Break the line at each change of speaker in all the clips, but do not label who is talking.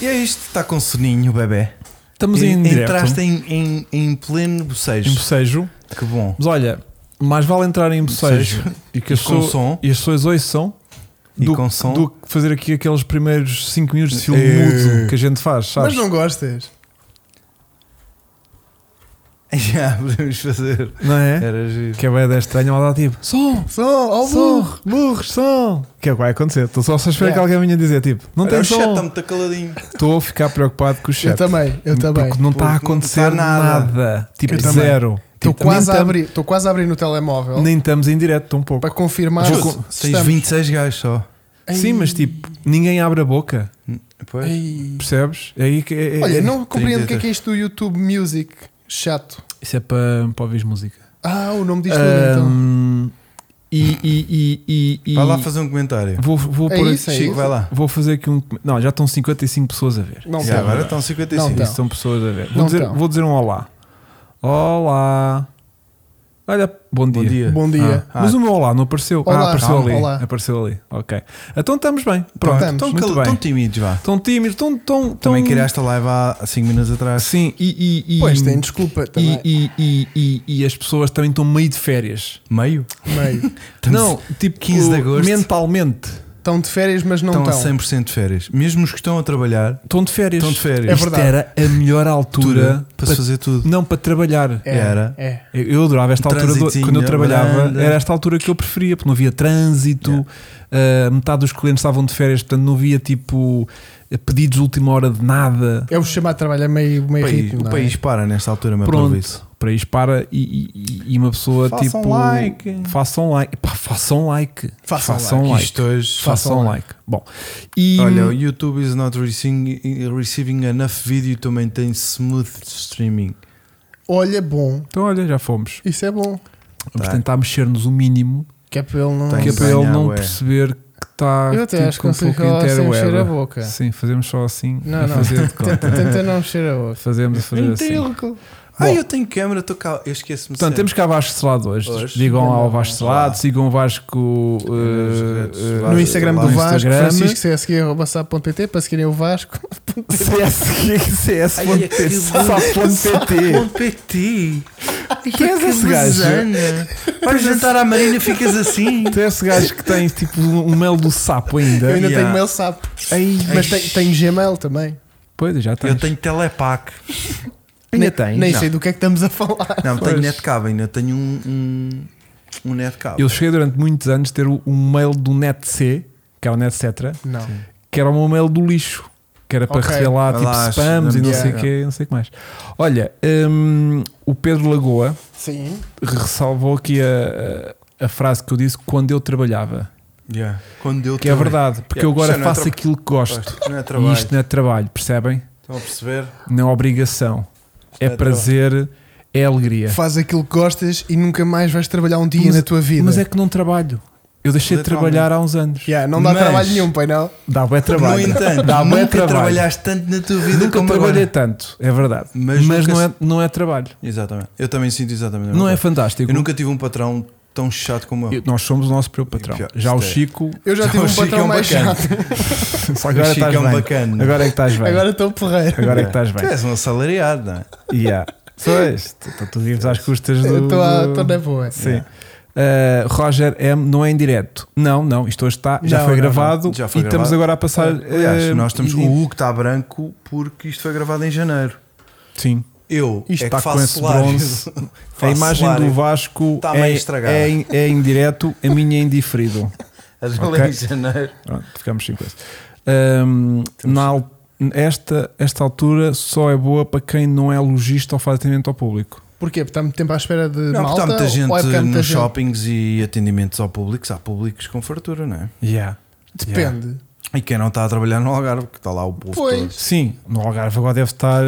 E é isto, está com soninho, bebê.
Estamos em direto.
Entraste em, em, em pleno bocejo.
Em bocejo.
Que bom.
Mas olha, mais vale entrar em bocejo
Bocejo.
e que as
E com
pessoas-
som.
e as pessoas ouçam
E
do,
com som.
do que fazer aqui aqueles primeiros 5 minutos de filme
Eh.
mudo que a gente faz, sabes?
Mas não gostas?
Já podemos fazer.
Não é?
Era giro.
Que é bem estranho, ela dá tipo som,
Som, ó
som,
burro!
burros, som. Que é o que vai acontecer. Estou só a espera
Yeah.
que alguém venha dizer tipo, não
Olha,
tem
É o chat
som.
está muito caladinho.
Estou a ficar preocupado com o chat.
Eu também, eu também.
Porque não está a
Porque não
acontecer
está
nada.
nada.
Tipo
Eu também.
zero.
Estou
Tipo, nem
quase, a
tam-
abrir- estou quase a abrir no telemóvel
Nem estamos em direto, tão pouco.
para confirmar
Vou
se
com-
se
Tens
estamos-
26 gajos só.
Ei.
Sim, mas tipo, ninguém abre a boca,
Pois.
Ei.
percebes? É aí que é- é-
Olha,
é-
não compreendo o que é
33.
que é isto do YouTube Music. Chato.
Isso é para, para ouvir música.
Ah, o nome disto não, então.
Ahm, e, e, e, e, e-
Vai lá fazer um comentário.
Vou, vou,
É
pôr
isso, é
aqui,
Chico, vai lá.
vou fazer aqui um. com- Não, já estão 55 pessoas a ver.
então. Não
Já,
tem.
agora
não.
estão 55.
Não,
Isso
tá.
são pessoas a ver. Vou
Não
dizer,
estão.
vou dizer um olá. Olá. Olha, bom dia.
Bom dia.
Bom dia.
Ah, Mas o meu olá não apareceu.
Olá,
ah, apareceu
calma,
ali.
olá.
Apareceu ali. Ok. Então estamos bem. Pronto, estamos.
Estamos.
Estão
muito
cal-
bem.
estão tímidos, vá.
Estão tímidos, estão. estão
Também
estão-
criaste a live há 5 minutos atrás.
Sim, e. e, e
Pois tem desculpa
e,
também.
e, e, e, e as pessoas também estão meio de férias.
Meio?
Meio.
Estamos-
não, tipo
15 de agosto.
Mentalmente.
Estão de férias, mas não
Estão a
estão.
100% de férias. Mesmo os que estão a trabalhar,
Estão de férias.
Estão de férias.
É
Isto
verdade.
era a melhor altura
altura para se fazer tudo.
Não, para trabalhar.
Era.
É.
Eu- Eu adorava esta
Um
altura do-
transitinho
quando eu
na
trabalhava.
varanda.
Era esta altura que eu preferia, porque não havia trânsito,
É.
ah, metade dos clientes estavam de férias, portanto não havia tipo pedidos de última hora de nada.
É o chamado de trabalho a meio,
O
meio
país,
ritmo.
o
não é?
país para nesta altura, meu
Pronto.
proviso.
Para isso para e, e- e uma pessoa
Façam
tipo.
like.
Façam like. Pá, façam like.
Façam
façam
Aqui
like.
Isto hoje.
Façam
Façam
like. Bom, e.
Olha, o YouTube is not receiving, receiving enough video to maintain smooth streaming.
Olha, bom.
Então, olha, já fomos.
Isso é bom.
Vamos
Tá?
tentar mexer-nos o mínimo
Que é para ele não.
Tem
que é
que
para ele
ganhar,
não
ué.
perceber que está.
Eu até
tipo,
acho que consigo
pouco
falar sem
interweb.
mexer a boca.
Sim, fazemos só assim.
Não, Então
a
não.
Fazer de
Tenta,
conta.
tenta não mexer a boca.
Fazemos a fazer assim.
Ah,
Bom.
eu tenho câmera, estou cá. Eu esqueço-me
Portanto, temos cá Vasco Selado hoje.
Hoje.
Digam lá ao
Olá.
Vasco Selado, sigam o Vasco. eh, eh,
No Instagram do
no
Vasco,
Instagram.
Francisco CSG, arroba sapo.pt, para seguirem o Vasco.
CS.pt, sapo.pt.
PT.
Quem és esse gajo?
Vais jantar à Marina e ficas assim.
Tu és esse gajo que tem tipo um mel do sapo ainda.
Eu ainda
É, Yeah.
tenho mail sapo.
Ai,
Mas tenho, tenho Gmail também.
Pois, já tens.
Eu tenho telepack.
Ainda
nem
tens?
nem
Não.
sei do que é que estamos a falar.
Não,
Pois.
tenho netcab ainda. Tenho um, um, um netcab.
Eu cheguei durante muitos anos a ter um mail do NetC, que era o NetCetra,
Não.
que era o meu mail do lixo, que era para
Ok.
receber lá
Vai
tipo
lá,
spams e não
yeah.
sei o quê, não sei o que mais. Olha, hum, o Pedro Lagoa
Sim.
ressalvou aqui a, a- a frase que eu disse quando eu trabalhava,
Yeah. Quando eu
que é
também.
verdade, porque
Yeah,
eu agora
isto não é
faço
traba-
aquilo que gosto
Isto Não é
e
trabalho.
isto não é trabalho, percebem?
Estão a perceber?
Não é obrigação, é
não é
prazer, é alegria.
Faz aquilo que gostas e nunca mais vais trabalhar um dia
Mas-
na tua vida.
Mas é que não trabalho. Eu deixei de
Literalmente.
trabalhar há uns anos.
Yeah, não dá
Mas-
trabalho nenhum, pai, não?
Dá bem
No
trabalho.
entanto,
Dá bué
nunca
trabalho.
trabalhaste tanto na tua vida
Nunca
como
trabalhei
agora.
tanto, é verdade. Mas,
Mas nunca
não, é, não é trabalho.
Exatamente. Eu também sinto exatamente. a
Não é
mesma coisa.
fantástico.
Eu nunca tive um patrão tão chato como eu.
Eu- Nós somos o nosso próprio patrão.
Pior,
Já o
isto é.
Chico.
Eu já
Não,
tive
o
um
Chico é
patrão
um
mais
bacana.
chato.
Só agora
O Chico
estás
é um
bem.
bacana.
Agora é que estás bem. Agora,
Agora estou porreiro.
é que estás
Tu
bem.
és um assalariado, não é?
yeah. Só és. Tu, tu- tu vives às custas do.
Eu Estou à-
do-
estou na boa.
Sim. Uh, Roger M, não é em direto. Não, não, isto hoje está, já
Não,
foi
não,
gravado
não, já foi
e
gravado.
estamos agora a passar.
Aliás,
uh,
nós estamos. um
e-
O Hugo está branco porque isto foi gravado em janeiro.
Sim.
Eu
Isto
é
está
que
com
faço
esse
salário.
bronze.
Faço
a imagem
salário.
do Vasco
Está meio
é,
estragada.
é em- é em direto, a minha é indiferido.
A dele é
Ok.
em janeiro.
Pronto, ficamos sem coisa. Ahm, na al- esta, esta altura só é boa para quem não é logista ou faz atendimento ao público.
Porquê? Porque está muito tempo à espera de
Não, porque
malta?
está muita
ou é porque
gente
há muita
nos
gente?
shoppings e atendimentos ao público. Há públicos com fartura, não é?
Depende.
E quem não está a trabalhar no Algarve, que está lá o povo
Pois.
todo.
Sim, no Algarve agora deve estar,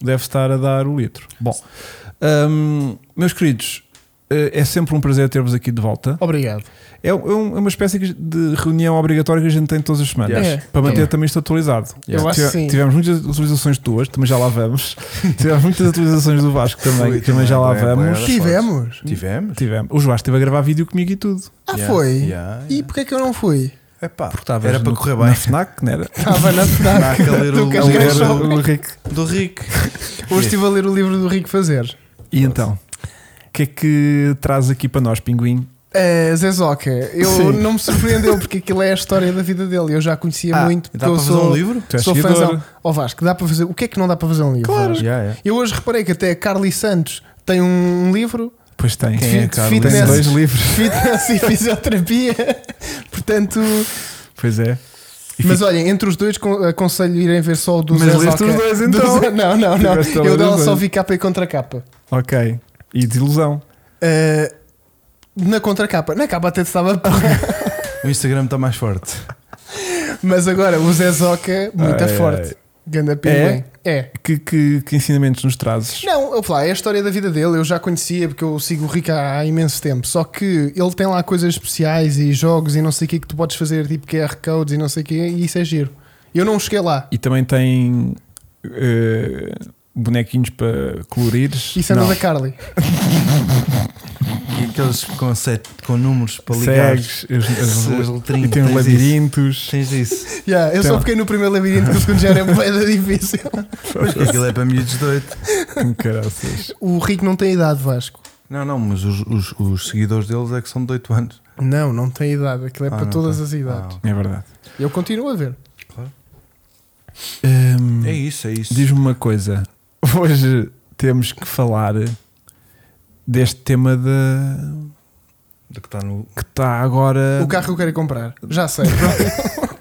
deve estar a dar o litro. Bom, ahm, meus queridos, eh, é sempre um prazer ter-vos aqui de volta.
Obrigado.
É, um- é um- é uma espécie de reunião obrigatória que a gente tem todas as semanas
Yeah. É.
para manter
Yeah.
também isto atualizado.
Eu acho que sim.
Tivemos muitas atualizações tuas, também já lá vamos. tivemos muitas atualizações do Vasco também,
Fui
também, já lá
também, bué, bué,
vamos.
Era
Tivemos?
Tivemos?
Tivemos. O Joás esteve a gravar vídeo comigo e tudo.
Ah,
Yeah,
foi?
yeah,
E
yeah.
porquê é que eu não fui?
Epá, Porque
era para correr bem.
Na FNAC, não era?
Estava na FNAC.
Naca, ler
Tu
o-
queres
a
Ele
ver
ler
só?
era o Rick.
Do Rick.
Hoje estive a ler o livro do Rico Fazer.
E então, o que é que traz aqui para nós, Pinguim?
É, Zezoca, eu
Sim.
não me surpreendeu porque aquilo é a história da vida dele. Eu já conhecia
Ah,
muito.
Dá
eu
para fazer
sou-
um livro?
Tu és
Sou
seguidor?
fãzão. Ó Vasco, dá para fazer. O que é que não dá para fazer um livro? Vasco? Eu hoje reparei que até a Carly Santos tem um livro
Pois tem.
Quem é,
Fit-
Carlos?
fitness.
Tem dois livros.
fitness e fisioterapia. Portanto,
Pois é. E
mas olhem, entre os dois con- aconselho irem ver só o do
Mas
Zé
leste
Zoca.
os dois,
Do
então.
Zé- não, não, não.
Tiveste a ler
Eu
os
dela só
dois.
vi capa e contracapa.
Ok. E desilusão.
Ah, na contracapa, na capa até estava porra,
O Instagram está mais forte.
mas agora o Zé Zoca, muito
Ai,
forte.
ai.
Ganda pinguim. É.
Que, que, que ensinamentos nos trazes?
Não, eu vou lá, é a história da vida dele. Eu já conhecia porque eu sigo o Rico há, há imenso tempo. Só que ele tem lá coisas especiais e jogos e não sei o que que tu podes fazer, tipo QR codes e não sei o que, e isso é giro. Eu não cheguei lá.
E também tem eh, bonequinhos para colorires.
Isso é
não.
da Carly.
E aqueles com, sete, com números para ligar.
Segues, as- as-
As letrinhas,
e tem os
tens
labirintos.
Tens isso.
Yeah, eu
Então.
só fiquei no primeiro labirinto que o segundo já era moeda difícil.
Aquilo é para miúdos de oito.
Com um caraças.
O Rico não tem idade, Vasco.
Não, não, mas os, os, os seguidores deles é que são de 8 anos.
Não, não tem idade. Aquilo é
Ah,
para
não
todas
tem.
as idades.
Ah,
É verdade.
Eu continuo a ver.
É isso, é isso.
Hum, Diz-me uma coisa. Hoje temos que falar deste tema de,
De que está no.
que está agora.
O carro que eu quero comprar. Já sei. Pronto.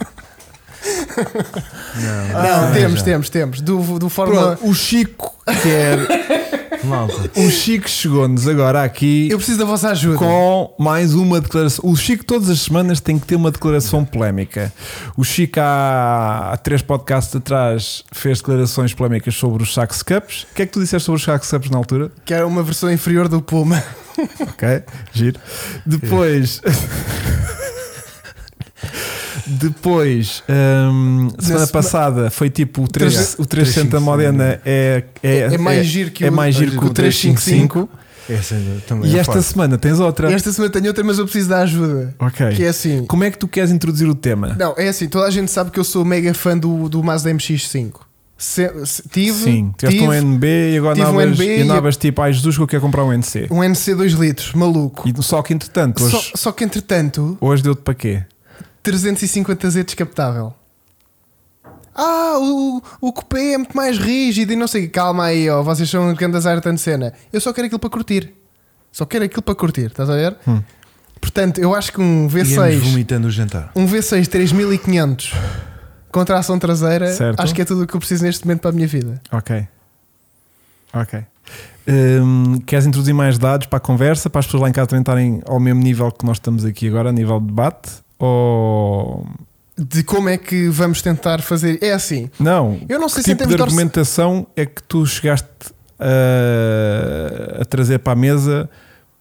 Não,
não,
já,
temos,
já.
temos, temos. Do, do Fórmula.
Ah, Pronto, o Chico quer.
Malta.
o Chico chegou-nos agora aqui
Eu preciso da vossa ajuda.
com mais uma declaração. O Chico todas as semanas tem que ter uma declaração polémica. O Chico há, há três podcasts atrás fez declarações polémicas sobre os Sax Cups. O que é que tu disseste sobre os Sax Cups na altura?
Que era uma versão inferior do Puma.
Ok, giro. Depois. Depois, hum, semana
sema-
passada foi tipo o 3,
Treze-
o 360 Modena é, é,
É mais giro que
é
o-
mais giro
o
que o 355.
355.
Essa também
E
é
esta
forte.
semana tens outra.
Esta semana tenho outra, mas eu preciso da ajuda.
Ok.
Que é assim.
Como é que tu queres introduzir o tema?
Não, é assim, toda a gente sabe que eu sou mega fã do, do Mazda MX5. Se- se- tive,
Sim, tiveste
tive
um NB e agora
tive um
andavas,
NB
e
e-
andavas tipo, ai Jesus, que eu quero comprar um NC.
um NC 2 litros, maluco.
E, só que entretanto, hoje,
Só, só que entretanto,
hoje deu-te para quê?
350 Z descapotável. Ah, o, o coupé é muito mais rígido e não sei. o quê. Calma aí, ó, vocês são um grande azar tanto cena. Eu só quero aquilo para curtir. Só quero aquilo para curtir, estás a ver?
Hum.
Portanto, eu acho que um
Íamos
V6
vomitando o jantar.
Um V6 3500 com tração traseira,
Certo.
acho que é tudo o que eu preciso neste momento para a minha vida.
Ok. Ok. Hum, queres introduzir mais dados para a conversa, para as pessoas lá em casa também estarem ao mesmo nível que nós estamos aqui agora, a nível de debate? Ou.
De como é que vamos tentar fazer. É assim,
Não.
eu não
Que
sei se é em
tipo
termos
de
de orçamento.
argumentação é que tu chegaste uh, a, trazer para a mesa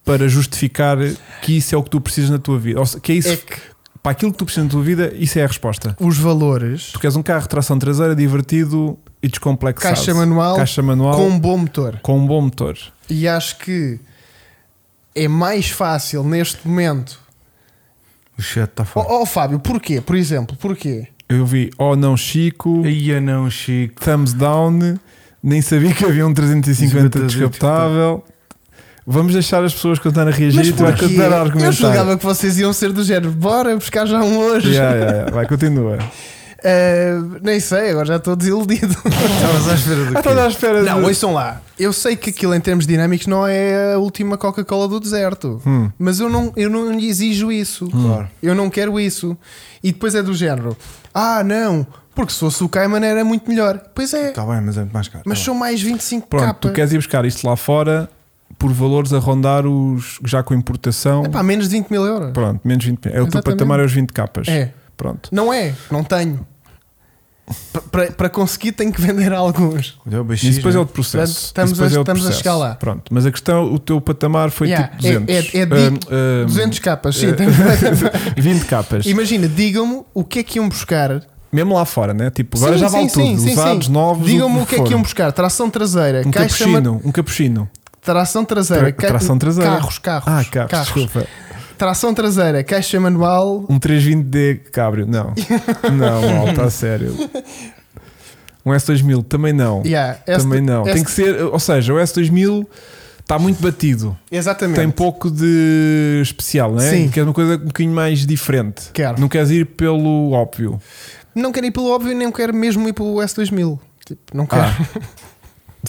para justificar que isso é o que tu precisas na tua vida? Ou se- que é isso,
É que
para aquilo que tu precisas na tua vida, isso é a resposta.
os valores,
Tu queres um carro de tração traseira divertido e descomplexado.
caixa manual,
Caixa manual
com
com,
um bom motor.
um bom motor.
E acho que é mais fácil neste momento.
O chat está
Oh,
forte.
oh, Fábio, porquê? Por exemplo, porquê?
Eu vi, oh não, Chico.
Ia é não, Chico.
thumbs down, nem sabia que havia um
é
350 descapotável. Vamos deixar as pessoas contar a reagir e tu vais
porquê?
continuar a argumentar.
Eu julgava que vocês iam ser do género, bora buscar já um hoje.
Yeah, yeah, yeah. Vai, continua.
Ah, nem sei, agora já estou desiludido.
Estavas à espera do
Estás à
quê?
espera
Não,
de...
ouçam lá. Eu sei que aquilo em termos dinâmicos não é a última Coca-Cola do deserto.
Hum.
Mas eu não, eu não lhe exijo isso.
Claro.
Eu não quero isso. E depois é do género. Ah, não, porque se fosse o Cayman era muito melhor. Pois é,
Está bem, mas é muito mais caro.
mas
Tá
são mais 25
Tá. Pronto,
k
tu queres ir buscar isto lá fora por valores a rondar os já com importação.
Epá, menos de 20 mil euros.
Pronto, menos 20 É o teu
Exatamente.
patamar, é os 20 capas.
É,
Pronto.
não é, não tenho. Pa- pa- Para conseguir tenho que vender alguns.
bem. Olha o
E
baixinho.
isso depois é outro
né? Portanto,
processo.
estamos
Isso depois
a-
é outro
estamos a
processo.
chegar lá.
Pronto, mas a questão, o teu patamar foi
Yeah,
tipo 200.
é- é- é de-
Ahm, ahm,
200 capas, sim.
eh,
tenho que vender.
20 capas.
Imagina, digam-me o que é que iam buscar
Mesmo lá fora, né? Tipo, agora
Sim,
já
sim,
vale
sim,
tudo.
sim,
Usados,
sim.
novos.
Digam-me o que é que
for.
iam buscar. Tração traseira,
Um
caixa ma-
capuchino. Um capuchino.
tração traseira,
Tra- tração traseira.
Oh, carros, carros,
Ah, carros.
carros.
Desculpa.
tração traseira, caixa manual.
Um 320D cabrio, não. não, mal, está sério. Um S2000 também não.
Yeah, S-
Também não.
S-
Tem que ser, ou seja, o S2000 está muito batido.
Exatamente.
Tem pouco de especial, não é?
Sim.
Quer uma coisa um bocadinho mais diferente.
Quero.
Não queres ir pelo óbvio.
Não quero ir pelo óbvio, nem quero mesmo ir pelo S2000. Tipo, não quero.
Ah,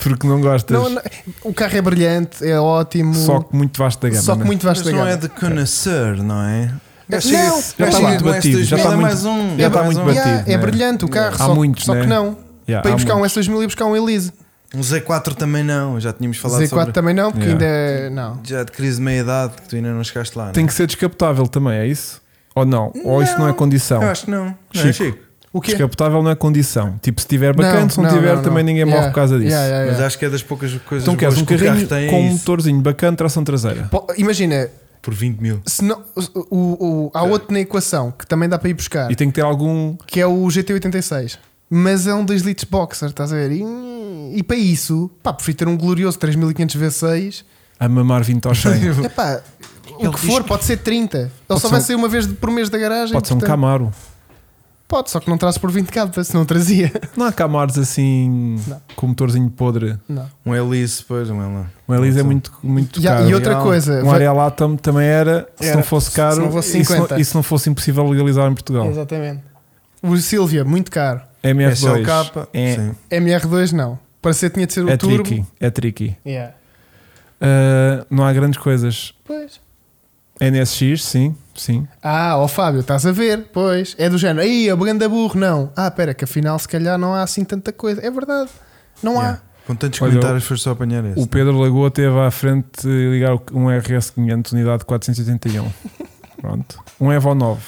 Porque não gostas.
Não, não- o carro é brilhante, é ótimo.
Só que muito vasto da gama.
só que
né?
muito
Mas
vasto da
não é
gama.
de conhecer, não é?
Não,
já tá está
chega-
muito batido, já está
é
muito-
mais um.
já está
mais
muito
um.
batido.
Yeah,
né?
é brilhante o carro,
Há
só,
muitos,
só que
né?
não.
Yeah,
Para ir
há
buscar um
muito.
S2000 e buscar um Elise.
Um Z4 também não, já tínhamos falado
Z4
sobre.
também não, porque
Yeah.
ainda é- não.
Já de crise de meia-idade, que tu ainda não chegaste
um
lá. não é?
Tem que ser descapotável também, é isso? Ou não? Ou isso não é
Não.
condição?
Eu acho que não. Não é,
Chico?
Chico?
O quê?
Descapotável não é condição. Tipo, se tiver bacana,
Não,
se não,
não,
tiver,
não,
também
não.
ninguém morre por
Yeah.
causa disso.
Yeah, yeah,
Mas
yeah.
acho que é das poucas coisas
Então queres
boas
um
que o carro
carrinho
tem é
com um
isso.
motorzinho bacana, tração traseira.
Pô, Imagina,
por 20 mil.
se não, o, o- há outro na equação que também dá para ir buscar,
E tem que ter algum.
que é o GT86. Mas é um 2 litros boxer, estás a ver? E, e para isso, pá, prefiro ter um glorioso 3500 V6.
A mamar 20 ao 100.
Epá, o
Ele
que
diz
for, pode ser 30. Ele
Pode
só
ser
vai
um-
sair uma vez por mês da garagem.
Pode ser um
portanto-
Camaro.
Pode, só que não traz por 20k, se não trazia.
Não há Camaros assim
Não.
com motorzinho podre.
Não.
Um Elise, pois, um Elise.
O Elise é muito, muito
Já,
caro.
e outra coisa,
Um
vai-
Ariel Atom também era, se
Era.
não fosse
Se
caro,
não fosse
e, se não,
50.
e se não fosse impossível legalizar em Portugal.
Exatamente. O Silvia, muito caro.
MF2
SLK,
é,
sim.
MR2 não. Parecia que tinha de ser o
é
turbo.
tricky. É tricky.
Yeah.
Ah, não há grandes coisas.
Pois.
NSX, sim, sim.
Ah, ó Fábio, estás a ver? Pois. É do género. Aí, a grande burro, não. Ah, pera, que afinal se calhar não há assim tanta coisa. É verdade. Não
Yeah. Com tantos
Olha,
comentários, foi só apanhar esse. É,
O Pedro Lagoa teve à frente eh, ligar o- um RS 500, unidade 481. Pronto. Um Evo 9.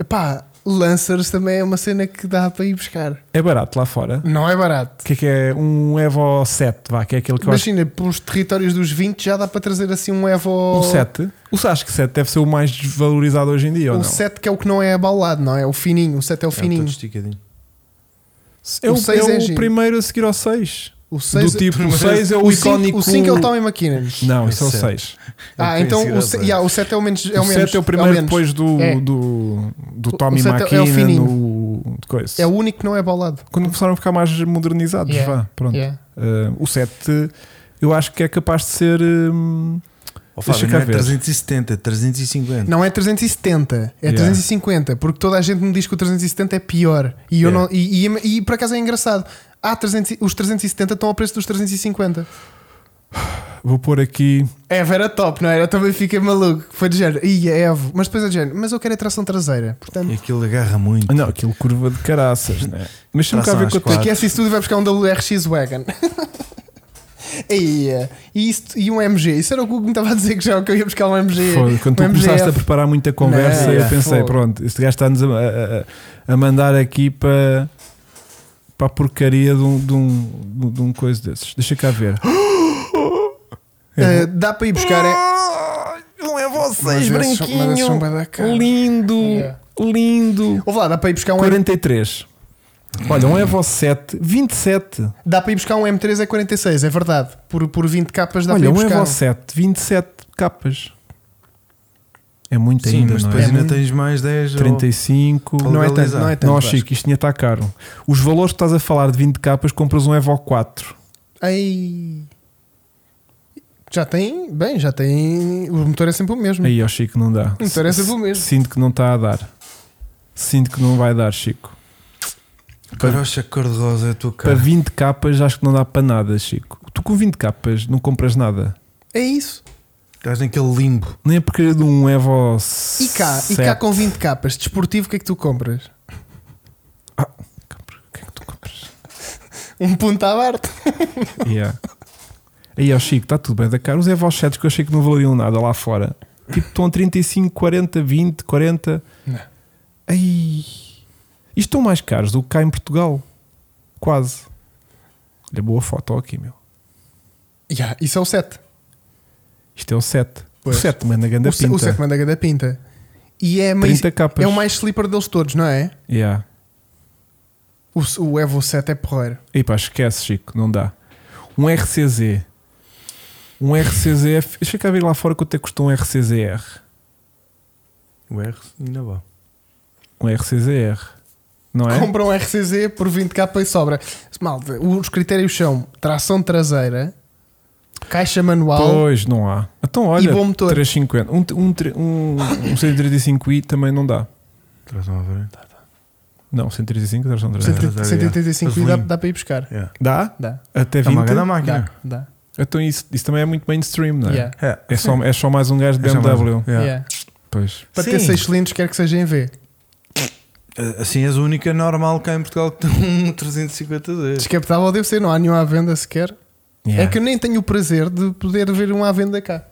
há. Pá, Lancers também é uma cena que dá para ir buscar.
É barato lá fora.
Não é barato.
O que é que é? Um Evo 7, vá, que é aquele que eu acho.
Imagina, pelos territórios dos 20 já dá para trazer assim um Evo.
Um 7. O, acho que 7 deve ser o mais desvalorizado hoje em dia, ou
O
não?
7 que é o que não é abalado, não é? O fininho. O 7 é o
é, todo
fininho.
esticadinho.
É o,
O seis
é
é
o
giro.
primeiro a seguir ao 6.
O 6
Do tipo, o 6 é o,
cinco-
icónico.
O 5 é o Tommy McKinnon.
Não, isso é o
Esse é.
6.
Ah,
Eu tenho
então
esse
o,
grado,
se-
é.
yeah, o 7 é o menos. É
o
o, menos,
7 é o
é
primeiro
o menos.
depois do,
É.
do, do
O- o
Tommy
sete é- é o
McKinnon,
fininho.
o, de coisa.
É o único que não é balado.
Quando começaram a ficar mais modernizados,
Yeah.
vá, pronto.
Yeah.
Uh, o 7 eu acho que é capaz de ser hum,
Ó, Fábio,
Deixa
não
cá
é
ver.
370, 350.
Não é 370, é
Yeah.
350, porque toda a gente me diz que o 370 é pior. E, eu
Yeah.
não, e, e, e por acaso é engraçado. Há 300, os 370 estão ao preço dos 350.
vou pôr aqui
Eva É, era top, não era? Eu também fiquei maluco. Foi de género, ia Evo. Mas depois é de género, mas eu quero é tração traseira.
E
Portanto,
aquilo agarra muito.
não, aquilo curva de caraças né? mas deixa-me cá
Tração
ver
às
quanto é
quatro.
que
esquece isso tudo e vai buscar um WRX Wagon. Eia. e, isto, e um MG. Isso era o que o Hugo me estava a dizer que já que eu ia buscar um MG.
Foi, quando tu
um MGF.
começaste a preparar muita conversa
Não,
eu
é.
yeah,
pensei,
fogo.
pronto, este gajo está-nos a, a- a- a mandar aqui para para a porcaria de um, de um, de um coisa desses deixa cá ver
Eh, dá para ir buscar. É...
não é vocês,
Mas esses são- mas esses são bué da cara.
lindo
Yeah.
lindo
Ouve lá, dá para ir buscar um
43. Olha, um Evo 7, 27.
Dá para ir buscar um M3 a 46, é verdade. Por, por 20 capas dá
Olha, um
para ir buscar.
Evo 7, 27 capas. É muito
Sim,
ainda,
mas
não
depois
é?
ainda
muito.
tens mais 10 ou-
35.
Ou
Não,
não é tanto,
legalizar.
não é tanto.
não
acho.
Chico, isto tinha está caro. Os valores que estás a falar de 20 capas, compras um Evo 4.
Ai. Já tem, bem, já tem. O motor é sempre o mesmo.
Aí, ó Chico, não dá.
Não
S-
interessa, vou mesmo.
Sinto que não está a dar. Sinto que não vai dar, Chico.
Carocha cor-de-rosa é a tua
Para
cara.
20 capas, acho que não dá para nada, Chico. Tu com 20 capas não compras nada.
É isso.
Estás naquele limbo.
Nem a porcaria de um Evo
E cá, e
7.
cá com 20 capas, desportivo, o que é que tu compras?
O que é que tu compras?
Um ponto à parte.
Yeah. Aí ó Chico, está tudo bem da cara. Os Evos 7 que eu achei que não valiam nada lá fora. Tipo, estão a 35, 40, 20, 40.
Não.
Ai. Isto estão mais caros do que cá em Portugal. Quase. Olha, boa foto aqui, meu.
Yeah, isso é o 7.
Isto é o 7.
Pois.
O 7 manda grande
O, se-
pinta.
o 7 manda da pinta. E é, mais,
30 capas.
é o mais sleeper deles todos, não é?
Yeah.
O, o Evo 7 é porreiro.
E pá, esquece, Chico, não dá. Um RCZ. Um RCZF. Deixa cá ver lá fora quanto é que custou um RCZR.
O R ainda vá.
Um RCZR. Não é?
Compra um RCZ por 20k e sobra. Malta, os critérios são tração traseira, caixa manual.
Pois, não há. Então, olha,
bom motor.
350. Um, um, tre- um, um 135i também não dá.
Traz uma frente.
Não, 135 tração traseira. Tá
Cento-
185 dá,
Gasolinho.
dá para ir buscar.
Yeah.
Dá?
Dá,
Até
É uma
20?
grande
dá,
máquina.
dá.
então isso, isso também é muito mainstream, não é?
Yeah,
É.
É, só, é só mais um gajo de
É só mais-
BMW.
Yeah.
yeah.
Pois.
Para
Sim.
ter 6 cilindros, quer que seja em V.
Assim és a única normal cá em Portugal que tem um 350 d
Descapotável deve ser, não há nenhum à venda sequer. É
Yeah.
que eu nem tenho o prazer de poder ver um à venda cá.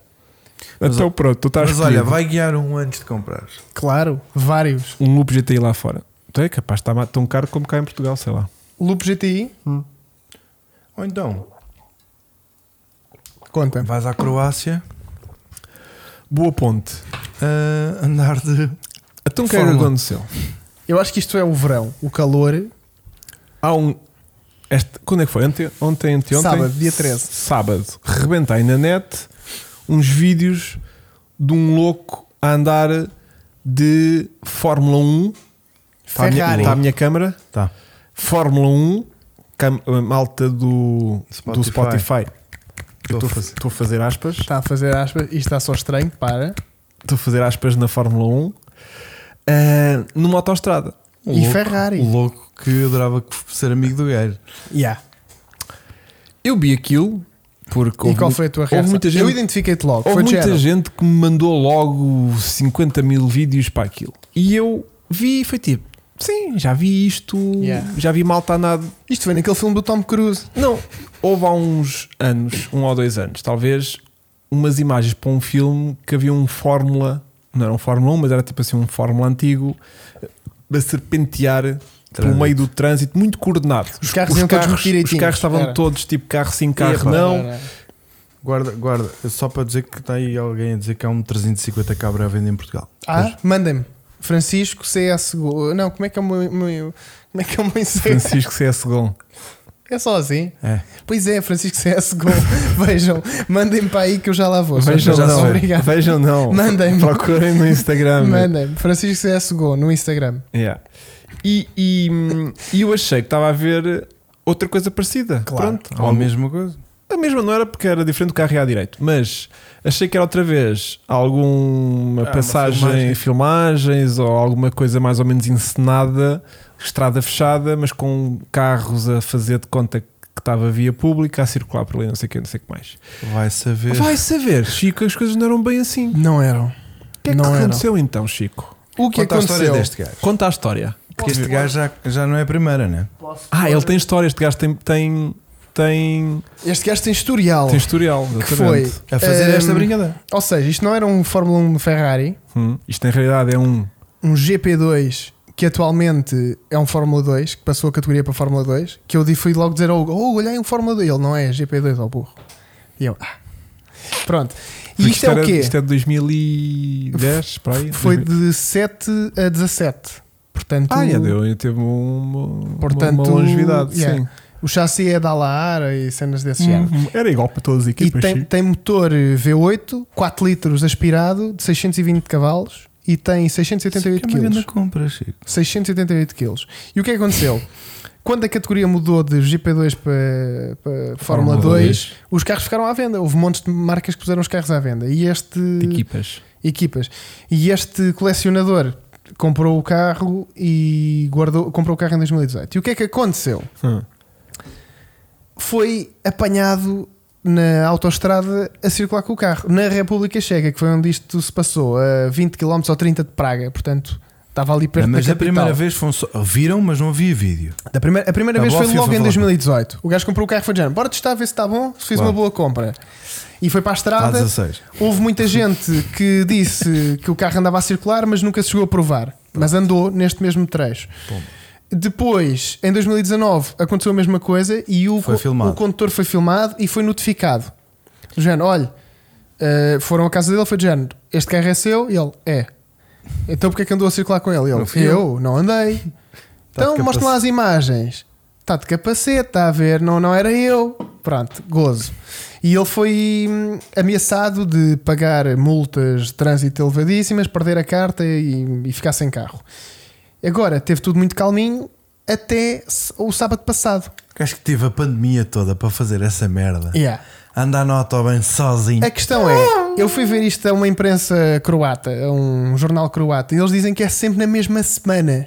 Mas
Então pronto, tu estás
Mas olha,
escolhido.
vai guiar um antes de comprar.
Claro, vários.
um loop GTI lá fora. Então é capaz de estar ma- tão caro como cá em Portugal, sei lá.
Loop GTI,
Ou então,
conta.
vais à Croácia
Boa ponte.
a eh, andar de.
Então o que é que
Fórmula.
aconteceu?
Eu acho que isto é o verão, o calor.
Há um. Este, quando é que foi? Ante, ontem, anteontem?
Sábado, dia 13.
Sábado. Rebentei na net uns vídeos de um louco a andar de Fórmula 1. Está a minha,
Ferrari.
está a minha câmara.
Tá.
Fórmula 1, cam- a malta do Spotify. Do
Spotify.
Spotify. Eu
Estou a fazer.
Estou a fazer- estou a fazer aspas.
Está a fazer aspas, isto está só estranho, para.
Estou a fazer aspas na Fórmula 1. ah, numa Um autostrada.
O
E Ferrari.
O louco que adorava que- ser amigo do gajo.
Yeah.
Eu vi aquilo porque
E
houve
qual
mu-
foi a tua
houve
reação?
muita gente-
eu identifiquei-te logo.
Houve
Foi
muita
muita
gente que me mandou logo 50 mil vídeos para aquilo. E eu vi e foi tipo: sim, já vi isto,
Yeah.
já vi malta a nada.
Isto foi naquele filme do Tom Cruise.
Não, houve há uns anos, um ou dois anos, talvez, umas imagens para um filme que havia um Fórmula, não era um Fórmula 1, mas era tipo assim um Fórmula antigo, a serpentear pelo
Trânsito.
meio do trânsito, muito coordenado.
Os carros iam todos muito
os
direitinhos.
carros estavam
Era.
todos tipo carro sim, carro
Epa.
não.
Era.
Guarda, guarda, só para dizer que está aí alguém a dizer que há um 350 cabra à venda em Portugal.
Ah, mandem-me. Francisco CS. Go- Não, como é que é o meu. meu- Como é que é o meu Instagram?
Francisco CS Gon.
É só assim.
É.
Pois é, Francisco CSGO. Vejam, mandem-me para aí que eu já lá vou.
Vejam
já
não,
obrigado.
vejam não.
Mandem-me.
Procurem no Instagram.
Mandem-me, Francisco CSGO no Instagram.
Yeah. E, e, hum, e eu achei que estava a ver outra coisa parecida.
Claro.
Pronto.
Ou a mesma coisa?
A mesma não era porque era diferente do carro e à direito, mas achei que era outra vez alguma
Ah, uma
passagem,
filmagem.
filmagens ou alguma coisa mais ou menos encenada, estrada fechada, mas com carros a fazer de conta que estava via pública a circular por ali, não sei o que, não sei o que mais.
Vai saber.
Vai saber, Chico, as coisas não eram bem assim. O
Não eram.
que é que
Não eram.
aconteceu então, Chico?
O que
Conta a história
aconteceu?
deste gajo.
Conta a história.
Porque este gajo já, já não é a primeira, né?
Ah, ele tem história, este gajo tem, tem, tem,
Este gajo tem historial.
tem historial.
Oh. que foi
exatamente.
A fazer
Ahm,
esta brincadeira.
Ou seja, isto não era um Fórmula 1 Ferrari,
Hum, isto na realidade é um.
um GP2 que atualmente é um Fórmula 2, que passou a categoria para Fórmula 2, que eu di- fui logo dizer ao Hugo, oh, olhei um Fórmula 2, ele não é, é GP2 ao burro. E eu, ah. Pronto. E
Porque
isto é o
era-
quê?
Isto é de 2010, para aí.
Foi
2000.
de 7 a 17. Portanto,
Ah, já deu, eu teve um, uma,
Portanto,
uma longevidade,
yeah.
sim.
o chassi é da Laara e cenas
Hum.
desse género.
Uhum. Era igual para todas as
E
equipas.
tem,
sim.
tem motor V8, 4 litros aspirado, de 620 cavalos e tem 688
Que é uma grande
kg.
compra, Chico.
688 kg. E o que é que aconteceu? Quando a categoria mudou de GP2 para, para Fórmula 2, os carros ficaram à venda. Houve montes de marcas que puseram os carros à venda. E este.
de equipas.
equipas. E este colecionador comprou o carro e guardou, comprou o carro em 2018. E o que é que aconteceu?
Hum.
Foi apanhado na autoestrada a circular com o carro, na República Checa, que foi onde isto se passou, a 20 km ou 30 de Praga, portanto, estava ali perto
É, mas
da
a
capital.
primeira vez foram só- viram, mas não havia vídeo.
Da primeira, a primeira
A
vez foi
Bófia
logo
Tá foi
em
logo.
2018. O gajo comprou o carro e foi dizendo, bora testar, ver se está bom, se fiz
Claro.
uma boa compra. E foi para a
Há
estrada,
16.
Houve muita gente que disse que o carro andava a circular, mas nunca se chegou a provar. Mas andou neste mesmo trecho.
Pumba.
Depois, em 2019, aconteceu a mesma coisa e o,
Foi filmado.
o condutor foi filmado e foi notificado. Do género, olha, eh, foram à casa dele, foi do género, este carro é seu? E ele, é. Então porque é que andou a circular com ele? E ele,
Não fui
eu, não andei.
Tá de
então mostra lá as Tá imagens. Está de capacete, está a ver, não, não era eu. Pronto, gozo. E ele foi hum, ameaçado de pagar multas de trânsito elevadíssimas, perder a carta e, e ficar sem carro. Agora, teve tudo muito calminho até s- o sábado passado.
Acho que tive a pandemia toda para fazer essa merda.
Yeah.
Andar no autobahn sozinho.
A questão é, eu fui ver isto a uma imprensa croata, a um jornal croata, e eles dizem que é sempre na mesma semana.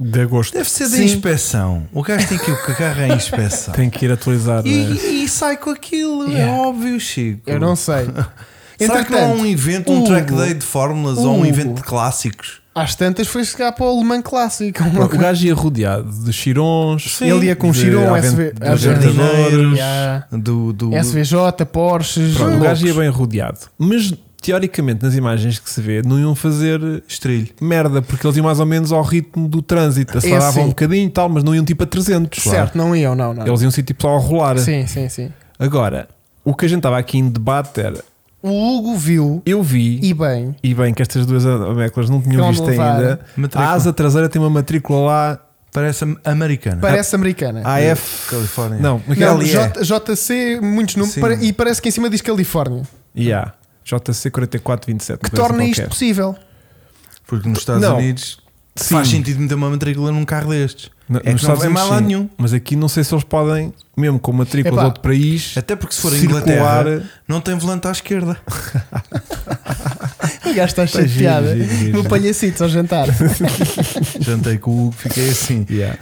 De agosto.
Deve ser da
Sim.
inspeção. O gajo tem que ir com o carro à inspeção.
Tem que ir atualizar. né?
E, e sai com aquilo.
Yeah.
É óbvio, Chico.
Eu não sei.
Será que não há um
Entretanto,
evento, um
Hugo-
track day de fórmulas ou um
Hugo.
evento de clássicos?
Às tantas foi chegar para o alemão clássico.
O gajo ia rodeado de chirons.
Sim.
Ele ia com um
de
Chiron,
aven-
SV,
de
Dos
jardineiros.
jardineiros,
Yeah.
do, do
SVJ, Porsches,
Pronto, o
loucos.
gajo ia bem rodeado. Mas teoricamente, nas imagens que se vê, não iam fazer
estrilho.
merda, porque eles iam mais ou menos ao ritmo do trânsito. Aceleravam
assim.
um bocadinho e tal, mas não iam tipo a 300.
certo, não iam, não, não.
Eles iam ser tipo só a rolar.
Sim, sim, sim.
Agora, o que a gente estava aqui em debate era:
O Hugo viu
eu vi,
e bem.
e, bem que estas duas ameclas não tinham
Vão
visto
levar.
ainda,
Matrícula.
a asa traseira tem uma matrícula lá,
Parece am- americana.
Parece americana.
AF.
Califórnia.
Não, como é que
Não,
era?
J- JC, muitos números,
Sim.
para- e parece que em cima diz Califórnia.
Yeah. JC4427.
Que torna isto possível.
Porque nos Estados
Não.
Unidos
Sim.
faz sentido meter uma matrícula num carro destes.
No,
É
nos
que não
Estados
vai
Unidos,
mal a
sim.
nenhum.
Mas aqui não sei se eles podem, mesmo com matrícula
Epá.
de outro país,
Até porque se for a
circular.
Inglaterra, não tem volante à esquerda.
O gajo está
Está
cheio de
giro,
piada.
giro, giro.
Meu palhacito ao jantar.
Jantei com o Hugo, fiquei assim.
É
Yeah.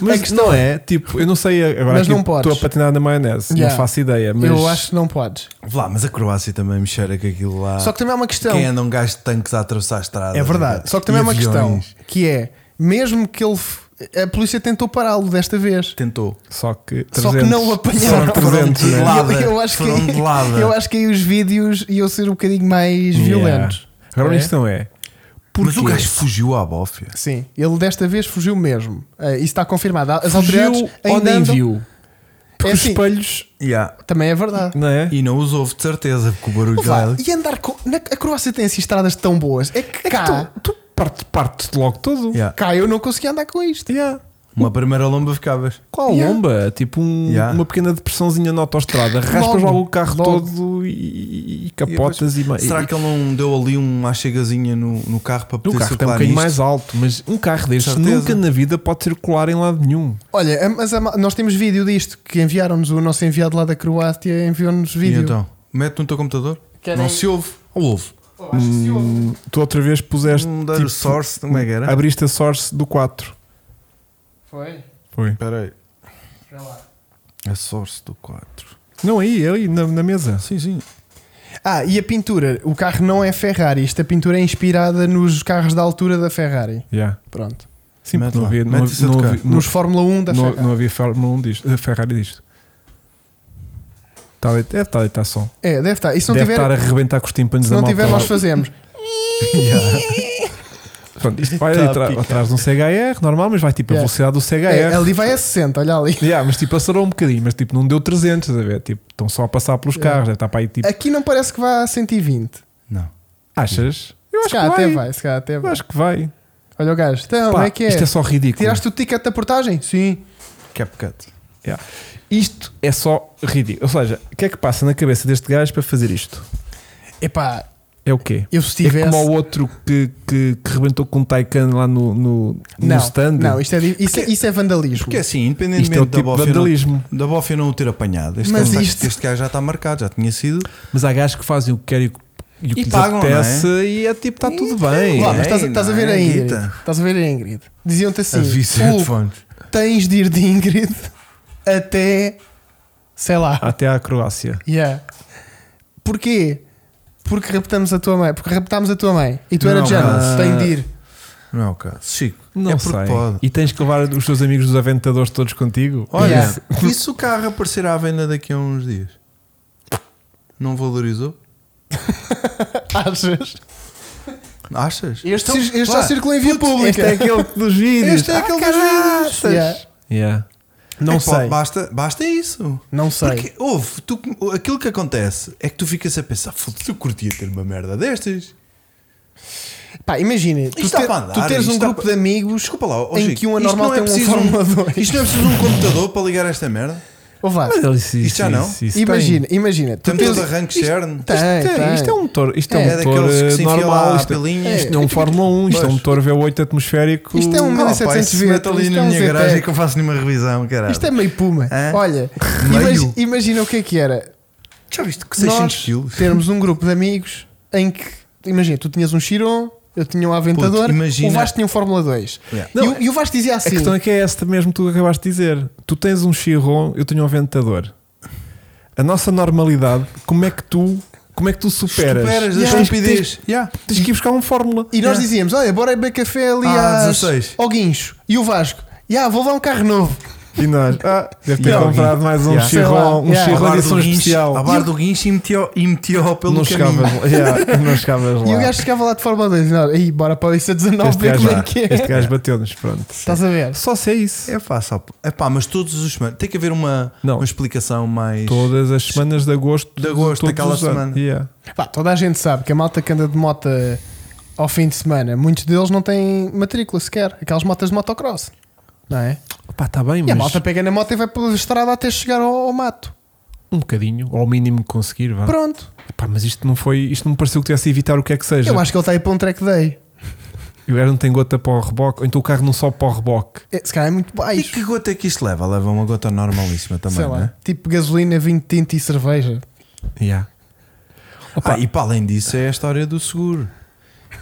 Mas
A questão-
não é, tipo, eu não sei agora
Mas
aqui
não
estou a
podes.
patinar na maionese,
Yeah.
não faço ideia, mas
Eu acho que não podes.
Vá, mas a Croácia também me cheira que aquilo lá.
Só que também há uma questão.
Quem anda um gajo de tanques a atravessar a estrada.
É verdade. Só que também há uma questão. Que é, mesmo que ele. f- A polícia tentou pará-lo desta vez.
Tentou.
só que 300,
Só que não o apanharam.
Só que 300,
Foram de
né?
lado.
Eu, eu acho que,
Foram de lado.
eu acho que aí os vídeos iam ser um bocadinho mais
Yeah.
violentos.
Agora
É?
a questão é,
Mas
porquê?
o gajo fugiu à bófia.
Sim, ele desta vez fugiu mesmo. Ah, isso está confirmado. As
fugiu
autoridades
ou
ainda
nem
andam-
viu? Porque
É
os
assim.
espelhos,
Também é verdade.
não é?
E não os houve de certeza, porque o barulho
Vá,
dela.
e andar com. na- a Croácia tem assim estradas tão boas. É que cá,
Tu, tu parte, parte logo todo.
Yeah.
cá eu não conseguia andar com isto.
Yeah.
Uma primeira lomba ficavas.
Qual
Yeah.
lomba? Tipo um-
Yeah.
uma pequena depressãozinha na autostrada, raspas
Logo,
logo o carro
logo.
todo e, e capotas e, mais.
Será que ele não deu ali uma chegazinha no, no carro para
No
poder
carro está um
circular
bocadinho
nisto?
mais alto, mas um carro deste
Certeza.
nunca na vida pode circular em lado nenhum.
Olha, a- mas a ma- nós temos vídeo disto que enviaram-nos. O nosso enviado lá da Croácia enviou-nos
E
vídeo.
então? Mete no teu computador?
Querem-
Não se ouve. Ou ouve. Um
Hum, tu outra vez puseste.
Não dar
tipo,
o source, como é que era?
Abriste a source do 4.
Foi?
Foi.
Espera aí.
Espera lá.
A source do 4.
Não, aí, aí, na, na mesa.
Sim, sim.
Ah, e a pintura? O carro não é Ferrari. Esta pintura é inspirada nos carros da altura da Ferrari.
Yeah.
Pronto.
Sim,
Mete
porque não
lá,
havia, não,
mete isso a
não
tocar.
havia, não,
Nos Fórmula 1 da
não-
Ferrari.
não havia Fórmula 1 disto, a Ferrari disto. Tá a deitar- Deve estar a deitar som.
É, deve estar. E se não
Deve
tiver,
estar a arrebentar com os tímpanos
se
da
não
malta.
tiver nós fazemos.
Pronto, isto vai
Tá a
atra-
picar.
atrás de um CHR, normal, mas vai tipo a
Yeah.
velocidade do CHR.
É, ali vai a 60, olha ali.
Yeah, mas tipo, acelerou um bocadinho, mas tipo, não deu 300, estás a ver? Tipo, estão só a passar pelos
Yeah.
carros, deve estar para aí tipo.
Aqui não parece que vá a 120.
Não.
Achas? Eu
se
acho
cá
que
até
vai.
vai, se cá até
Eu
vai.
acho que vai.
Olha o gajo. Então, como
Pá,
é que é?
Isto é só ridículo.
Tiraste o ticket da portagem? Sim.
CapCut.
Yeah. Isto é só ridículo. Ou seja, o que é que passa na cabeça deste gajo para fazer isto?
Epá,
É o quê?
eu se
É
tivesse.
como o outro que, que, que rebentou com um Taikan lá no, no, no
não,
stand.
não, isto é, di- isso, é-
Porque-
isso é vandalismo.
Porque assim,
Isto
independentemente
é o
da
tipo de
bófia. não-
vandalismo.
Da Bófia não o ter apanhado. Este,
Mas
gajo, tá-
isto-
este gajo já está marcado, já tinha sido.
Mas há gajos que fazem o que querem e o que- e o que
E
lhes
pagam, não é?
apetece e é tipo, está tudo bem.
Lá, mas
É,
estás, a- estás a ver
não é,
a Ingrid.
Guita?
Estás a ver a Ingrid. Diziam-te assim:
Aviso
"Hugo,
headphones.
tens de ir de Ingrid até sei lá.
Até à Croácia.
Yeah. Porquê? Porque raptamos a tua mãe. Porque raptámos a tua mãe. E tu era
Não,
de género,
mas-
tem de ir.
Não é o caso. Chico,
Não
é porque
sei.
pode.
E tens que levar os teus amigos dos Aventadores todos contigo?
Olha,
Yeah.
e se o carro aparecer à venda daqui a uns dias? Não valorizou?
Achas?
Achas?
Este, é um
Então,
cir- este
vá.
já circula em via pública.
Este é aquele dos vídeos.
Este é aquele dos vídeos.
Yeah.
Yeah.
Não
É que pode-
sei.
Basta, basta isso.
Não sei.
Porque, ouve, tu, aquilo que acontece é que tu ficas a pensar: foda-se, eu curtia ter uma merda destas.
Pá, imagina, tu,
está
ter-
para andar,
tu teres
isto
um
está
grupo
para-
de amigos
Desculpa lá, ó
em
Chico,
que um é
isto
normal
não
tem um Fórmula 2.
Isto não é preciso um computador para ligar esta merda?
Ô Vasco,
Mas ele disse
Isto já
isso,
não?
isso, isso
imagina, imagina. Tu
Estamos
tens...
de arranque externo.
Tem.
Tem,
Isto, tem,
tem.
isto é um motor, isto é,
É,
um motor
daqueles que
eh,
se enfia lá
normal.
as
Isto,
pelinhas.
isto não é um Fórmula 1, isto é um
Pois.
motor V8 atmosférico.
Isto é um
Não, pá,
1700
isso mete ali
isto é
na
um
minha
ZTEC.
garagem que eu faço nenhuma revisão, caralho.
Isto é meio puma.
Hã?
Olha,
Meio?
imagi- imagina o que é que era.
Já viste que
nós
600 quilos?
termos um grupo de amigos em que, imagina, tu tinhas um Chiron, eu tinha um Aventador,
Puto, imagina-
o Vasco tinha um Fórmula 2.
Yeah.
E o- e, o Vasco dizia
A
assim:
questão é que é esta mesmo que tu acabaste de dizer. Tu tens um Chiron, eu tenho um Aventador. A nossa normalidade, como é que tu, como é que tu superas?
Superas, da
Yeah.
estupidez. Yeah.
Tens, tens que ir buscar uma fórmula.
E nós
Yeah.
dizíamos: Olha, bora beber café ali
Ah,
às-
16.
ao Guincho. E o Vasco: Ya, vou levar um carro novo.
E nós, ah, deve ter
Yeah.
comprado mais um
Yeah.
Sei lá,
Chiron, um
yeah.
A
Chiron
bar do
edição
guincho,
especial.
a bar do guincho e meteu, e meteu pelo caminho.
não, chegavas, lá. yeah, não chegavas lá.
E o gajo chegava lá de Fórmula 2 e nós: Aí, bora para o IC19
este
ver
gajo,
como é que é.
este gajo bateu-nos, pronto.
Estás a ver?
Só se é isso.
É fácil. É pá, mas todos os semanas. Tem que haver uma,
Não.
uma explicação mais.
Todas as semanas de agosto.
De agosto,
todos
daquela
os anos.
semana.
Yeah.
Pá, toda a gente sabe que a malta que anda de moto ao fim de semana, muitos deles não têm matrícula sequer. Aquelas motas de motocross. Não é?
Pá, está tá bem,
E a
mas
malta pega na moto e vai pela estrada até chegar ao, ao mato.
um bocadinho, ou ao mínimo que conseguir. Vá.
Pronto.
Pá, mas isto não foi, isto não me pareceu que tivesse a evitar o que é que seja.
Eu acho que ele está aí para um track day.
E o gajo não tem gota para o reboque, ou então o carro não sobe para o reboque.
É, Se calhar é muito
E
baixo.
que gota é que isto leva? Leva uma gota normalíssima também,
Sei
não
lá.
é?
Tipo gasolina, vinho tinto e cerveja.
Yeah. Opa,
Ah, e para além disso é a história do seguro.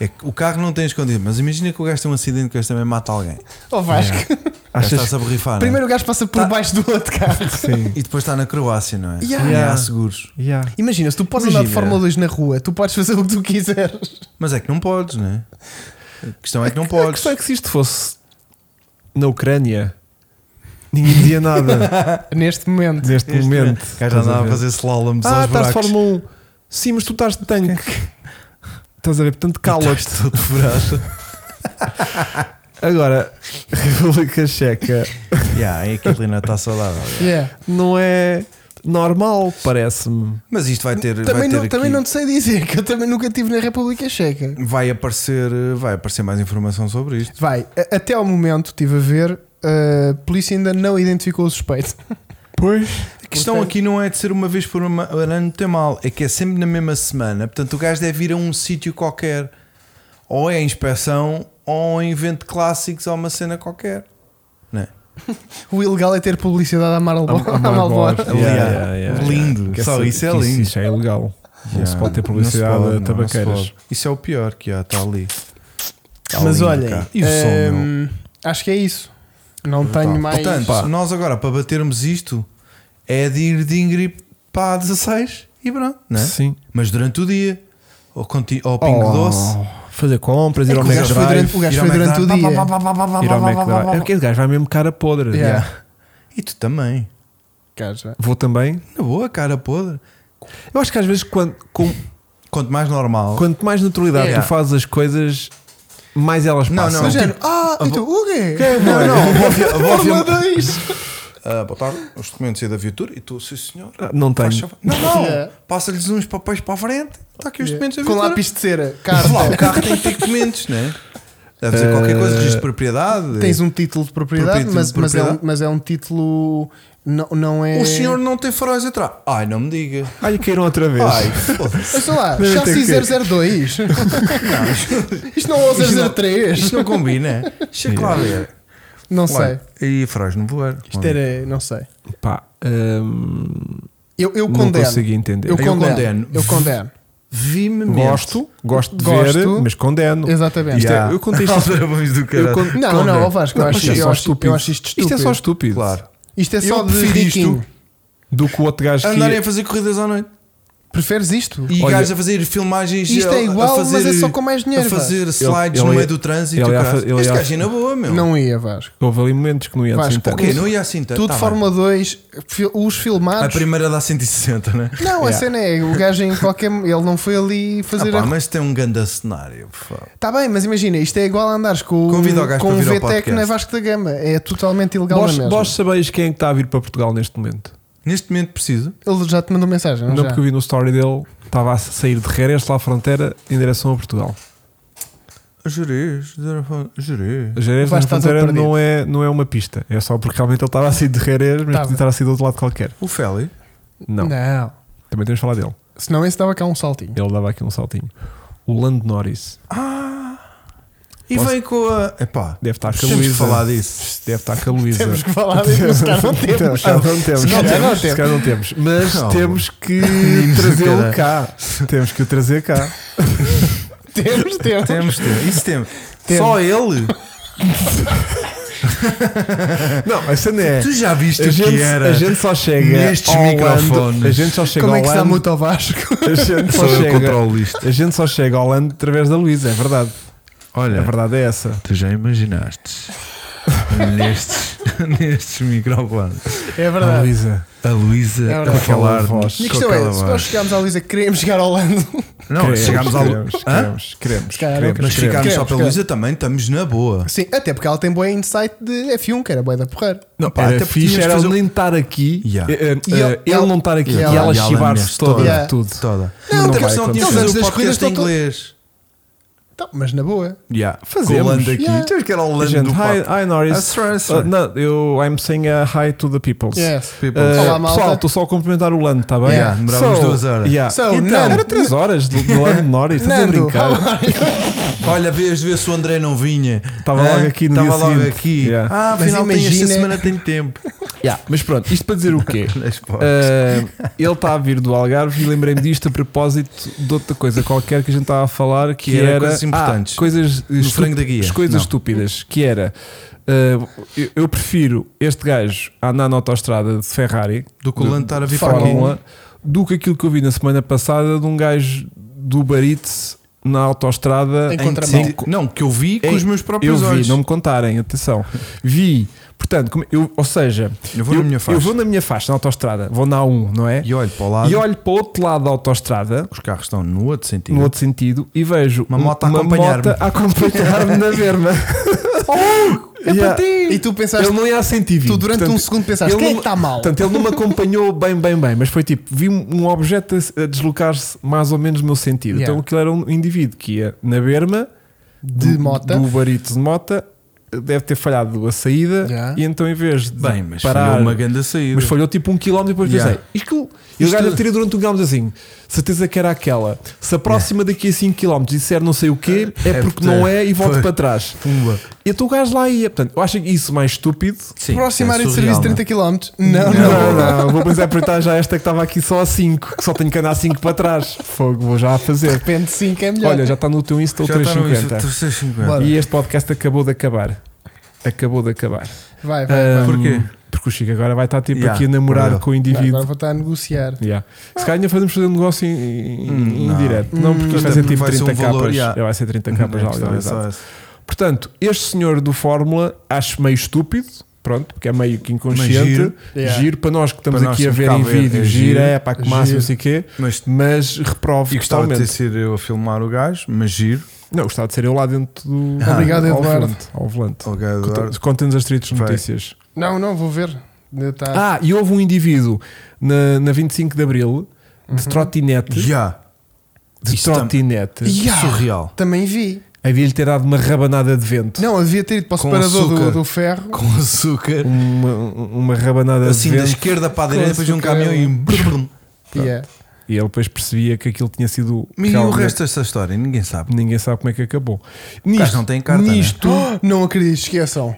É que o carro não tem escondido, mas imagina que o gajo tem um acidente que o gajo também mata alguém.
Ó Oh, Vasco.
Achas...
achas
Está-se a borrifar. não é?
Primeiro o gajo passa por
Tá.
baixo do outro carro.
sim.
E depois está na Croácia, não é?
Yeah.
E
Yeah.
há seguros.
Yeah.
Imagina, se tu podes andar de
Imagina.
Fórmula 2 na rua, tu podes fazer o que tu quiseres.
Mas é que não podes, não é? A questão é que não
A
podes.
questão é que se isto fosse na Ucrânia, ninguém dizia nada
Neste momento.
neste
Este
momento.
O gajo
Estás
andava a
ver?
fazer slaloms
Ah,
aos
estás de
buracos.
Fórmula 1. Sim, mas tu estás de tanque. Estás a ver? Portanto, cala-te.
Estás todo furado.
Agora, República Checa
yeah, é que ele ainda está saudável.
Yeah.
não é normal, parece-me.
Mas isto vai ter. vai
Também,
ter
não, também
aqui-
não te sei dizer que eu também nunca estive na República Checa.
Vai aparecer, vai aparecer mais informação sobre isto.
Vai, a- até ao momento, estive a ver, a polícia ainda não identificou o suspeito.
Pois.
A questão aqui não é de ser uma vez por uma- ano ter mal, é que é sempre na mesma semana. Portanto, o gajo deve ir a um sítio qualquer, ou é a inspeção, ou a um evento de clássicos, ou uma cena qualquer. Não é?
O ilegal é ter publicidade à Marlboro.
Am- Amar
à Marlboro.
Bor.
Ali
Yeah,
há.
yeah, yeah,
Lindo.
yeah. Que
Só
essa-
isso é
que
lindo.
Isso é ilegal. Não se pode ter
Não se pode,
publicidade a
não, não se
tabaqueiras.
pode. Isso é o pior que há, está ali. Está
Mas
lindo,
olhem,
cá. E o som,
ehm,
meu? Tá.
hum, acho que é isso. Não tenho mais.
Portanto,
Pá.
nós agora para batermos isto é de ir de Ingrid para a 16 e pronto, não é?
Sim.
Mas durante o dia, ou, conti- ou ao Pingo
Oh,
Doce,
Fazer compras, ir
É
ao
que o gajo foi
McDrive.
durante, o gajo
ir ao
foi durante o
McDonald's,
dia.
pá, pá, pá, pá, pá,
Ir ao
pá, pá, pá,
McDrive.
pá,
É porque esse gajo vai mesmo cara podre.
Yeah.
Yeah. E tu também.
Gajo.
Vou também.
Na boa, cara podre.
Eu acho que às vezes, quando, com-
Quanto mais normal.
quanto mais naturalidade
Yeah.
tu fazes as coisas, mais elas
Não,
passam. Tipo, é,
não.
Mas, género, ah,
a
e tu, o quê?
Não, não, eu vou via- eu vou via-
Fórmula 2.
Ah, boa tarde, os documentos é da viatura e tu, sim senhor.
Ah, não tenho.
Faz favor. Não, não.
Yeah.
Passa-lhes uns papéis para a frente. Está aqui os documentos da
Com
viatura.
lápis de cera,
Vê lá, o
carta.
carro tem que ter documentos, não é? Deve ser qualquer coisa, registro de propriedade.
Ah, Tens um título de propriedade,
Propriedade-
mas, mas é um,
propriedade.
mas é um título. Não, não é.
O senhor não tem faróis atrás. Ai, não me diga.
Ai, caíram outra vez.
Ai, foda-se.
Eu sei lá,
Deve ter
chassi
o quê?
002. Isto não é o
Isto não-
003.
Isto é não combina. Chega lá a ver.
Não sei.
E faróis no voar.
Isto era. Não sei.
Pá, hum,
Eu, eu
não
condeno.
consegui entender.
Eu
Eu
condeno.
condeno.
Eu condeno.
Vi-me
gosto, gosto de
Gosto.
ver, mas condeno.
Exatamente.
Isto é- eu contei isto-
Aldrabões do cara.
Eu con-
Não,
condeno.
não, ó Vasco, eu
Não,
acho-
isto é
eu
só
acho-
estúpido.
eu acho isto
Isto é só
estúpido.
estúpido.
Claro.
Isto é
Eu
só de
prefiro
riquinho.
isto.
Do que o outro gajo que
é.
Andarem a fazer corridas à noite.
Preferes isto?
E
Olha-
gajos a fazer filmagens.
Isto
a-
é igual,
a fazer,
mas é só com mais dinheiro,
A fazer
Ele-
slides
ele
no
ia-
meio do trânsito.
ele ia
o
fa-
caralho.
ele
este
ia-
gajo ia na boa, meu.
Não ia, Vasco.
Houve ali momentos que não ia
Vasco, é
assim tanto.
O quê? Não ia assim tanto.
Tudo
Tá bem.
Fórmula 2, fi- os
A
filmados.
primeira dá 160, né?
Não, a
Yeah.
cena é, o gajo em qualquer. Ele não foi ali
Ah,
fazer.
pá,
a...
mas tem um grande cenário, por favor.
Tá bem, mas imagina, isto é igual a andares com,
Convida o gajo
com
para
um
vir ao
VTEC
podcast.
na Vasco da Gama. É totalmente ilegal
Vós,
na mesma.
vós sabeis quem é que está a vir para Portugal neste momento?
Neste momento preciso.
Ele já te mandou mensagem, não,
Não,
Ah, já?
porque eu vi no story dele, estava a sair de Reres lá à fronteira em direção a Portugal.
Jerez, Jerez.
Jerez
Vais
na
estar todo
fronteira
perdido.
não é, não é uma pista. É só porque realmente ele estava assim de Jerez, mas
Tava.
podia estar assim do outro lado qualquer.
O Félix.
Não.
Tá Não.
Também temos de falar dele.
Senão esse dava cá um saltinho.
Ele dava aqui um saltinho. O Lando Norris
Ah! E
Posso-
vem com a. Epá,
deve estar com a
temos de
Luísa.
falar disso.
Deve estar com a Luísa.
Temos que falar disso, mas se calhar não
Não,
temos.
Então, se calhar não temos.
Se calhar não
Se calhar não temos. Mas
Não.
temos que
Meninos do
trazê-lo cá. Temos que o trazer cá.
Temos, temos.
Temos, temos. Isso temos.
Temos.
Só ele?
Não, a cena é.
Tu já viste
A
o
gente,
que era?
a gente só chega
nestes
ao Lando-
microfones.
a gente só chega
Como é
ao
que se dá
Lando-
muito ao Vasco?
a gente
Só
só
eu
chega
controlo isto.
a gente só chega ao Lando através da Luísa, é verdade.
Olha,
A verdade é essa.
tu já imaginaste nestes, nestes microfones
É
A
verdade.
Ah, Luísa.
a Luísa
É
a
verdade.
falar
Aquela voz.
com
Minha questão
aquela
é: se nós
voz.
chegámos à Luísa, queremos chegar ao Lando.
Não,
Queremos,
chegámos ao.
queremos,
Hã?
queremos, queremos,
Se calhar não
queremos,
Mas
queremos.
ficarmos só
Queremos,
pela Luísa também, estamos na boa.
Sim, até porque ela tem boa insight de F1, que era boa da porreira.
Não,
Pá, até
era
porque
fixe
tínhamos
era
que fazer-
ele nem estar aqui,
Yeah.
eh, eh,
E ele-
eh, ele não estar aqui
Yeah.
e ela
E ela
chivar-se
mesmo,
toda,
toda.
tudo.
Toda.
Não,
Não,
vai
porque senão tínhamos
acontecer.
que
Eles
fazer o
antes das corridas
podcast em
estão to-
inglês.
Então, mas na boa.
Yeah.
Fazemos.
Com o Lando aqui.
Yeah.
Temos que era o
A
Lando
gente,
do Ah,
hi,
podcast.
hi Norris. Uh, não, eu I'm saying uh, hi to the people.
Yes.
Uh,
Olá, malta.
pessoal, estou só a cumprimentar o Lando, está bem?
Yeah,
demorávamos duas horas.
yeah.
So,
Então,
Nando-
era 3 horas do, do Lando Norris, estás a
Nando,
brincar.
how are you?
Olha, vês de ver se o André não vinha.
Estava
Hã?
logo aqui no
Estava
dia
logo
seguinte.
aqui.
Yeah.
Ah,
Mas
afinal tem esta
imagina-
semana tem tempo.
Yeah, Mas pronto, isto para dizer o quê?
Nas portas.
Uh, ele está a vir do Algarve e lembrei-me disto a propósito de outra coisa qualquer que a gente estava a falar que,
Que era
era
coisas importantes.
Ah, coisas
No
estu-
frango da guia.
as coisas
Não.
estúpidas que era uh, eu, eu prefiro este gajo a andar na autoestrada de Ferrari
Do que o Lando estar a vir para aqui.
Fórmula um do que aquilo que eu vi na semana passada de um gajo do Barite na autoestrada
Em
Em que-
contramão.
Não, que eu vi com
Ei,
os meus
eu
próprios
vi,
olhos.
não me contarem, atenção. Vi, portanto, como- eu, ou seja,
Eu vou na minha faixa.
eu vou na minha faixa, na autoestrada, vou na A1, não é?
E olho para o lado.
E olho para o outro lado da autoestrada,
Os carros estão no outro sentido.
no outro sentido, e vejo
Uma
um-
moto a
uma
acompanhar-me.
moto a acompanhar-me na verma.
Oh, é
Yeah.
para ti! E tu pensaste,
Ele não ia a 120.
tu durante
portanto,
um segundo pensaste,
ele
quem é
não-
que está mal?
Portanto, ele não me acompanhou bem, bem, bem, mas foi tipo, vi um um objeto a, a deslocar-se mais ou menos no meu sentido.
Yeah.
Então aquilo era um indivíduo que ia na berma
De
do-
mota.
do barito de mota, deve ter falhado a saída
Yeah.
e então em vez de
Bem, mas
parar,
foi uma grande saída.
mas falhou tipo um quilómetro e depois
Yeah.
pensei, isto, e o
Isto- é
gajo atira durante um quilómetro assim, certeza que era aquela. Se aproxima daqui a 5 km e disser não sei o quê, é,
É
porque
porque-
não é e volta
foi.
para trás.
Pumba.
E então o gajo lá ia, portanto, eu acho isso mais estúpido
Sim, é
Próxima área de
surreal,
serviço
não é?
30 km. Não, não,
não, não, vou pensar a apertar já esta que estava aqui só a 5, que só tenho que andar 5 para trás. Fogo, vou já a
De
fazer.
repente sim que é melhor.
Olha, já está no teu Insta o
Já está no isso,
350.
350.
Bora.
E este podcast acabou de acabar. Acabou de acabar.
vai, vai.
Ahm,
Ah, Porquê?
Porque o Chico agora vai estar tipo
Yeah,
aqui a namorar
valeu.
com o
Vai, Agora
indivíduo.
vou estar a negociar.
Yeah. Se calhar ainda fazemos fazer um negócio em, em- em
Hum, Não.
direto. Não, porque isto
Até
vai ser
porque
tipo
vai ser um
30 capas.
valor, yeah.
Já Vai ser 30 capas já
É, só
legalizado.
essa.
Portanto, este senhor do Fórmula acho meio estúpido, pronto, porque é meio que inconsciente.
Mas
Giro.
giro.
Yeah.
para nós que estamos
Para nós
aqui a
que
ver
cá
em
ver,
vídeo,
é
giro,
giro.
é pá, que massa,
Giro.
não sei o quê,
Mas
mas reprovo
e gostava de ter
totalmente.
sido eu a filmar o gajo, mas giro.
Não, gostava de ser eu lá dentro do.
Ah,
Obrigado,
ao
Eduardo.
volante, Ao volante.
O gajo
Conta-
Eduardo.
Conta-nos as tristes
Vai.
notícias.
Não, não, vou ver. Ainda Tá.
Ah, e houve um indivíduo na, na 25 de Abril
Uhum.
de trotinete.
Já.
De
Isto tam-
trotinete.
Yeah.
Surreal.
Também vi.
Havia-lhe ter dado uma rabanada de vento.
Não, eu devia ter ido para o
Com
separador do,
açúcar.
do ferro.
Com açúcar.
Uma, uma rabanada
Assim
de
da
vento.
esquerda para a direita,
Com
depois de um
açúcar.
caminhão e. brum, brum.
Yeah.
E ele depois percebia que aquilo tinha sido.
E o
realmente-
resto desta história? Ninguém sabe.
Ninguém sabe como é que acabou.
gajo não tem carta, né?
nisto
Oh, não acredito, esqueçam.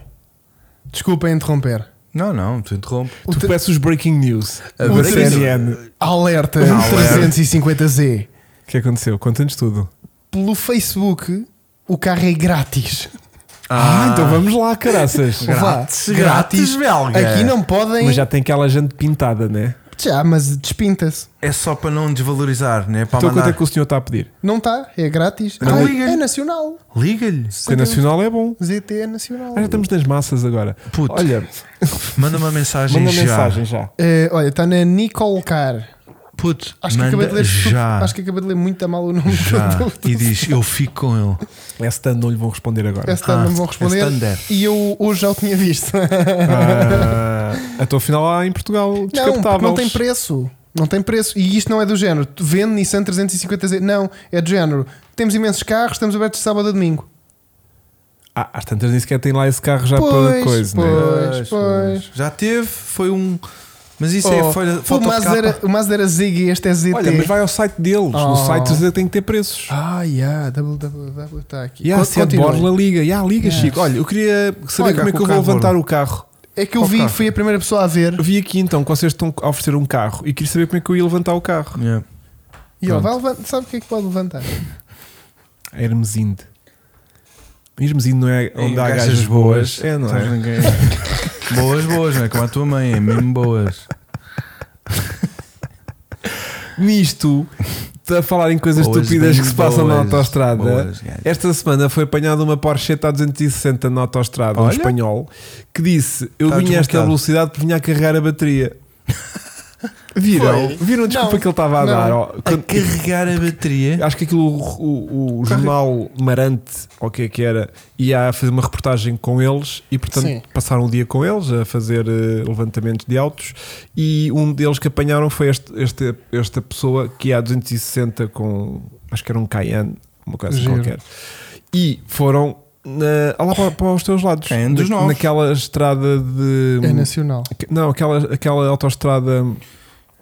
Desculpem interromper.
Não, não, tu interrompe.
O
tu
te-
peças os breaking news.
A
do
breaking news.
CNN.
Alerta um
Alerta.
O
350Z.
que aconteceu? Conta-nos tudo.
Pelo Facebook, o carro é grátis.
Ah, então vamos lá, caraças.
Grátis,
Vá,
grátis, belga.
Aqui não podem.
Mas
Já...
já tem aquela gente pintada, né?
mas despinta-se.
É só para não desvalorizar, né? Para
Então quanto é
mandar.
que o senhor está a pedir?
Não está, é grátis.
Não
Ah,
liga.
é nacional.
Liga-lhe.
Porque a nacional é bom.
ZT é nacional.
Ah, já estamos nas massas agora.
Puto.
Olha,
Manda uma mensagem
manda
já.
mensagem já.
Eh, olha, está na Nicole Car.
Puto,
Acho que,
manda
acabei de ler,
já.
acho que acabei de ler muito a mal o nome
já.
do,
E diz, eu fico com ele.
Esse stand não lhe vão responder agora.
Esse tá,
Ah,
não me vão responder.
esse tá andar.
E eu hoje já o tinha visto.
Ah, então afinal há em Portugal
não, porque não
descapotáveis.
tem preço. Não tem preço. E isto não é do género. tu Vende Nissan 350Z. Não, é do género. Temos imensos carros, estamos abertos de sábado a domingo.
Ah, às tantas nem sequer tem lá esse carro já para
Pois,
Tá coisa, né?
Pois, pois.
Já teve, foi um. Mas isso
Oh,
é folha,
o,
falta de
Mazda
capa.
era, o Mazda era Zig e este é ZT.
Olha, mas vai ao site deles.
Oh.
O site deles tem que ter preços.
Ah, yeah, www está tá aqui.
E há
Con-
se a
continua.
Borla liga. E há liga,
Yeah.
Chico. Olha, eu queria saber
Olha,
como é que
com
eu
o
vou
carro,
levantar o carro.
É que eu
Qual
vi,
carro?
fui a primeira pessoa a ver.
Eu vi aqui então que vocês estão a oferecer um carro e queria saber como é que eu ia levantar o carro.
Yeah.
E ó,
Pronto.
vai levantar, sabe o que é que pode levantar?
A Hermesinde. Hermesinde não é onde
Em
há
caixas
gajas boas.
boas.
É, não
Sabes
é?
ninguém- boas, boas, não é? Como a tua mãe, é mesmo boas.
Nisto, a falar em coisas
Boas,
estúpidas
bem
que se passam na
boas,
autostrada.
boas, gajo.
Esta semana foi apanhada uma Porsche a 260 na autostrada, um
Olha. Tá
espanhol, que disse: Eu
Estava
vinha a esta
desbloqueado.
velocidade porque vinha a carregar a bateria. Viram?
Foi?
Viram a desculpa
Não,
que ele estava a
não.
dar? ó,
A
quando-
carregar a bateria.
Acho que aquilo, o, o- o
Carre-
jornal Marante, ou o que é que era, ia a fazer uma reportagem com eles e, portanto,
Sim.
passaram o dia com eles a fazer eh, levantamentos de autos. E um deles que apanharam foi este, este- esta pessoa que ia a 260 com, acho que era um Cayenne, uma coisa assim
Giro.
qualquer. E foram na- lá para, para os teus lados,
Cayenne dos
na-
novos.
naquela estrada de.
É nacional.
Não, aquela, aquela autostrada,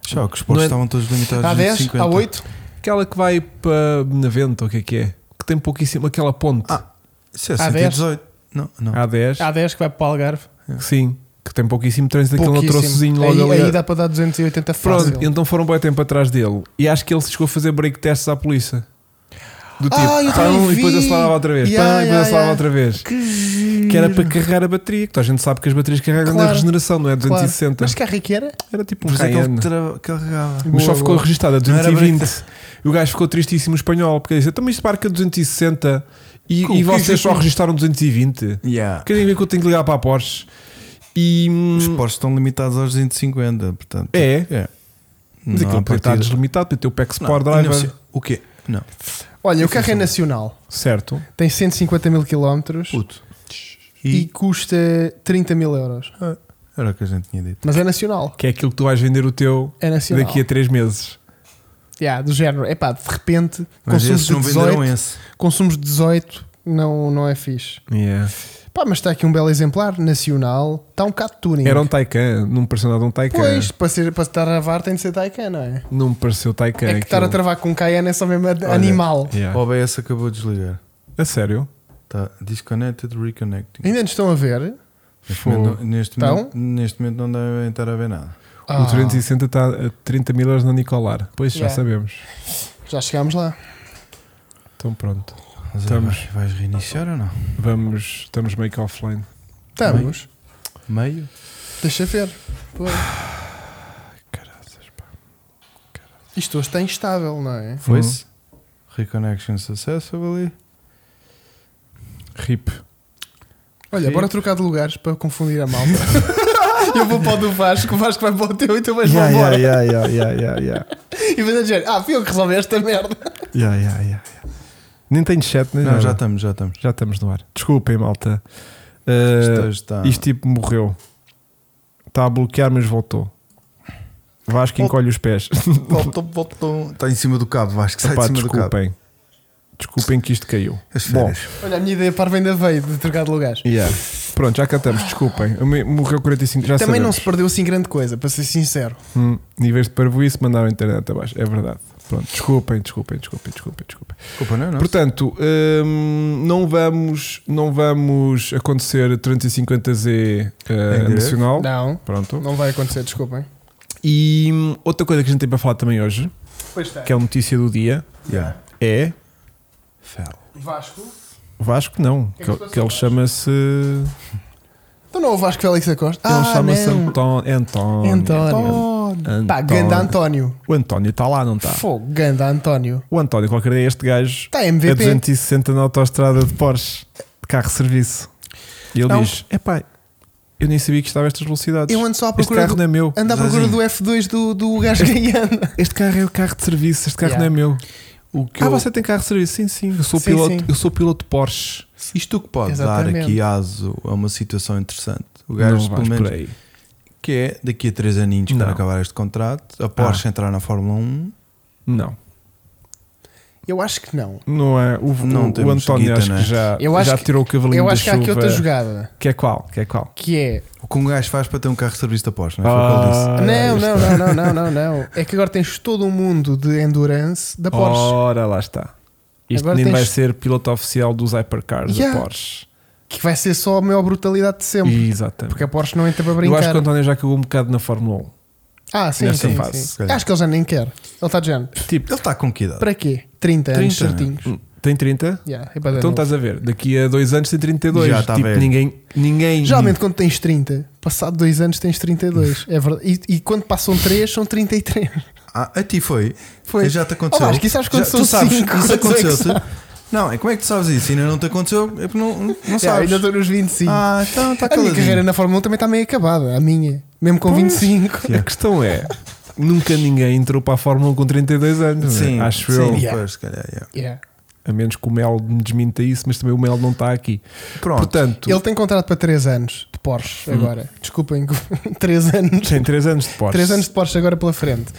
Só que os
Não
postos
é-
estavam todos limitados.
Há
de
10,
50.
há 8.
aquela que vai para Benavente, ou o que é que é? Que tem pouquíssimo, aquela ponte.
Ah, Isso é
Há 10.
118. Não, não.
A10.
Há 10 que vai para o Algarve.
Sim, que tem pouquíssimo trânsito, aquele
Pouquíssimo.
troçozinho logo
aí,
ali.
aí dá para dar 280
Pronto,
fácil.
então foram bem tempo atrás dele. E acho que ele chegou a fazer break tests à polícia. Do tipo,
Ah, eu também
pão e depois
vi.
acelerava outra vez,
Yeah,
pão e depois acelerava
yeah, yeah.
outra vez.
Que giro.
Que era para carregar a bateria, que toda a gente sabe que as baterias carregam na
Claro.
regeneração, não é?
Claro.
260.
Mas que carro é que era?
Era tipo
Por
um
isso é que ele
Cayenne.
tra- carregava.
Mas só
Boa,
ficou
boa.
registada
Não era
220. E o gajo ficou tristíssimo espanhol, porque ele disse: Então, mas isto marca 260 e,
Com-
e
que
vocês
isso-
só registaram 220.
Yeah.
Querem ver que eu tenho que ligar para a Porsche? E. hum,
Os postos estão limitados aos 250, portanto.
É,
É.
Mas
Não há
aquilo podia estar
partida.
deslimitado, podia ter o pack
Não,
Sport
não
Driver.
sei. O quê? Não.
Olha, o carro é nacional.
Certo.
Tem 150 mil quilómetros
Puto.
e
E
custa 30 mil euros.
era o que a gente tinha dito.
Mas é nacional.
Que é aquilo que tu vais vender o teu
É nacional.
daqui a 3 meses.
Yeah, do género. Epá, de repente,
Mas
consumos
esses
de,
não venderam
18,
esse.
consumos de 18 não, não é fixe.
Yeah.
Pá, mas está aqui um belo exemplar nacional. Está um Cat Touring.
Era um Taycan, não me pareceu nada um Taycan.
Pois, para, ser, para estar a travar tem de ser Taycan, não é?
Não me pareceu Taycan.
é que estar a
aquilo.
travar com um Cayenne é só mesmo ad- animal.
O
Yeah.
OBS acabou de desligar.
A sério?
Tá. Disconnected, reconnecting.
Ainda nos estão a ver?
Neste momento, não- neste,
Tá
Então?
momento, neste momento não devem estar a ver nada.
Ah,
O 360 está tá a 30 mil euros na Nicolar. Pois já
Yeah.
sabemos.
Já chegámos lá.
Então pronto.
Mas é,
Estamos.
Vais, vais reiniciar ou não?
Vamos, estamos meio que offline.
Estamos.
Meio?
Deixa ver. Pô,
Caraças, pá.
Isto hoje está instável, não é?
Foi-se? Reconnection successfully.
RIP.
Olha,
Sim.
bora trocar de lugares para confundir a malta. eu vou para o do Vasco, o Vasco vai para o teu e tu vais para o
Yeah,
embora.
yeah, yeah, yeah, yeah, yeah.
E vais a dizer, ah, fui eu que resolvi esta merda.
Yeah, yeah, yeah, yeah. Nem tenho chat, nem
Não,
nada.
já tá- estamos, já estamos.
Já estamos no ar. Desculpem, malta.
Isto
Uh,
hoje está.
isto tipo morreu. Está a bloquear, mas voltou. Vasco
Vol-
encolhe os pés.
Voltou, voltou. Está em cima do cabo, acho que sai
Epá,
de cima do cabo.
desculpem. Desculpem que isto caiu.
As
Bom,
férias.
Olha, a minha ideia parva ainda veio de trocar de lugares.
yeah. Pronto, já cantamos, desculpem. Eu me- Morreu 45, já
Também não
sabemos.
se perdeu assim grande coisa, para ser sincero.
Hum, níveis de parvoíce mandaram a internet abaixo, é verdade. Pronto, desculpem, desculpem, desculpem, desculpem, desculpem.
Desculpa, não é? nosso.
Portanto, hum, não vamos, não vamos acontecer 350Z
direto?
uh, nacional.
Não,
Pronto.
não vai acontecer, desculpem.
E hum, outra coisa que a gente tem para falar também hoje,
Pois está.
que é a notícia do dia,
Yeah.
é
Fell.
Vasco.
Vasco não, que,
que é que se
ele-
passou,
que ele
Vasco?
chama-se ele
Então não é o Vasco Félix da Costa? ah,
chama-se
não.
Anton- António.
António. Pá, ganda António.
O António está lá, não está?
Fogo, ganda António. Tá,
O António, qualquer dia, este gajo
Está
é
MVP.
260 na autostrada de Porsche, de carro de serviço. E ele
Não.
diz: é pá, eu nem sabia que estava a estas velocidades.
Eu ando só à
Este
procura
carro
do...
não é meu.
Ando à procura
Zazinho.
do F2 do, do gajo que aí anda.
Este carro é o carro de serviço, este carro
Yeah.
não é meu.
O que
ah,
eu-
você tem carro de serviço? Sim, sim. Eu sou,
Sim,
piloto,
sim.
Eu sou piloto Porsche.
Isto que pode
Exatamente.
dar aqui aso a uma situação interessante. O gajo,
não
pelo
vais
menos,
por aí.
que é daqui a 3 aninhos,
Não.
um.
Ah.
quando acabar este contrato, a Porsche entrar na Fórmula 1,
Não.
Eu acho que não.
Não é? O,
Não
o- o,
temos
António
guita,
acho
não é?
que já,
Eu acho
já
que-
tirou o cavalinho
eu
da
acho que há aqui
chuva.
outra jogada,
Que é qual? Que é qual?
que é
O que um gajo faz para ter um carro de serviço de aposta, não é? Foi o que ele disse.
Ah,
não, é
isto-
não, não, não, não, não, não. É que agora tens todo um mundo de endurance
Oh.
da Porsche.
Ora, lá está. Este
Agora
menino vai
tens-
ser piloto oficial dos hypercars
Yeah.
da Porsche.
Que vai ser só a maior brutalidade de sempre.
Exatamente.
Porque a Porsche não entra para
Eu acho
brincar.
que o António já cagou um bocado na Fórmula
Ah, sim,
nesta
sim,
fase,
sim.
se calhar.
Acho que ele já nem quer. Ele está de género.
1. Tipo,
Ele está com que idade?
Para quê? 30 anos
30, né?
certinhos.
tem 30?
Yeah, é para dar
Então
novo.
estás a ver, daqui a dois anos tem 32.
Já está
tipo,
velho.
ninguém. ninguém
Geralmente quando tens 30, passado 2 anos tens 32. É verdade. E, e quando passam 3, são 33.
Ah, a ti foi?
Foi.
Já te
Oh,
aconteceu?
Vasco, isso sabes quando
Já-
são
tu sabes, isso
cinco, quando é que
aconteceu-te? Não, é como é que tu sabes isso? Ainda não te aconteceu? É porque não, não
Yeah,
sabes.
ainda estou nos
assim.
25.
tá
ah, então está
a minha carreira
caladinho.
na Fórmula 1 também está meio acabada. A minha. Mesmo com
Pois.
25.
A questão é: nunca ninguém entrou para a Fórmula um com 32 anos. não é?
Sim,
acho
sim,
eu.
Pois,
Yeah.
se calhar, yeah.
Yeah.
A menos que o Mel me desminta isso, mas também o Mel não está aqui.
Pronto.
Portanto,
Ele tem contrato para 3 anos de Porsche
Hum.
agora. Desculpem, 3 anos.
tem 3 anos de Porsche.
3 anos de Porsche agora pela frente.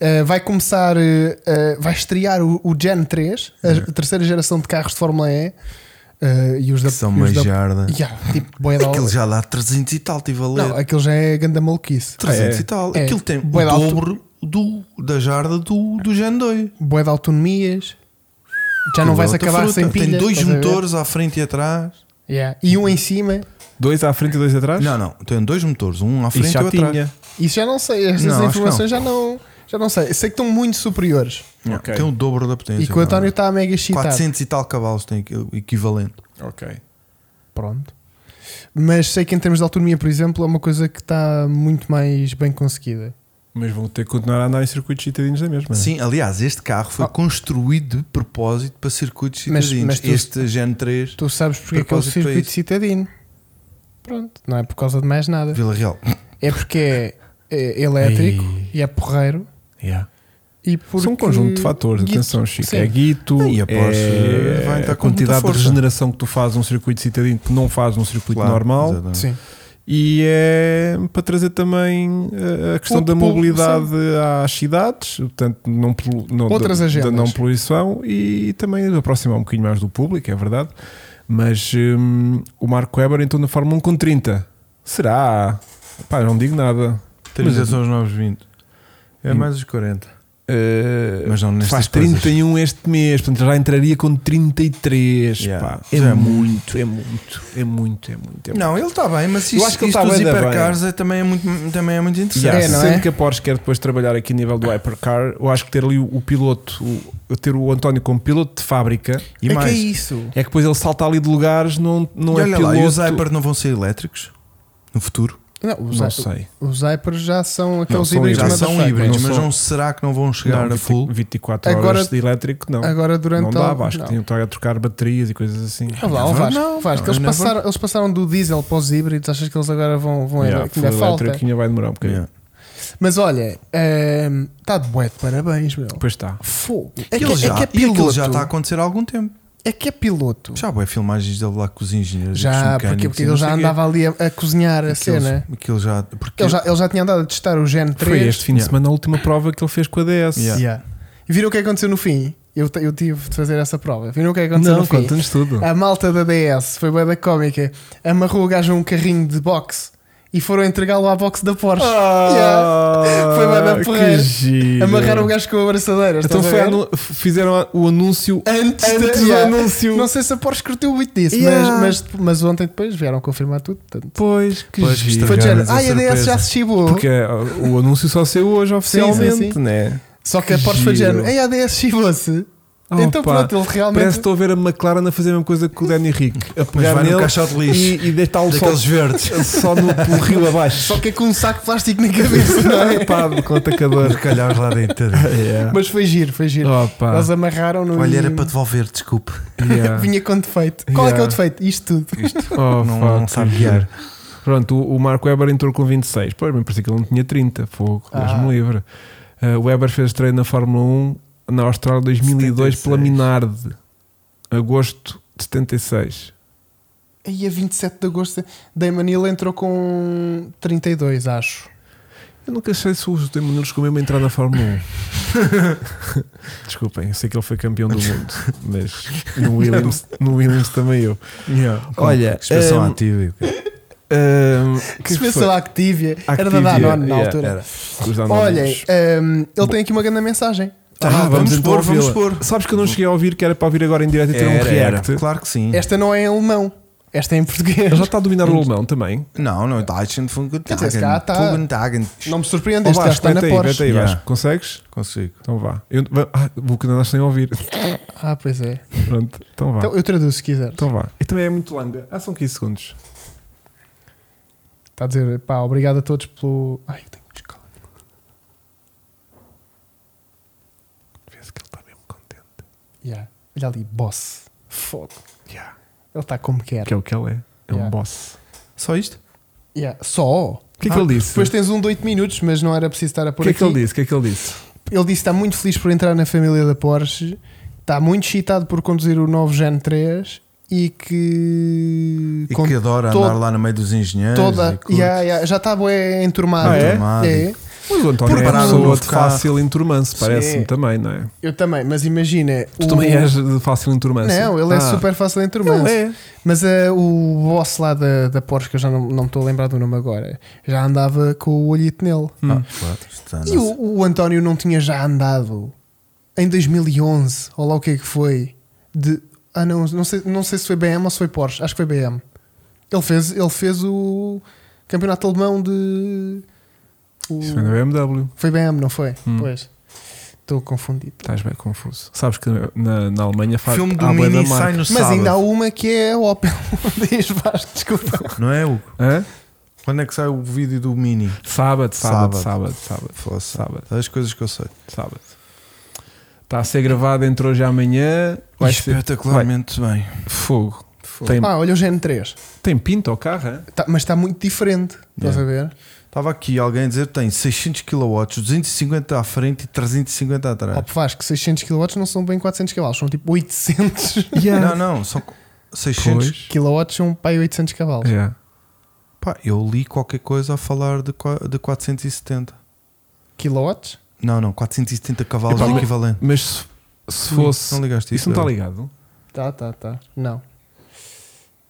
Uh, vai começar, uh, uh, vai estrear o, o Gen 3, a
Hum.
terceira geração de carros de Fórmula E. uh, e os da.
que são
e
uma
os da
jarda.
Yeah, tipo, boia da-
Aquilo já dá 300 e tal, estive a ler.
Não, aquilo já é ganda maluquice.
300
é.
e tal.
É.
Aquilo tem
Bué de
o
alto.
dobro do, da jarda do, do Gen 2.
Boia de autonomias. Já
Aquilo
não
é
vais
outra
acabar
fruta.
sem pilha.
Tem dois
estás a ver?
motores à frente e atrás.
Yeah. E um em cima.
Dois à frente e dois atrás?
Não, não, tem dois motores, um à frente
Isso
e
já
outro atrás.
tinha.
Isso já não sei. Estas
Não, acho que
informações já não, já não sei. Sei que estão muito superiores.
Não,
Ok.
Tem o dobro da potência.
e que o António
não é?
está mega excitado.
400 e tal cavalos tem o equivalente.
Ok.
Pronto. Mas sei que em termos de autonomia, por exemplo, é uma coisa que está muito mais bem conseguida.
Mas vão ter que continuar a andar em circuitos citadinhos da mesma.
Sim, aliás, este carro foi
Ah.
construído de propósito para circuitos
Mas-
citadinos.
mas tu-
este Gen 3,
Tu sabes porque é que é o
Propósito para
circuito
isso.
citadino. Pronto, não é por causa de mais nada.
Vila Real.
É porque é, é elétrico e é porreiro.
Yeah.
E porque...
São um conjunto de fatores,
Guito.
atenção, Chico.
Sim.
É guito,
E a Porsche
é
vai entrar
a
com muita
quantidade de
força.
regeneração que tu fazes num circuito citadino que não fazes num circuito
Claro,
normal.
exatamente.
Sim.
E é para trazer também eh, a questão
Outro
da
pulo,
mobilidade às cidades, portanto, não, polu- não-
Outras
da,
agendas.
da não poluição e também aproximar um bocadinho mais do público, é verdade. Mas hum, o Marco Weber entrou na Fórmula 1 com 30. Será? Pá, não digo nada.
Temos
Mas-
são os 920. É
Hum.
mais os 40.
Eh,
Mas não nestas
faz
coisas.
31 este mês, portanto já entraria com 33.
Yeah.
pá. É,
Já é
muito, é muito, é muito, é muito. É muito.
Não, ele está bem, mas
Eu
isto,
acho que ele
isto
está
dos
bem da
hipercars é, também, é muito, também é muito interessante.
Yeah,
É, não
sendo
é?
que a Porsche quer depois trabalhar aqui a nível do hypercar, eu acho que ter ali o, o piloto, o- ter o António como piloto de fábrica,
E
é
mais,
que é isso.
é que depois ele salta ali de lugares, não, não
e
é
olha
piloto.
lá, e os Hyper não vão ser elétricos no futuro?
Não, os,
Não
hy-
sei.
os Hypers já são aqueles
são
híbridos.
Já
mas
são
motherfucker.
híbridos,
não
mas
são.
não será que não vão chegar
Não,
a
20
full?
24
Agora-
horas de elétrico, não.
Agora durante
não
a-
dá, acho que
não.
tinham que estar a trocar baterias e coisas assim.
Ah, vá, ó,
Never
Vasco,
know.
é
Vasco, eles,
Never.
passaram, eles passaram do diesel para os híbridos, achas que eles agora vão, vão
Yeah,
que ainda
full
falta?
elétrico ainda vai demorar um bocadinho.
Yeah.
Mas olha, ehm, está de bué de parabéns, meu.
Depois está.
Fogo. É que
Aquilo
é,
já,
que é
e aquilo
piloto.
já está a acontecer há algum tempo.
É que é piloto.
Já boé filmagens dele lá com os engenheiros. e com os
Já,
mecânicos
porque,
e
porque
não
ele já
sei quê.
andava ali a, a cozinhar a
Aqueles-
cena.
Aquilo já. Porque
Ele já, ele já tinha andado a testar o Gen 3.
Foi este fim de
Yeah.
semana a última prova que ele fez com a DS.
Yeah.
Yeah. E viram o que aconteceu no fim? Eu, te- eu tive de fazer essa prova. Viram o que aconteceu
Não,
no fim?
conta-nos tudo.
A malta da DS foi bem da cómica. Amarrou o gajo a um carrinho de boxe e foram entregá-lo à boxe da Porsche.
Ah,
Ah, Yeah. Foi bué da
que
porreira.
giro.
Amarraram um o gajo com a abraçadeira.
Então
estás a
foi
ver?
anu- fizeram o anúncio
antes,
antes
da,
do
yeah.
anúncio.
Não sei se a Porsche curtiu muito disso,
Yeah.
mas, mas, mas ontem depois vieram confirmar tudo. Portanto,
Pois, que
Pois,
giro.
isto
foi de género.
mas a
Ai, a DS já
surpresa."
se chibou.
Porque uh, o anúncio só saiu hoje oficialmente,
sim, sim.
né?
Só que a
que
Porsche foi de
giro.
género. Ai, a DS chibou-se.
Oh,
então
pá,
pronto, ele
Parece que
realmente.
estou a ver a McLaren a fazer a mesma coisa que o Danny Rick. A
Mas
pegar
vai no
nele
caixote de lixo.
e, e deitá-lo só,
Daqueles verdes.
só no pelo rio abaixo.
Só que é com um saco de plástico na cabeça, não é?
Pá, com o atacador.
Calhares lá dentro.
Yeah.
Mas foi giro, foi giro.
Oh, pá.
Eles amarraram-no.
Olha,
e-
era para devolver, desculpe.
Yeah.
Vinha com defeito. Qual é que é o
Yeah.
defeito? Isto tudo.
Oh,
Não-
fuck,
não sabe
que
guiar.
giro. Pronto, o, o Marco Weber entrou com 26. Pois, mas parecia que ele não tinha 30. Fogo,
Ah.
Deus-me livre. Ah, o Weber fez treino na Fórmula 1 na Austrália 2002 pela
76.
Minardi. Agosto de 76.
Aí a 27 de agosto, Damon Hill entrou com 32, acho.
Eu nunca sei se os Demonuros mesmo a entrar na Fórmula 1. Desculpem, eu sei que ele foi campeão do mundo, mas no Williams, no Williams também eu. Olha,
Expressão
hum,
ativa. e o quê?
hum, que
um, Que
que
se vê,
foi?
sei lá, Activia. Era da
Activia,
Danone na
yeah,
altura.
era. Os Danones.
Olhem, hum, ele tem aqui uma grande mensagem.
Ah,
Ah,
vamos,
vamos
então
pôr,
ouvi-la.
vamos pôr.
Sabes que eu não cheguei a ouvir que era para ouvir agora em direto e ter um
Era, era.
react.
Claro que sim.
Esta não é em alemão. Esta é em português.
Ele já está a dominar o alemão também.
Não, não, tá, é Deutschen von Guten
Quer dizer, se calhar
Tagen.
está-
Von Guten Tagen.
Não me
Ó
surpreende, este já
Vasco,
está na
vete aí, vete
Porsche.
aí,
Yeah.
Vasco. Consegues?
Consigo.
Então vá. Eu, va- ah, vou que não andaste sem ouvir.
Ah, pois é.
Pronto, então vá.
Então, eu traduzo se quiser.
Então vá. E também é muito longa. Ah, são 15 segundos.
Está a dizer, pá, obrigado a todos pelo. Ai, eu tenho que descolar.
Vê-se que ele está mesmo contente.
Yeah. Olha ali, boss. Fogo.
Yeah.
Ele está como quer.
Que é o que ele é. É um
Yeah.
boss.
Só isto?
Yeah. Só.
O que é que
Ah,
ele disse?
Depois tens um de 8 minutos, mas não era preciso estar a
O
pôr
que é
aqui.
que ele disse? O que é que ele disse?
Ele disse que está muito feliz por entrar na família da Porsche, está muito excitado por conduzir o novo Gen 3 e que.
E que adora
todo-
andar lá no meio dos engenheiros. e
toda.
curte.
Yeah, yeah, já está bué
é
enturmado.
Ah, é?
Enturmado.
É.
Mas o António
Por
é uma
parar um
pessoa
novo
de
carro.
fácil enturmance,
Sim.
parece-me também, não é?
Eu também, mas imagina.
Tu
o-
também és de fácil enturmance.
Não, ele é
Ah.
super fácil
Ele
de enturmar.
é.
Mas eh, o boss lá da, da Porsche, que eu já não, não me estou a lembrar do nome agora, já andava com o olhito nele.
Hum.
Ah, claro, isto anda-
E o, o António não tinha já andado em 2011, ou lá o que é que foi, de. Ah, não, não sei, não sei se foi BM ou se foi Porsche, acho que foi BM. Ele fez, ele fez o campeonato alemão de. o-
Isso foi na BMW.
foi BM, não foi?
Hum. Tá
Pois. Estou confundido.
Estás bem confuso. Sabes que na, na Alemanha faz.
filme do
há bué da
Mini
marca.
sai no
Mas
sábado.
ainda há uma que é a Opel. Diz Vasco, desculpa.
Não é, Hugo?
Hã?
Quando é que sai o vídeo do Mini?
Sábado, sábado, sábado,
Sábado.
sábado,
Fosse.
sábado,
As coisas que eu sei.
sábado. Está a ser gravado entre hoje e amanhã. Vai ser
Espetacularmente bem.
fogo. Tem,
Ah, olha o Gen 3.
tem pinta ao carro, hã?
Tá- mas está muito diferente, estás a ver?
Estava aqui alguém a dizer que tem 600 kW, 250 à frente e 350 atrás.
Op, Vasco, 600 kW não são bem 400 kW, são tipo 800
Não, não, são 600.
Pois.
kW, são pai 800 cavalos.
Yeah.
Pá, eu li qualquer coisa a falar de, qua- de 470.
Kilowatts?
Não, não, 470 cavalos
Epá,
de equivalente.
Mas se, se fosse.
Não ligaste
isso é. não está
Leo?
ligado?
Tá, tá, tá. Não.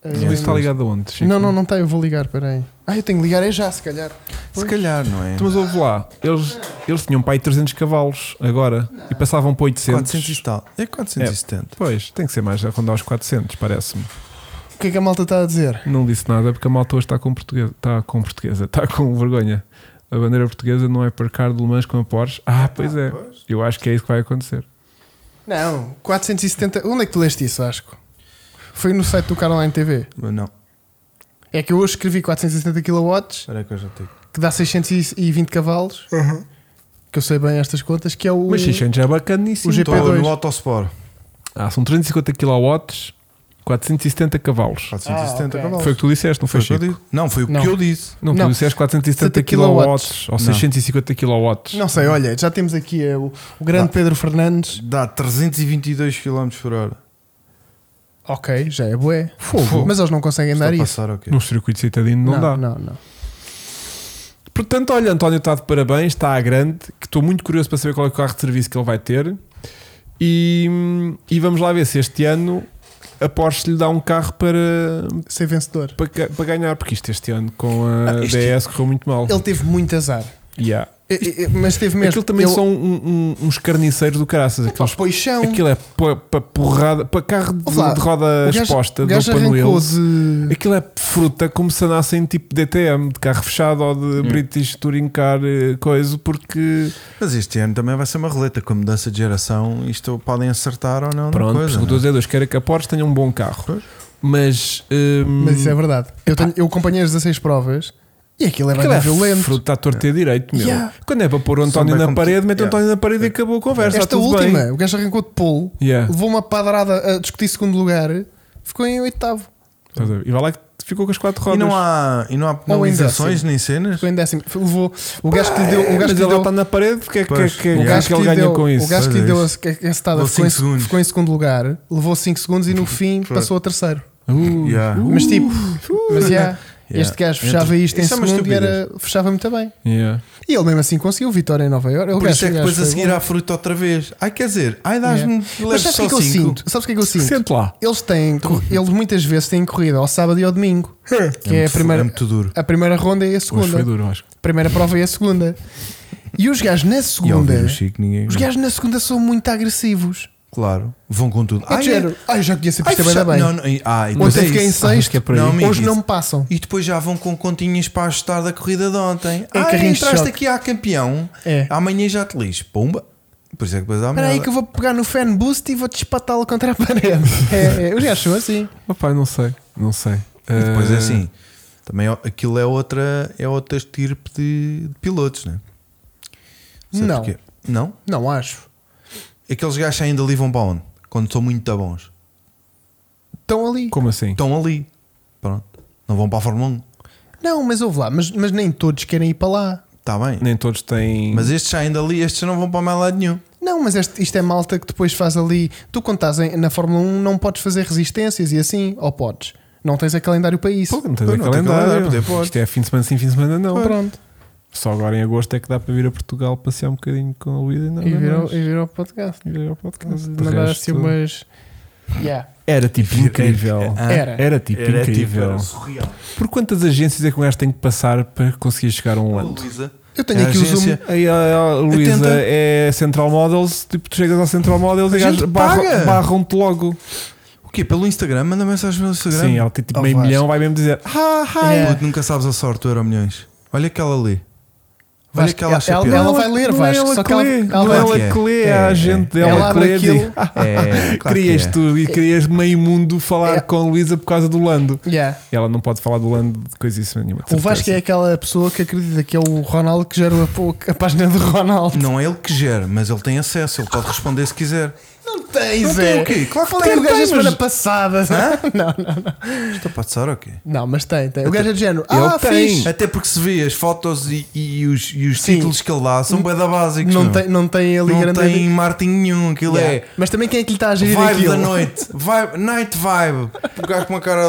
Não,
Isso
Eh,
está ligado aonde? Chico?
Não, não, não está, eu vou ligar, peraí. Ah, eu tenho que ligar é já, se calhar.
Se calhar, não é?
Então, Mas houve lá, eles, eles tinham para aí 300 cavalos agora e passavam para 800.
400 e tal. É 470.
Pois, tem que ser mais, arrondar aos 400, parece-me.
O que é que a malta está a dizer?
Não disse nada porque a malta hoje está com portuguesa, está com, portuguesa, está com vergonha. A bandeira portuguesa não é para cá do Mans com a Porsche. Ah, pois é. Eu acho que é isso que vai acontecer.
Não, 470. Onde é que tu leste isso, Vasco? Foi no site do Caroline TV.
Mas Não,
É que eu hoje escrevi 470 kW,
espera que eu já tenho.
que dá 620 cavalos. Que eu sei bem estas contas, que é o.
Mas 600 é bacaníssimo.
O GP
Estou
GP2.
no Autosport.
Ah, são 350 kW, 470 cavalos.
470
Ah, ok.
cavalos.
Foi o que tu disseste, não foi,
o que eu
Chico?
disse. Não, foi o
Não.
que eu disse.
Não, tu
Não.
disseste 470 kW ou
quilowatts.
650 kW.
Não sei, olha, já temos aqui eh, o, o grande Pedro Fernandes.
Dá 322 km por hora.
Ok, já é bué.
Fogo.
Mas eles não conseguem
Está
dar
a
isso.
passar ok.
Num circuito citadino não, dá.
Não, não.
Portanto, olha, António está de parabéns, está à grande, que estou muito curioso para saber qual é o carro de serviço que ele vai ter. E, e vamos lá ver se este ano a Porsche lhe dá um carro para,
Ser vencedor.
para, ga- para ganhar, porque isto este ano com a
Ah, este-
DS correu muito mal.
Ele teve muito azar.
Yeah.
E- e- e- Mas teve mesmo.
Aquilo também
ele, um
são um- um- uns carniceiros do caraças. Aqueles,
Pá, pois são.
aquilo é para pa porrada, para carro de,
Olá,
de
O
roda
gajo-
exposta,
o
do
Um gajo
Open
arrancou
Wheels.
de.
Aquilo é fruta como se andassem tipo DTM, de carro fechado ou de
Hum.
British Touring Car, eh, coisa, porque.
Mas este ano também vai ser uma roleta com mudança de geração. Isto podem acertar ou não.
Pronto,
na coisa,
o
não
né?
é?
2 é 2 quero que a Porsche tenha um bom carro. Mas. hum,
Mas isso é verdade. Eu, tenho, eu acompanhei as 16 provas e aquilo é
aquilo é
bem violento. É.
fruta à torta e a direito, meu.
Yeah.
Quando é para pôr o
São
António
bem
na
competi-
parede, mete o
Yeah.
António na parede e acabou a conversa.
Esta
está tudo bem.
última, o gajo arrancou de polo,
Yeah.
levou uma padrada a discutir segundo lugar, ficou em oitavo,
Estás a ver? E vai lá que ficou com as 4 rodas.
E não há, e não há
assim.
penalizações nem cenas?
ficou em décimo. Levou o um gajo que lhe deu. O
Mas
gajo que
ele
lhe deu
está na parede, porque é que,
Pois,
que- que-
o
que
O
Yeah.
gajo
ele
que lhe
ganha
deu,
com isso?
O gajo que lhe
Pois é
deu a,
isso.
a, a cetada
Levou
ficou em,
cinco segundos.
ficou em segundo lugar, levou 5 segundos e no fim passou a terceiro.
Uh,
Yeah.
uh,
Mas tipo, mas yeah,
Yeah.
Este gajo fechava
Entre-
isto em
Isso é uma
segundo e
estupidez.
era, fechava muito bem.
Yeah.
E ele mesmo assim conseguiu vitória em Nova Iorque. Ele
Por
gajo-
isso é que
o gajo
depois a
foi
seguir
bom.
à fruta outra vez. Ai, quer dizer, ai, dás-me
Mas
leves
sabes o que é que
só
eu
cinco.
sinto? Sabes o que é que eu sinto?
Sente lá.
Eles têm, cor- eles muitas vezes têm corrida ao sábado e ao domingo. Que é a
muito- é
primeira,
muito duro.
a primeira ronda e a
Hoje foi
segunda.
duro, acho.
A primeira prova é a segunda. E os gajos na
E ao
segunda. é?
ouvir o Chico, ninguém.
Os gajos na segunda são muito agressivos.
Claro, vão com tudo.
É de género. Ai, já conheço a
ai,
pista bem é da
fecha-
bem.
não, não, e- ah, e depois
Ontem
é
fiquei em
isso.
sexto,
acho que é por aí.
Não, amigo,
hoje
isso.
não me passam.
E depois já vão com continhas para ajustar da corrida de ontem.
É
ah,
carrinho de
entraste
choque.
aqui à campeão.
É.
Amanhã já te lixo. Pumba. Por isso é que depois há
Espera aí que eu vou pegar no fan boost e vou despatá-lo contra a parede. É, é, os gajos são assim.
Opa, não sei, não sei.
E depois é
Eh,
assim. Também é- aquilo é outra, é outra estirpe de, de pilotos, né? Sabe
Não.
porquê? Não?
Não acho.
Aqueles gajos ainda ali vão para onde? Quando são muito bons.
Estão ali.
Como assim?
Estão ali. Pronto. Não vão para a Fórmula 1.
Não, mas ouve lá, mas, mas nem todos querem ir para lá.
Está Tá bem.
Nem todos têm.
Mas estes ainda ali, estes não vão para mais lado nenhum.
Não, mas este- isto é malta que depois faz ali. Tu, quando estás em- na Fórmula 1, não podes fazer resistências e assim, ou podes. Não tens a calendário para isso.
Pô, não tens
Pois
a
não, tem calendário, pois é,
calendário. Então
pois.
Isto é fim de semana sim, fim de semana não.
Pronto.
Só agora em agosto é que dá para vir a Portugal passear um bocadinho com a Luísa e nada
E virou,
mais.
e virou o podcast.
E vir ao podcast. De
Mandar assim
resto,
umas. Yeah.
Era tipo incrível.
Ah,
Era.
Era tipo incrível.
surreal.
Por quantas agências é que um gajo tem que passar para conseguir chegar a um ano?
Luísa.
Eu tenho
A
aqui o Zoom.
agência-
Aí a, a Luísa
Atenta.
é Central Models, tipo, tu chegas ao Central Models
A
e
gente
gajo barra-
paga.
barram-te logo.
O quê? Pelo Instagram? Manda mensagem pelo Instagram.
Sim, ela tem tipo
Ao
meio
Oh, Vasco.
milhão, vai mesmo dizer ah, hi.
É.
Puto, nunca sabes a sorte do Euro Milhões. Olha aquela ali. Olha
Vasco,
aquela
ela-
chapéu.
ela- ela- vai ler,
não é
Vasco,
ela
só
que
que ela-
lê,
ela-
não é ela
É,
que lê, é
é,
a agente
é.
dela
Ela
que
abre
lê.
aquilo.
diz, "Ah,
É, claro que
Querias
é.
tu e querias meio mundo falar
É.
com a Luísa por causa do Lando.
Yeah.
E ela não pode falar do Lando de coisa isso nenhuma. de
O Vasco é
certeza.
aquela pessoa que acredita que é o Ronaldo que gerou a, pô- a página do Ronaldo.
Não é ele que gera, mas ele tem acesso, ele pode responder se quiser.
Não tens, é.
Não tem o é quê? Claro que
Falei
tem,
do gajo
tem,
a
mas-
semana passada. Não, não, não.
Estou a passar ou quê?
Não, mas tem, tem. O gajo é de género.
Ele
Ah,
tem.
fixe.
Até porque se vê as fotos e, e os, e os
Sim.
títulos que ele dá são bué da básicos.
Não
meu.
tem, não tem ali
Não
grande.
tem marketing nenhum, aquilo
Yeah. Mas também quem é que lhe está a
é
gerir
vibe
aquilo?
da noite. Vibe, night vibe. O gajo com uma cara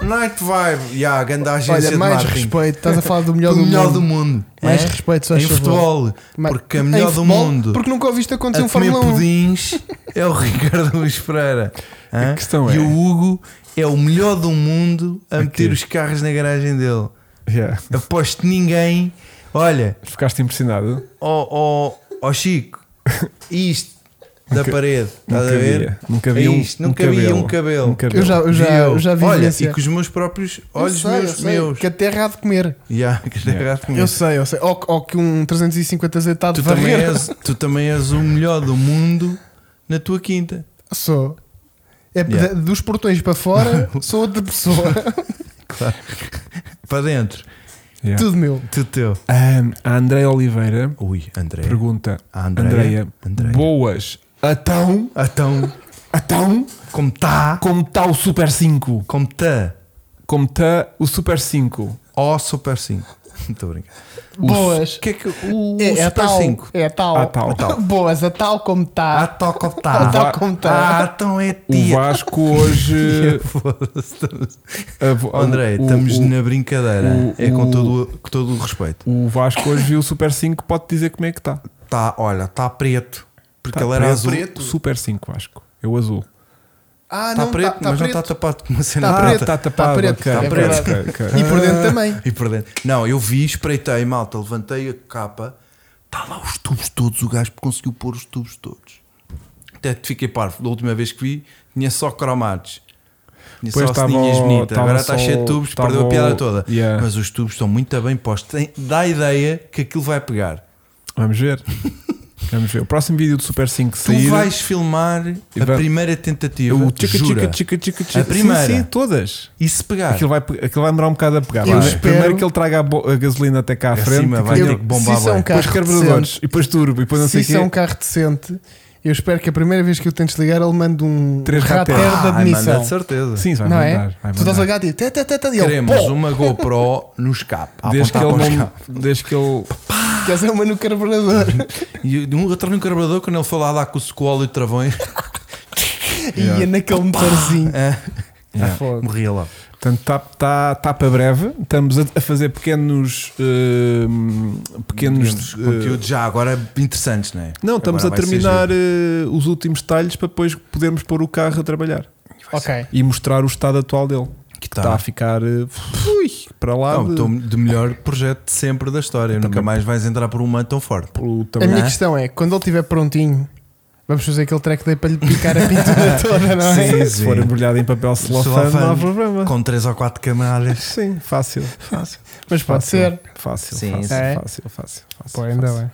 de night vibe. E yeah, a grande agência
Olha,
de
mais
marketing.
respeito, estás a falar do melhor
Do
do
melhor
mundo.
do mundo.
Mais
É?
respeito, só
Em futebol, porque a melhor do mundo.
Porque nunca ouviste acontecer
a
um
comer
Fórmula 1.
pudins é o Ricardo Luís Pereira. Hã?
questão
e
é-
o Hugo é o melhor do mundo a meter os carros na garagem dele.
é
Yeah.
Aposto ninguém. Olha,
Ficaste impressionado?
ó ó ó Chico, isto da parede, estás a
nunca
ver?
via, nunca
É
vi um-
isto,
um
nunca vi
cabelo.
um cabelo.
Um cabelo.
Eu já, eu já, eu já vi
Olha,
vivenciar.
e com os meus próprios
Eu
olhos,
sei, eu
meus,
sei,
meus.
Que a terra há de comer.
Ya, que estragaste
Eu
mesmo.
sei, eu sei. Ou, ou que um 350Z está de
Tu também,
varrer.
és, tu também és o melhor do mundo na tua quinta.
Sou. É
Yeah.
da- dos portões para fora, sou outra pessoa.
Claro. Para dentro, É.
Yeah.
Tudo meu.
tu teu.
Ahm, a Andréia Oliveira
Ui, André.
pergunta:
A
Andréia,
Andreia. Andreia.
boas, então,
Então,
então,
como tá?
como está o Super 5?
Como tá?
Como está o Super 5?
Ó Super 5. Estou a brincar.
Boas.
O que é que o,
É,
o
é a
Super
tal.
5?
É a tal.
A tal.
Boas, a tal como
Ah,
está.
tal como
A
tá.
tal como está.
Ah, então é
O
tia.
Vasco hoje.
Foda-se, estamos-
a vo-
André,
o-
estamos
o-
na brincadeira.
o-
é com
o-
todo, o- com todo o respeito.
O Vasco hoje viu o Super 5, pode dizer como é que está.
Tá, olha, tá preto. Porque
Tá
ele era azul.
Super 5, Vasco. Eu azul.
Ah,
Tá
não,
preto,
tá-
mas
tá
não
preto.
está tapado com uma cena
Tá
preta.
preto.
está
tá
Ah, tapado.
preto,
ok,
tá
ok,
preto.
ok, ok.
E por
Ah,
dentro também.
E por dentro. Não, eu vi, espreitei, malta, levantei a capa, está lá os tubos todos, o gajo conseguiu pôr os tubos todos. Até te fiquei parvo, da última vez que vi, tinha só cromados. Tinha
Pois,
só
tava
ceninhas
o-
bonitas.
tava
Agora
só
está cheio de tubos,
o- tava
perdeu a piada
o-
toda.
Yeah.
Mas os tubos estão muito bem postos. Tem- dá a ideia que aquilo vai pegar.
Vamos ver. Vamos ver. O próximo vídeo do Super 5
Tu
sair.
vais filmar
E
a
vai-
primeira tentativa.
O tchica,
jura.
tchica, tchica, tchica, tchica.
A primeira.
Sim, sim, todas.
E se pegar?
Aquilo vai, pe- aquilo vai demorar um bocado a pegar.
Eu
vai.
espero-
Primeiro que ele traga a, bo- a gasolina até cá à
É Acima,
frente.
vai
aquilo-
ter que bombar.
se isso
bué.
é um
Depois
carro
carburadores.
decente,
E depois turbo. E depois não
se
sei o
isso é
quê.
um carro decente, eu espero que a primeira vez que o tentes ligar, ele mande um
Três
rater
rateros.
Ai,
de
manda
admissão.
de certeza.
Sim, vai
não
mandar.
é?
vai
Tu estás a
mandar.
ligar e tê, tê, tê, tê, e ele,
Queremos
pô,
uma GoPro no escape. a
Desde que
apontar para o
ele
escape.
não. Desde que ele.
quer dizer uma no carburador.
E um eu no carburador quando ele foi lá dar com o sequol e travões.
E ia naquele motorzinho.
É.
Ah, fogo.
Morria lá.
É. Portanto, está tá, tá para breve. Estamos a, a fazer pequenos. hum, pequenos.
Digamos,
eh,
conteúdos já agora interessantes, não é?
não, estamos
Agora
a
vai ser
terminar
giro.
eh, os últimos detalhes para depois podermos pôr o carro a trabalhar
Ok.
e mostrar o estado atual dele.
Que
Está a
tá.
ficar eh, ui, para lá.
Não,
de-
tô- de melhor projeto de sempre da história. Nunca mais vais entrar por uma tão forte.
pelo
A
tamanho.
minha
é?
questão é, quando ele estiver prontinho, vamos fazer aquele track day para lhe picar a pintura toda, não é?
Sim,
Se for
sim.
embrulhado em papel celofane, não há
Celofane.
problema.
Com três ou quatro camadas.
Sim, fácil. fácil.
Mas pode ser.
Fácil,
Sim,
fácil,
sim.
fácil, fácil, fácil.
Pô, ainda
fácil.
bem.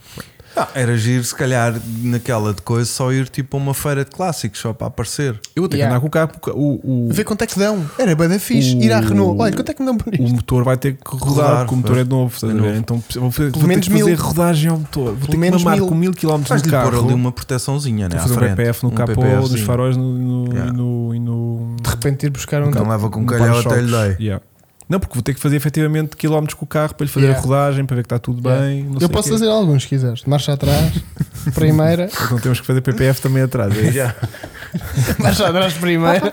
Ah, era giro, se calhar, naquela de coisa, só ir tipo a uma feira de clássicos, só para aparecer.
Eu vou ter
Yeah.
que andar com o carro porque o, o,
Vê quanto é que dão. Era bem da fixe.
O-
Ir à Renault. Olha, quanto é que me dão por
o
isto?
motor vai ter que rodar,
Rodar,
porque o motor é novo. estás a
É
ver?
novo.
Então vou, fazer- vou
menos
ter que fazer
mil.
rodagem ao motor. Vou ter que
menos
mamar
mil.
com mil km
Vais
no
lhe pôr
carro.
ali uma proteçãozinha, né?
Vou
À
fazer um
frente.
PPF no
Um
capô,
PPF
nos
zinho.
faróis no, no,
Yeah.
e no, e no-
De repente ir buscar um...
Nunca leva com
no
calhau até lhe
para-choques.
dei.
Yeah. Não, porque vou ter que fazer efetivamente quilómetros com o carro para lhe fazer
Yeah.
a rodagem, para ver que está tudo
Yeah.
bem. não sei
Eu
o
posso
quê.
fazer alguns, se quiseres. Marcha atrás, primeira.
Então temos que fazer PPF também atrás. É, isso.
Marcha atrás, primeira.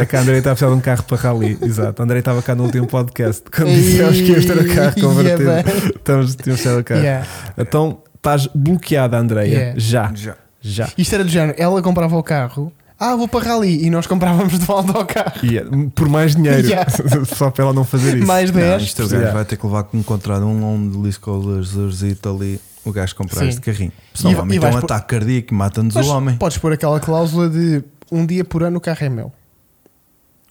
é que a Andrei está a precisar de um carro para rally. Exato. A Andrei estava cá no último podcast. Quando dissemos que íamos ter o carro convertido.
Yeah, bem.
Estamos, tínhamos que ter o carro.
Yeah.
Então estás bloqueada, Andreia.
Yeah.
Já,
Já.
já.
Isto era do género. Ela comprava o carro. Ah, vou para Rally. E nós comprávamos de volta ao carro.
E é, por mais dinheiro,
Yeah.
só para ela não fazer isso.
Mais
Não,
10.
isto o gajo
Yeah.
vai ter que levar com um contrato, um nome de Liscolezerzito ali. O gajo comprar
Sim.
este carrinho. Senão
E-
o homem tem
e vais
um
pôr-
ataque cardíaco e mata-nos
Mas
o homem.
Podes pôr aquela cláusula de um dia por ano o carro é meu.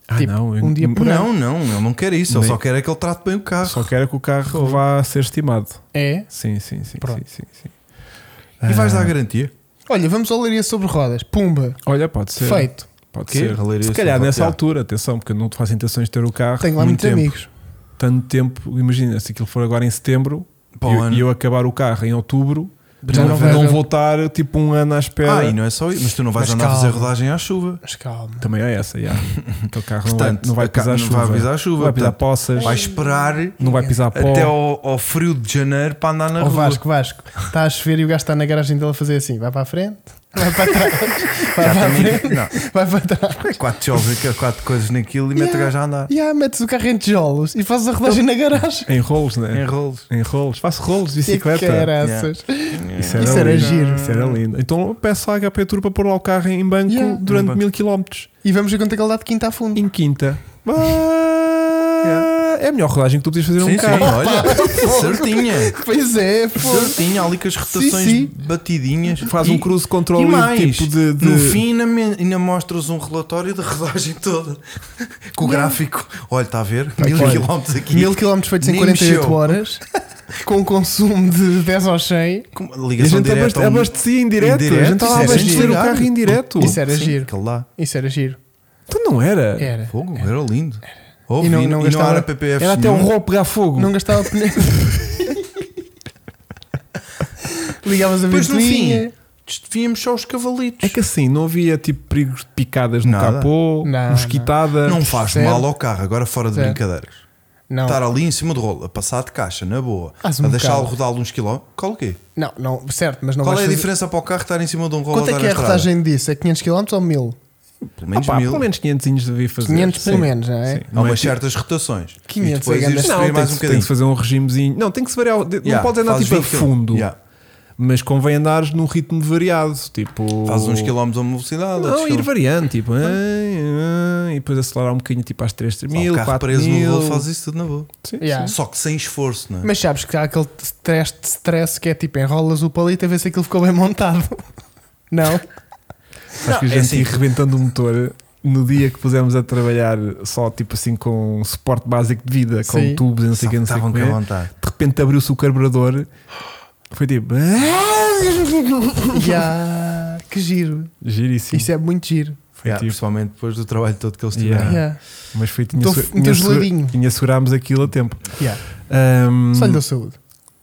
Ah,
Tipo,
não, eu-
um dia por ano.
Não, não, eu não quero isso. Eu
Nem-
só quero é que ele trate bem o carro.
Só quero que o carro vá ser estimado.
É.
Sim, sim, sim. sim,
Pronto.
sim, sim.
E vais
Ah.
dar garantia.
Olha, vamos ao Leiria sobre rodas. Pumba.
Olha, pode ser.
Feito.
Pode
Quê?
ser.
Raleria
Se calhar
sem
nessa
bloquear.
altura, atenção, porque eu não te faço intenções de ter o carro
Tenho lá
muito
muitos
tempo.
amigos.
Tanto tempo, imagina, se aquilo for agora em setembro
Para
e
o
eu-
ano.
e eu acabar o carro em outubro,
Já
não,
não vai
não
haver-
vou estar tipo um ano à espera.
Ah, e não é só isso. Mas tu não vais
Mas
andar a fazer
calma.
rodagem à chuva.
Mas calma.
Também é essa, já. Então o carro
Portanto,
não vai, não vai
a ca-
pisar
não
chuva.
vai pisar chuva,
Não vai pisar
portanto,
poças.
Vais esperar
Não vai pisar pó.
até ao, ao frio de janeiro para andar na
Ó
rua.
Oh, Vasco, Vasco, está a chover e o gajo está na garagem dele a fazer assim: vai para a frente, vai para trás, vai
Já
para a
também-
frente,
não,
vai para trás.
é quatro tijolos, é quatro coisas naquilo e mete o
Yeah.
gajo a andar.
E ah, metes o carro em tijolos e fazes a rodagem na garagem.
Em rolos, né?
Em rolos.
Em rolos. Faço rolos de bicicleta.
Caraças.
É.
Isso
é Isso era
lindo.
giro.
Isso era lindo. Então eu peço à HP Tour para pôr lá o carro em banco
Yeah.
Em
durante
banco.
mil quilómetros.
E vamos ver quanto é que ele dá de quinta a fundo.
Em quinta. Ah, É a melhor rodagem que tu podias fazer a um
Sim, sim,
carro.
olha. Certinha.
Pois é, pô.
Certinha, ali com as rotações
sim.
batidinhas.
Faz
E-
um cruise
E
control
mais,
tipo de. de-
no fim ainda, men- ainda mostras um relatório da rodagem toda com o gráfico. Olha, está a ver? Mil
olha.
quilómetros aqui.
Mil km feitos em
Nem
48
mexeu.
horas, com um consumo de 10 ao 100.
Com-
E a
Ligação
gente abaste-
direta. um- ao-
abastecia em direto. A gente
indireto,
estava a
isso era
abastecer o
giro.
carro em direto.
Isso era
Oh, Sim,
giro.
aquele lá.
Isso era giro.
Tu não era.
Era.
Fogo, É. era lindo. Houve,
E
e
não-
não,
não
e não
gastava-
era um PPF.
Era até o
nenhum.
rol pegar fogo.
Não gastava pneu. Ligavas a
Depois no
ventoinha.
fim, desvíamos só os cavalitos.
É que assim, não havia tipo perigos de picadas no
Nada.
capô,
Não,
mosquitada.
É. Não faz
Certo.
mal ao carro, agora fora de
Certo.
brincadeiras.
Não,
Estar ali em cima do rolo, a passar de caixa, na boa,
Faz um
a deixá-lo
bocado.
rodá-lo uns quilómetros. Qual o quê?
não, não, certo, mas não
Qual
vais
é a
fazer-
diferença para o carro estar em cima de um rolo
Quanto é
andar
que é
na
a
estrada?
rodagem disso? É 500 km ou 1000?
Pelo menos
Opa,
mil.
Ah, pelo menos 500 devia fazer.
500 pelo
Sim.
menos, não é?
Sim.
Há umas
tipo-
certas rotações.
500
e depois
é grande.
ir
assim. Não,
subir
tem,
mais
que,
um
se- tem
bocadinho.
que se fazer um regimezinho. Não, tem que se variar. de-
Yeah,
não podes andar
fazes
tipo a
20 km.
fundo,
Yeah.
mas convém andares num ritmo variado. Tipo,
Fazes uns quilómetros a uma velocidade.
Não,
outros
ir
quilómetros-
variando. Tipo, ai, ai, e depois acelerar um bocadinho, tipo às 3
Pá,
mil,
o carro
4
preso
mil.
no rolo faz isso tudo na boa.
Sim,
Yeah.
Só que sem esforço, não é?
Mas sabes que há aquele stress de stress que é tipo enrolas o palito a ver se aquilo ficou bem montado. Não?
Sabes que a
Não,
gente
é
ia
assim.
rebentando o motor no dia que pusemos a trabalhar só tipo assim com suporte básico de vida, com
Sim.
tubos, e não sei o que, não sei o
é Estavam
que.
com a vontade.
De repente abriu-se o carburador, foi tipo. "Ah!"
Ya, que giro.
Giríssimo.
Isso é muito giro.
Foi
Yeah,
tipo-
principalmente depois do trabalho todo que eles
Yeah.
tiveram.
Ya,
Mas foi tinha,
Tô-
se-
muito
tinha, se-
geladinho.
tinha segurámos aquilo a tempo.
ya.
Ahm,
Só lhe deu saúde.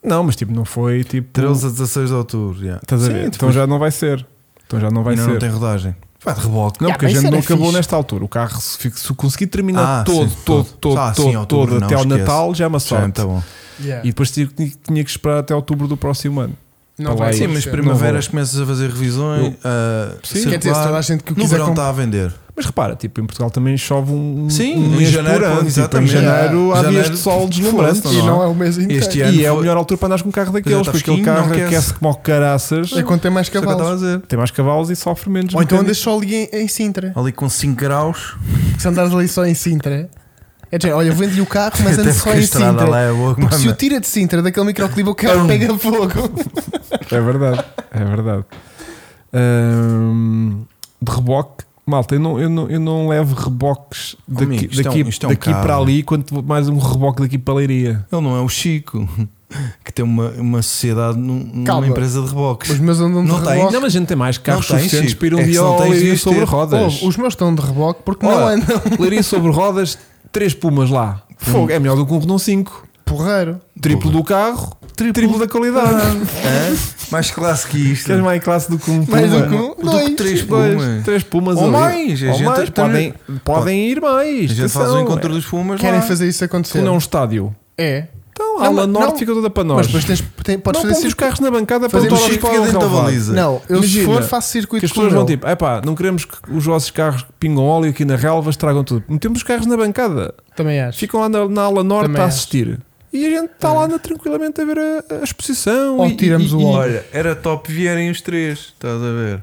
não, mas tipo, não foi tipo.
13 a 16 de outubro. yeah.
Estás a
Sim, tipo,
ver?
depois-
Então já não vai ser. Então já não vai
Ainda
ser.
não tem rodagem. Vai de reboque.
Não,
Yeah,
porque a
mas
gente
isso
não
era
acabou
fixe.
nesta altura. O carro, se, fico- se conseguir terminar
Ah,
todo,
sim,
todo,
todo.
todo,
Ah, sim,
todo,
outubro,
todo,
não,
até ao
esquece.
Natal, já é uma
Já,
sorte.
tá bom.
Ya.
E depois tinha, tinha que esperar até outubro do próximo ano.
Não
tá
vai
lá
Sim,
acontecer.
mas
prima-
primaveras começas a fazer revisões.
Eu-
a
Quer dizer, se toda a
circular.
gente que o
No
quiser
verão está
comprar.
a vender.
Mas repara, tipo, em Portugal também chove um.
Sim,
um
em
mês
janeiro,
por ano. Tipo,
exatamente. É.
em janeiro há
Janeiro,
dias de sol
foda-se,
deslumbrante.
não
E
é?
não é o mês inteiro.
Este ano
E é a
foi-
melhor altura para andares com um carro
Já
daqueles,
está
porque aquele
fresquinho,
carro
não aquece.
aquece como ao caraças,
É quando tem mais
Isso é o que eu estava a
cavalos.
dizer.
tem mais cavalos e sofre menos.
Ou então
mecânico.
andas só ali em, em Sintra.
Ali com 5 graus,
Porque se andares ali só em Sintra. É de género, olha, eu vendo-lhe o carro, mas
até
ando só
porque a
em
estrada lá
Sintra.
é boa.
Porque se o
mano. um
tira de Sintra daquele microclima, o carro
Pum.
pega fogo.
É verdade, é verdade. Ahm, de reboque, malta, eu não, eu não, eu não levo reboques daqui,
amigo, isto é
daqui,
um- isto é um
daqui
carro.
para ali, quanto mais um reboque daqui para a leiria.
Ele não é o Chico, que tem uma, uma sociedade num- numa
Calma.
empresa de reboques.
Os meus andam de
Não tem,
reboque.
Não, mas a gente tem mais carros
tens,
suficientes
Chico.
para ir um
É que
dia
se não
ao
tens,
leiria
devias
sobre
ter.
rodas.
Ouve, os meus estão de reboque porque não é
Ora.
andam.
Leiria sobre rodas, três pumas lá. Fogo, é melhor do que um Renault 5.
Porreiro.
Triplo do carro, triplo, da qualidade.
Hã? Mais classe que isto.
Queres mais classe do que um
Mais
puma?
do que um,
Do que
dois.
três
Dois,
pumas.
três pumas
Ou
ali.
mais, a
Ou
gente
mais, podem,
também-
podem ir mais.
A gente faz o
atenção.
encontro dos Pumas
Querem
lá.
fazer isso acontecer?
Se não é um estádio.
É.
Então,
Não,
a ala
mas-
norte
não.
fica toda para
Mas
nós.
depois tens, tem, podes
não
fazer
pomos os
circuito.
carros na bancada para
Fazemos um
levar
Então O Chico
os para
fica
o
dentro da
relvado.
baliza.
Não, eu se
Imagina
for faço circuito
Que as
com
pessoas vão
ele.
tipo, epá, não queremos que os vossos carros que pingam óleo aqui na relva estragam tudo. Metemos os carros na bancada.
Também acho.
Ficam lá na, na ala norte
Também
a
acho.
assistir. E a gente está lá na- tranquilamente a ver a, a exposição.
Ou
e,
tiramos
e-
o
e-
óleo.
Olha, era top vierem os três, estás a ver?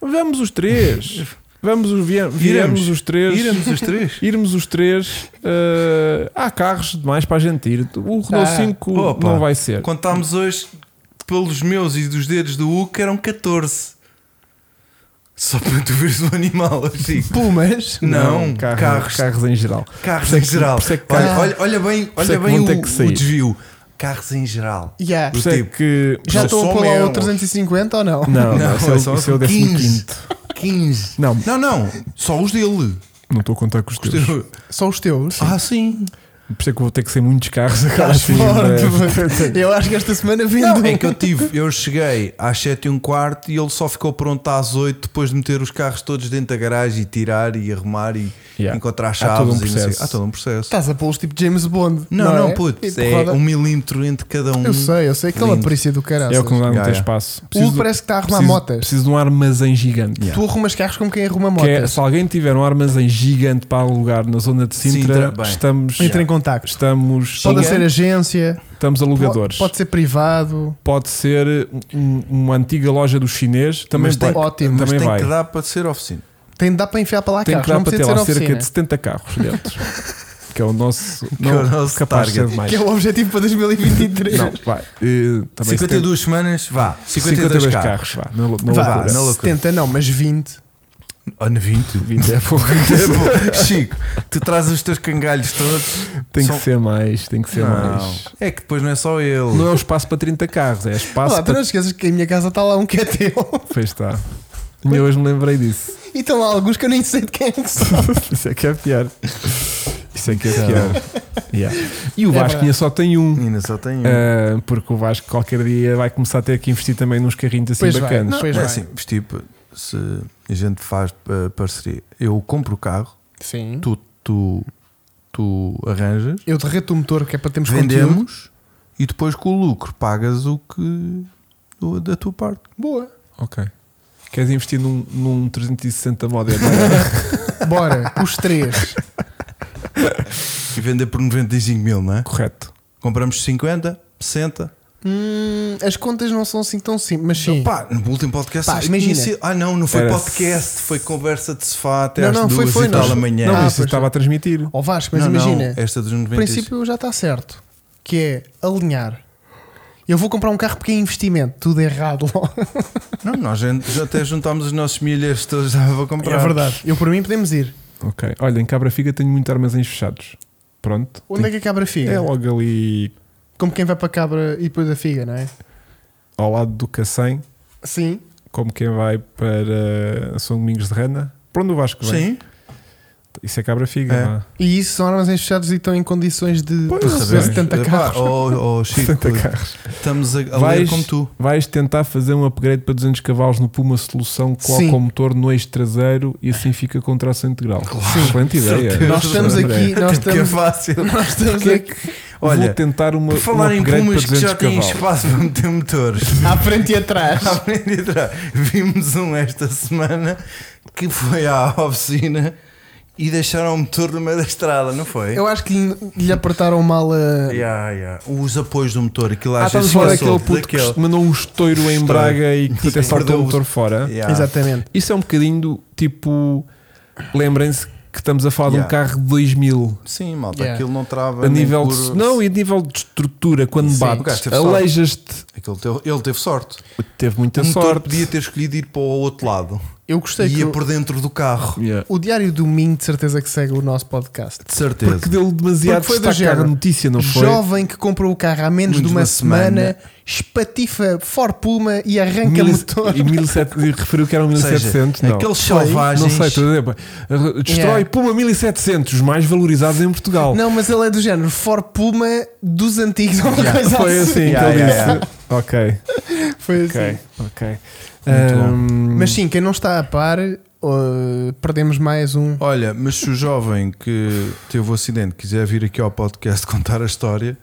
Vamos os três. Vamos os, vie- viremos os três.
Iremos os três?
irmos os três, eh, há carros demais para a gente ir. O Renault
Ah.
5
Opa.
não vai ser.
Contámos hoje, pelos meus e dos dedos do Hugo, que eram 14. Só para tu veres o animal, Chico.
Pumas.
Não,
carro-
carros,
carros em geral.
carros
Por isso é
em
que-
geral.
por isso é que
Olha, tipo,
carro-
olha, olha bem,
isso é
olha
que
bem
vão ter
o,
que sair.
o desvio. Carros em geral.
Yeah.
Por isso é
tipo,
que.
Já
Só
estão a pôr lá
meu.
o 350 ou não?
Não, não,
Não,
esse é o-
é só
esse é o 15.
15. 15.
Não,
Não, não, só os dele.
não estou a contar com os teus. Por
Só os teus?
Ah, sim.
isso é que vou ter que ser muitos carros agora.
Estás
assim,
forte,
mas-
mano. Eu acho que esta semana vendo.
Não, é que eu tive, eu cheguei às 7 e um quarto e ele só ficou pronto às 8 depois de meter os carros todos dentro da garagem e tirar e arrumar e
Yeah.
encontrar
Há todo
chaves. e
um
não sei-
processo.
Há todo um processo.
Estás a pô-los tipo James Bond.
Não, não,
é?
puto,
Tipo,
é
roda-
um milímetro entre cada um.
Eu sei, eu sei. Aquela
Lindo.
perícia do caralho.
É o que não dá muito
Yeah, yeah.
espaço.
O parece que está a arrumar
preciso-
motas.
Preciso de um armazém gigante.
Tu arrumas carros como quem arruma
Que é,
motas.
se alguém tiver um armazém gigante para alugar na zona de Sintra,
Sintra, bem.
estamos,
Entra em contacto.
estamos,
Pode
Gigante.
ser agência,
estamos alugadores.
pode, pode ser privado.
pode ser um- uma antiga loja do chinês, também
Mas tem-
vai.
Ótimo.
Mas
também
tem
vai.
que dar para ser oficina.
Tem de dar para enfiar para lá
Tem que
carros.
dar
Não
para
precisa
ter
de ser
lá cerca
oficina.
de 70 carros dentro. que é o nosso, não,
é o nosso
capaz de ser
target.
demais.
Que é o objetivo para 2023.
Não, vai. Eh, também
52 semanas, vá. 52,
52
carros.
carros, vá. Na, na
Vá,
loucura.
na loucura.
70 não, mas 20.
Ano 20.
20 é pouco.
Pô, Chico, tu trazes os teus cangalhos todos.
Tem
São-
que ser mais, tem que ser
Não,
mais.
é que depois não é só ele.
Não é um espaço para 30 carros, é espaço
Olá, tu
para.
não esqueças que em minha casa está lá um que é teu.
Pois está. E eu hoje me lembrei disso.
E estão lá alguns que eu nem sei de quem é que são.
Isso é que é pior. Isso é que é
Não.
pior. Yeah. E o
É
Vasco ainda
verdade.
só tem um.
Ainda só tem um.
Ah, porque o Vasco qualquer dia vai começar a ter que investir também nos carrinhos assim
Pois vai.
bacanas.
Não, Pois
Não é
vai.
assim, mas tipo, se a gente faz eh, parceria, eu compro o carro,
Sim.
tu, tu, tu arranjas,
Eu derreto o motor que é para termos conteúdo.
vendemos e depois com o lucro pagas o que o- da tua parte.
Boa.
Ok. Queres investir num, num 360 moderno?
Bora, os três.
E vender por 95 mil, não é?
Correto.
Compramos 50, 60.
Hum, as contas não são assim tão simples, mas sim.
Pá, no último podcast.
Pá,
acho que
imagina.
tinha sido- Ah, não, não foi
Era-
podcast, foi conversa de sofá até
Não,
às
não, foi-
duas
foi,
e tal
nós-
da manhã.
Não,
Ah,
isso
pois
estava a transmitir.
Ó Vasco, mas
Não, é não,
imagina.
esta dos
o
90.
princípio já está certo. Que é alinhar. Eu vou comprar um carro porque é investimento. Tudo errado.
Não, nós já até juntámos os nossos milhas todos já para comprar.
É verdade. Eu por mim podemos ir.
Ok. Olha, em Cabra Figa tenho muitos armazéns fechados. Pronto.
Onde é que a cabra fica?
É logo ali
Como quem vai para a cabra e depois a figa, não é?
ao lado do Cacém,
Sim.
como quem vai para São Domingos de Rana. Para onde o Vasco vai?
Sim.
Isso é Cabra Figa.
É.
não é?
E isso são armazéns fechados e estão em condições de,
Pois,
de receber
sabemos.
70
Epá,
carros.
é, Oh, oh, Chico,
70 carros.
estamos a, a ler
Vais-
como tu.
Vais tentar fazer um upgrade para 200 cavalos no Puma Solução com
Sim.
o motor no eixo traseiro e assim fica com tração integral. Excelente ideia.
Certeza.
Nós estamos aqui, nós
Tipo que é
estamos,
fácil.
nós estamos
Porque é
aqui.
Olha,
vou tentar uma,
Por falar
um
em
upgrade
pumas
para
que
200
já têm
cavalos.
espaço para meter motores.
À frente e atrás.
À frente e atrás. Vimos um esta semana que foi à oficina e deixaram o motor no meio da estrada, não foi?
Eu acho que lhe, lhe apertaram mal a.
Yeah, yeah. Os apoios do motor, aquilo
Ah,
às
estás a
vezes
falar
foi
daquele
solto,
puto
daquele.
que mandou um estouro em
Estouro.
Braga e que até
Sim.
saltou o motor fora.
Yeah.
Exatamente.
Isso é um bocadinho do tipo. Lembrem-se que estamos a falar
Yeah.
de um carro de 2000
Sim, malta,
Yeah.
aquilo não trava.
a
nem
nível
por-
de, não e a nível de estrutura quando
Sim.
O gajo
bates
teve sorte.
aleijas-te
Aquilo teve- ele teve sorte.
teve muita
o motor
sorte
podia ter escolhido ir para o outro lado.
Eu gostei
e
que
ia
o,
por dentro do carro.
Yeah.
o Diário do Minho, de certeza que segue o nosso podcast.
De certeza.
porque deu demasiado
Porque foi do
destaque à
género.
notícia não foi
Jovem que comprou o carro há menos de uma semana, espatifa for Puma e arranca
Mil-
motor.
e 1700 e referiu que eram
é Ou seja,
1700 não.
aqueles selvagens.
não sei por exemplo, destrói
Yeah.
Puma 1700 os mais valorizados em Portugal
Não, mas ele é do género for Puma dos antigos. ou Uma
Yeah.
coisa
foi assim
assim.
Yeah,
que ele
yeah,
disse ok
Foi assim.
ok ok
Muito bom.
Ahm,
Mas sim, quem não está a par, uh, perdemos mais um.
Olha, mas se o jovem que teve o acidente quiser vir aqui ao podcast contar a história,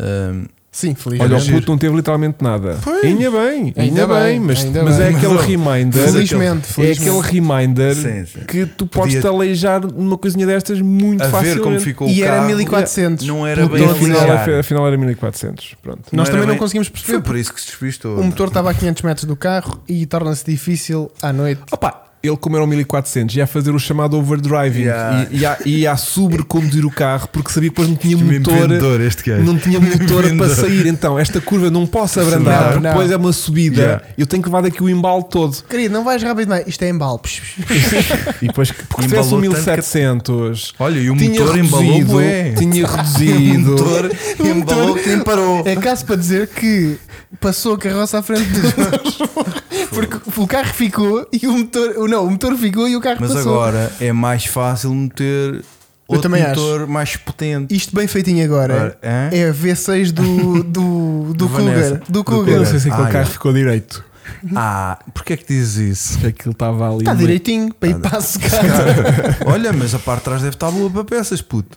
hum,
Sim,
Olha, o
felizmente.
Giro.
puto não teve literalmente nada.
Pois.
Ainda bem, ainda,
Ainda
bem,
bem,
mas,
ainda
mas é
bem.
aquele
Mas-
reminder.
mas
felizmente,
É
felizmente.
aquele reminder
Sim, sim.
que tu podes
Podia-
te aleijar numa coisinha destas muito
a
facilmente.
ver como ficou o
E
carro,
era 1400.
não era
Puto,
bem
E
não
afinal,
afinal, é.
tinha-
af- afinal era 1400. Pronto.
Não
Nós
era
também não
bem-
conseguimos
Foi
perceber.
por isso que se despistou.
O motor estava a 500 metros do carro e torna-se difícil à noite.
Opa, ele, como era um 1400, ia fazer o chamado overdriving
Yeah.
e ia, ia a sobreconduzir o carro porque sabia que depois não tinha
Que
motor.
vendedor este gajo.
Não tinha motor para
Vendedor.
sair, então esta curva não posso abrandar,
Não,
porque
não.
depois é uma subida.
Yeah.
Eu tenho que levar daqui o embalo todo.
Querido, não vais rápido demais. Isto é embalo. Psh, psh, psh.
E depois, porque se tivesse
Embalou
um
tanto que-
1700,
Olha, e o
tinha
motor embalou
reduzido,
bué.
tinha
O
reduzido.
motor embalou que nem parou.
É caso para dizer que passou a carroça à frente dos outros. Porque o carro ficou e o motor. Não, o motor ficou e o carro
Mas
passou.
agora é mais fácil meter outro
também acho.
motor mais potente.
Isto bem feitinho agora.
Ora, hã?
É a V6 do, do, do
Do Vanessa.
Cougar. Do
Do
Eu não
Cougar.
sei se aquele
Ah,
carro
é.
ficou direito.
Ah, porquê é que dizes isso?
Porque aquilo estava ali.
Está
meio-
Tá direitinho para
Tá
ir para a secada.
Olha, mas a parte de trás deve estar boa para peças, puto.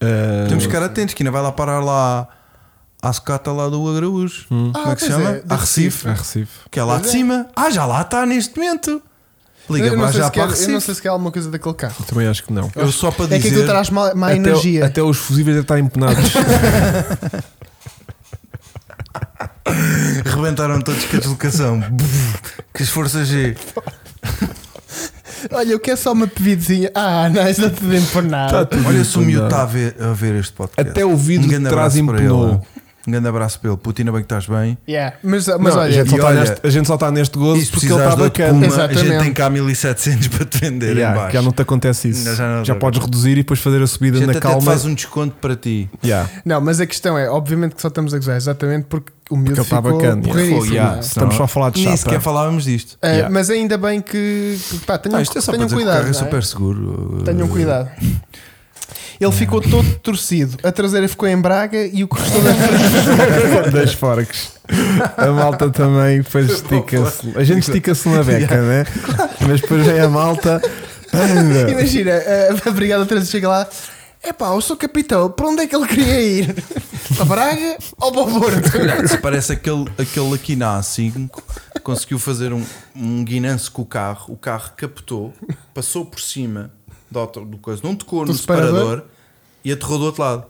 Ah,
Temos que ficar atentos, que ainda vai lá parar lá à sucata lá do Agraújo. Como é que se
pois
chama?
é,
a
do
Recife.
a Recife.
Que é lá de
Pois é.
cima. Ah, já lá está neste momento. Liga
eu, não
para
sei
já para
se quer, eu não
Recife.
sei se quer alguma coisa daquele carro.
Eu também acho que não.
Eu só para
É que aquilo
dizer.
traz má, má
até,
energia.
até os fusíveis devem estar empenados.
Rebentaram todos com a deslocação. Buf, que esforço G.
Olha, eu quero só uma pedidozinha. Ah, não, isso não te deu
Tá
por nada.
tudo
Olha se o miúdo
empenado.
está a ver, a ver este podcast. Um
Até o vidro de
grande
trás
abraço para
empenou.
ele. Um grande abraço para ele. Putina, bem que estás bem.
Yeah. Mas, mas
Não, a,
olha,
gente só
e
tá
olha-
neste, a gente só está neste
E
gozo
se
porque ele
precisares
está
de outro
bacana.
Puma, a gente
Exatamente.
tem cá 1700 para te vender. em
Yeah,
baixo.
já não te acontece isso.
Não, já
Já,
não dá.
podes reduzir e depois fazer a
a
subida
gente
na
até te
calma.
faz um desconto para ti.
Yeah.
não, mas a questão é, obviamente que só estamos a gozar, exatamente porque o miúdo
Porque ele tá
ficou
bacana, yeah.
porreiríssimo,
Fogo, yeah.
não é?
Senão-
Estamos só a falar de
Nem
chapa.
sequer falávamos disto.
Ah,
Yeah.
Mas ainda bem que, que pá, tenham,
Ah, isto é só para
tenham
dizer
cuidado.
que o carro é
não é?
super eh, seguro.
Tenham cuidado. Ele ficou todo torcido. A traseira ficou em Braga e o corredor da frente.
das forks. A malta também depois estica-se. A gente estica-se na beca, né? Mas depois vem a malta. Anda.
Imagina, eh, a, a brigada de trânsito chega lá. Epá, eu sou capitão, para onde é que ele queria ir? Para Braga ou para o Porto?
Se parece aquele, aquele aqui na A5 conseguiu fazer um, um guinance com o carro, o carro capotou, passou por cima do, auto- do coisa, não tocou no
separador?
separador. e aterrou do outro lado.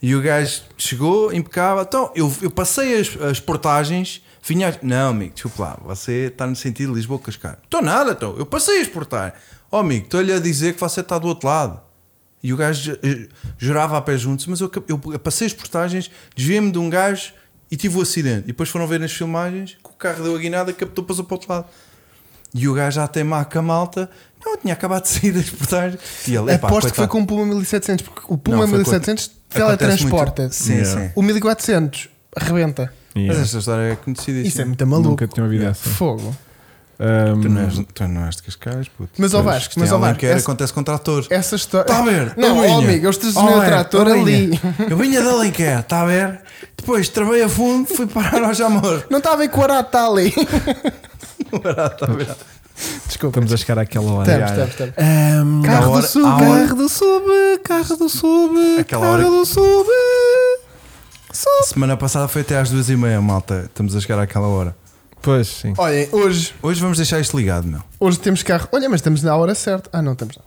E o gajo chegou, impecável. Então, eu, eu passei as, as portagens, vinha. as- Não, amigo, desculpa lá, você está no sentido de Lisboa-Cascais. Estou nada, então. Eu passei as portagens. Ó, amigo, estou-lhe a dizer que você está do outro lado. E o gajo eh, jurava a pé juntos, mas eu, acab- eu passei as portagens, desviei-me de um gajo e tive o acidente. E depois foram ver nas filmagens que o carro deu a guinada, captou, passou para o outro lado. E o gajo já tem maca malta. Não, eu tinha acabado de sair das portagens. E ele, "Epá,
É, Aposto que foi
coitado."
com o Puma 1700, porque o Puma
Não, foi
1700
Acontece muito.
teletransporta-se.
Sim,
Yeah.
sim.
O 1400 arrebenta.
Mas
Yeah.
esta história é conhecidíssima.
Isso é muito maluco.
Nunca tinha ouvido essa. Um,
Fogo.
Ahm,
Tu não, és, tu não és de Cascais, puto.
Mas, ó
Tu és
Vasco,
Cristiano
mas, ó Vasco,
Alenqueiro,
essa-
é
É.
acontece com tratores.
Essa história.
Está a ver?
Não,
Eu
tá ó, tá
vinha.
amigo, eu estacionei
Ó,
o
é,
trator
eu
ali.
vinha. Eu vinha de Alenquer, está a ver? Depois trabalhei a fundo,
tá
fui parar ao Jamor.
Tá
Não estava a ver que o Arata está ali.
Está tá a ver?
Desculpa.
Estamos a chegar àquela hora.
Estamos,
Ya, ya.
estamos, estamos.
Ahm,
Carro do
hora-
sub,
à
carro
hora- do sub, carro do sub,
Aquela carro hora-
do sub.
Semana passada foi até às duas e meia, malta. Estamos a chegar àquela hora.
Pois, sim.
Olhem, hoje,
Hoje vamos deixar isto ligado, meu.
hoje temos carro. Olha, mas estamos na hora certa. Ah, não estamos. Não.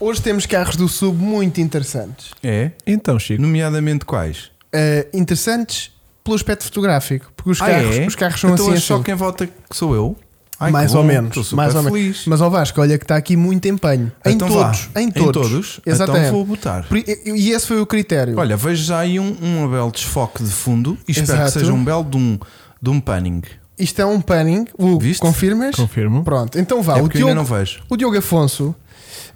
Hoje temos carros do sub muito interessantes.
É?
Então, Chico,
Nomeadamente quais?
Eh, interessantes pelo aspecto fotográfico, porque
Ah,
os, carros, os carros são
então
assim.
é só
assim.
quem vota que sou eu. Ai,
mais
que
ou
bom,
menos,
estou super
mais ou menos.
feliz.
Mas ao Vasco, olha que está aqui muito empenho. Em,
Então vá.
todos, em todos. Exatamente.
Então vou botar.
Por- e- E esse foi o critério.
Olha, vejo já aí um, um belo desfoque de fundo e espero
Exato.
que seja um belo de um, de um panning.
Isto é um panning. Hugo,
Viste?
confirmas?
confirmo.
Pronto, então vá.
é
o,
porque eu
Diogo,
ainda não vejo.
o Diogo Afonso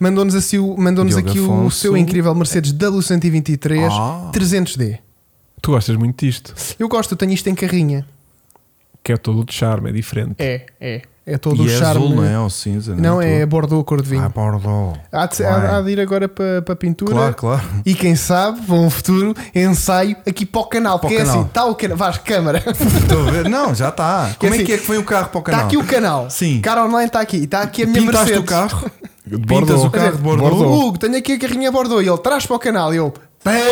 mandou-nos assim o- mandou-nos
Diogo
aqui o
Afonso.
seu incrível Mercedes W123
Ah.
300D.
Tu gostas muito disto,
Eu gosto, eu tenho isto em carrinha.
que é todo de charme, é diferente.
É, é. É todo
e
o
é
charme.
azul, não é? Ou cinza,
Não,
é?
é bordeaux cor de vinho.
Ah, bordeaux.
há, de, há-
Bem.
há de ir agora para para a pintura.
Claro, claro.
E quem sabe, vão no futuro, ensaio aqui para o canal.
Para o
Porque é
canal.
assim, está o canal. Vais, câmara.
Estou a ver. Não, já está. Como é
assim,
que é que foi o carro para o canal?
Está aqui o canal.
Sim.
Cara online está aqui. Está aqui a minha
Pintaste
Mercedes.
o carro?
De
Pintas o
Bordeaux.
carro de bordeaux?
Bordeaux.
Hugo, tenho aqui a carrinha Bordeaux. E ele traz para o canal. E eu, bem.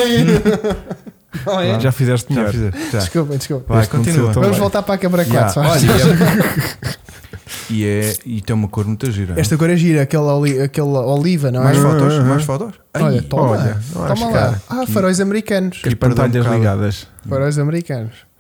Não é?
Já fizeste
Hum, Já
melhor.
fizeste, já.
Desculpa, desculpa.
Tá. Vai,
Este aconteceu
continua.
tão
Vamos
bem.
voltar para a câmara 4.
Yeah.
faz.
Olha, é e, é, e tem uma cor muito gira.
Esta cor é gira, aquela, oli- aquela oliva, não é?
mais fotos?
Uhum.
Mais fotos?
Olha,
Ai,
toma.
olha, não acho
toma lá.
cara.
Ah, faróis americanos.
E
Que perdão um
pantalhas
bocado.
ligadas.
Faróis americanos.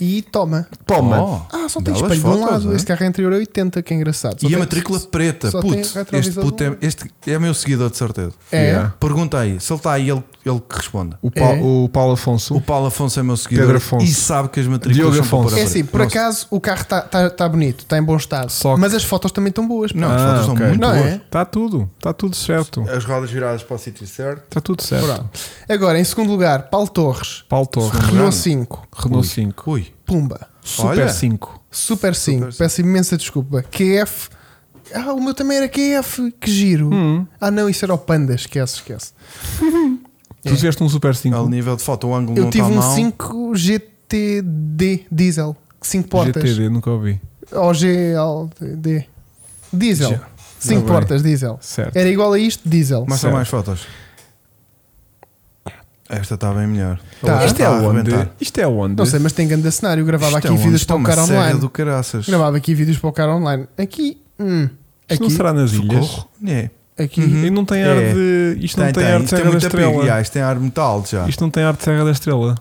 E toma.
Toma.
Ah, só tem
Oh, Belas
espelho de um
fotos,
lado.
é?
Este carro é anterior a 80, que é engraçado. Só
E
tem-
a matrícula preta,
só
puto.
tem
Este
retrovisor
puto
do
é,
lado.
este é meu seguidor, de certeza.
É.
Yeah.
Pergunta aí, se ele está aí, ele, ele que responde.
O, Pau-
É.
o Paulo
O
Afonso.
Paulo Afonso é meu seguidor
Pedro Afonso.
e sabe que as matrículas
Diogo
são para
Afonso.
pôr a
É assim,
preto.
por acaso o carro está tá, tá bonito, está em bom estado.
Só que-
Mas as fotos também estão boas. pá.
Ah, Não,
Ah,
as fotos são muito
Não
boas.
é?
Está Tá tudo. Está tudo certo.
As rodas viradas para o sítio certo.
Está tudo certo.
Pronto. Agora, em segundo lugar, Paulo Torres,
Paulo Torres.
Segundo lugar.
Renault 5,
Renault 5.
Ui,
Pumba,
Olha.
Super 5.
Super 5,
Super
peço imensa desculpa. QF. Ah, o meu também era QF, que giro. Ah, não, isso era o Panda, esquece, esquece. É.
Tu tiveste um Super 5.
ao nível de foto, o ângulo
Uhum. Eu
não
tive
está
um
mal.
5 GTD diesel, 5 portas.
GTD, nunca ouvi.
Ou GLD diesel,
Já.
5
Ah, bem.
portas diesel.
Certo.
Era igual a isto, diesel.
Mas são
Certo.
mais fotos. Esta está bem melhor.
Tá.
Ela
Isto
Isto
está
é
a
onde?
arrebentar.
Isto é onde?
Não sei, mas tem grande cenário. Eu Gravava
Isto é
aqui
onde?
vídeos
Isto é
para o
uma
cara
serra
online.
do caraças.
Gravava aqui vídeos para o cara online. Aqui, hum,
Isto não
aqui,
será nas ilhas?
Socorro. É.
aqui.
E não tem ar
É.
de. Isto não
Tem,
tem,
tem.
ar de
Isto tem
Serra da
muita é. perigo.
Estrela.
Yeah, Isto tem ar muito alto já.
Isto não tem ar de Serra da Estrela.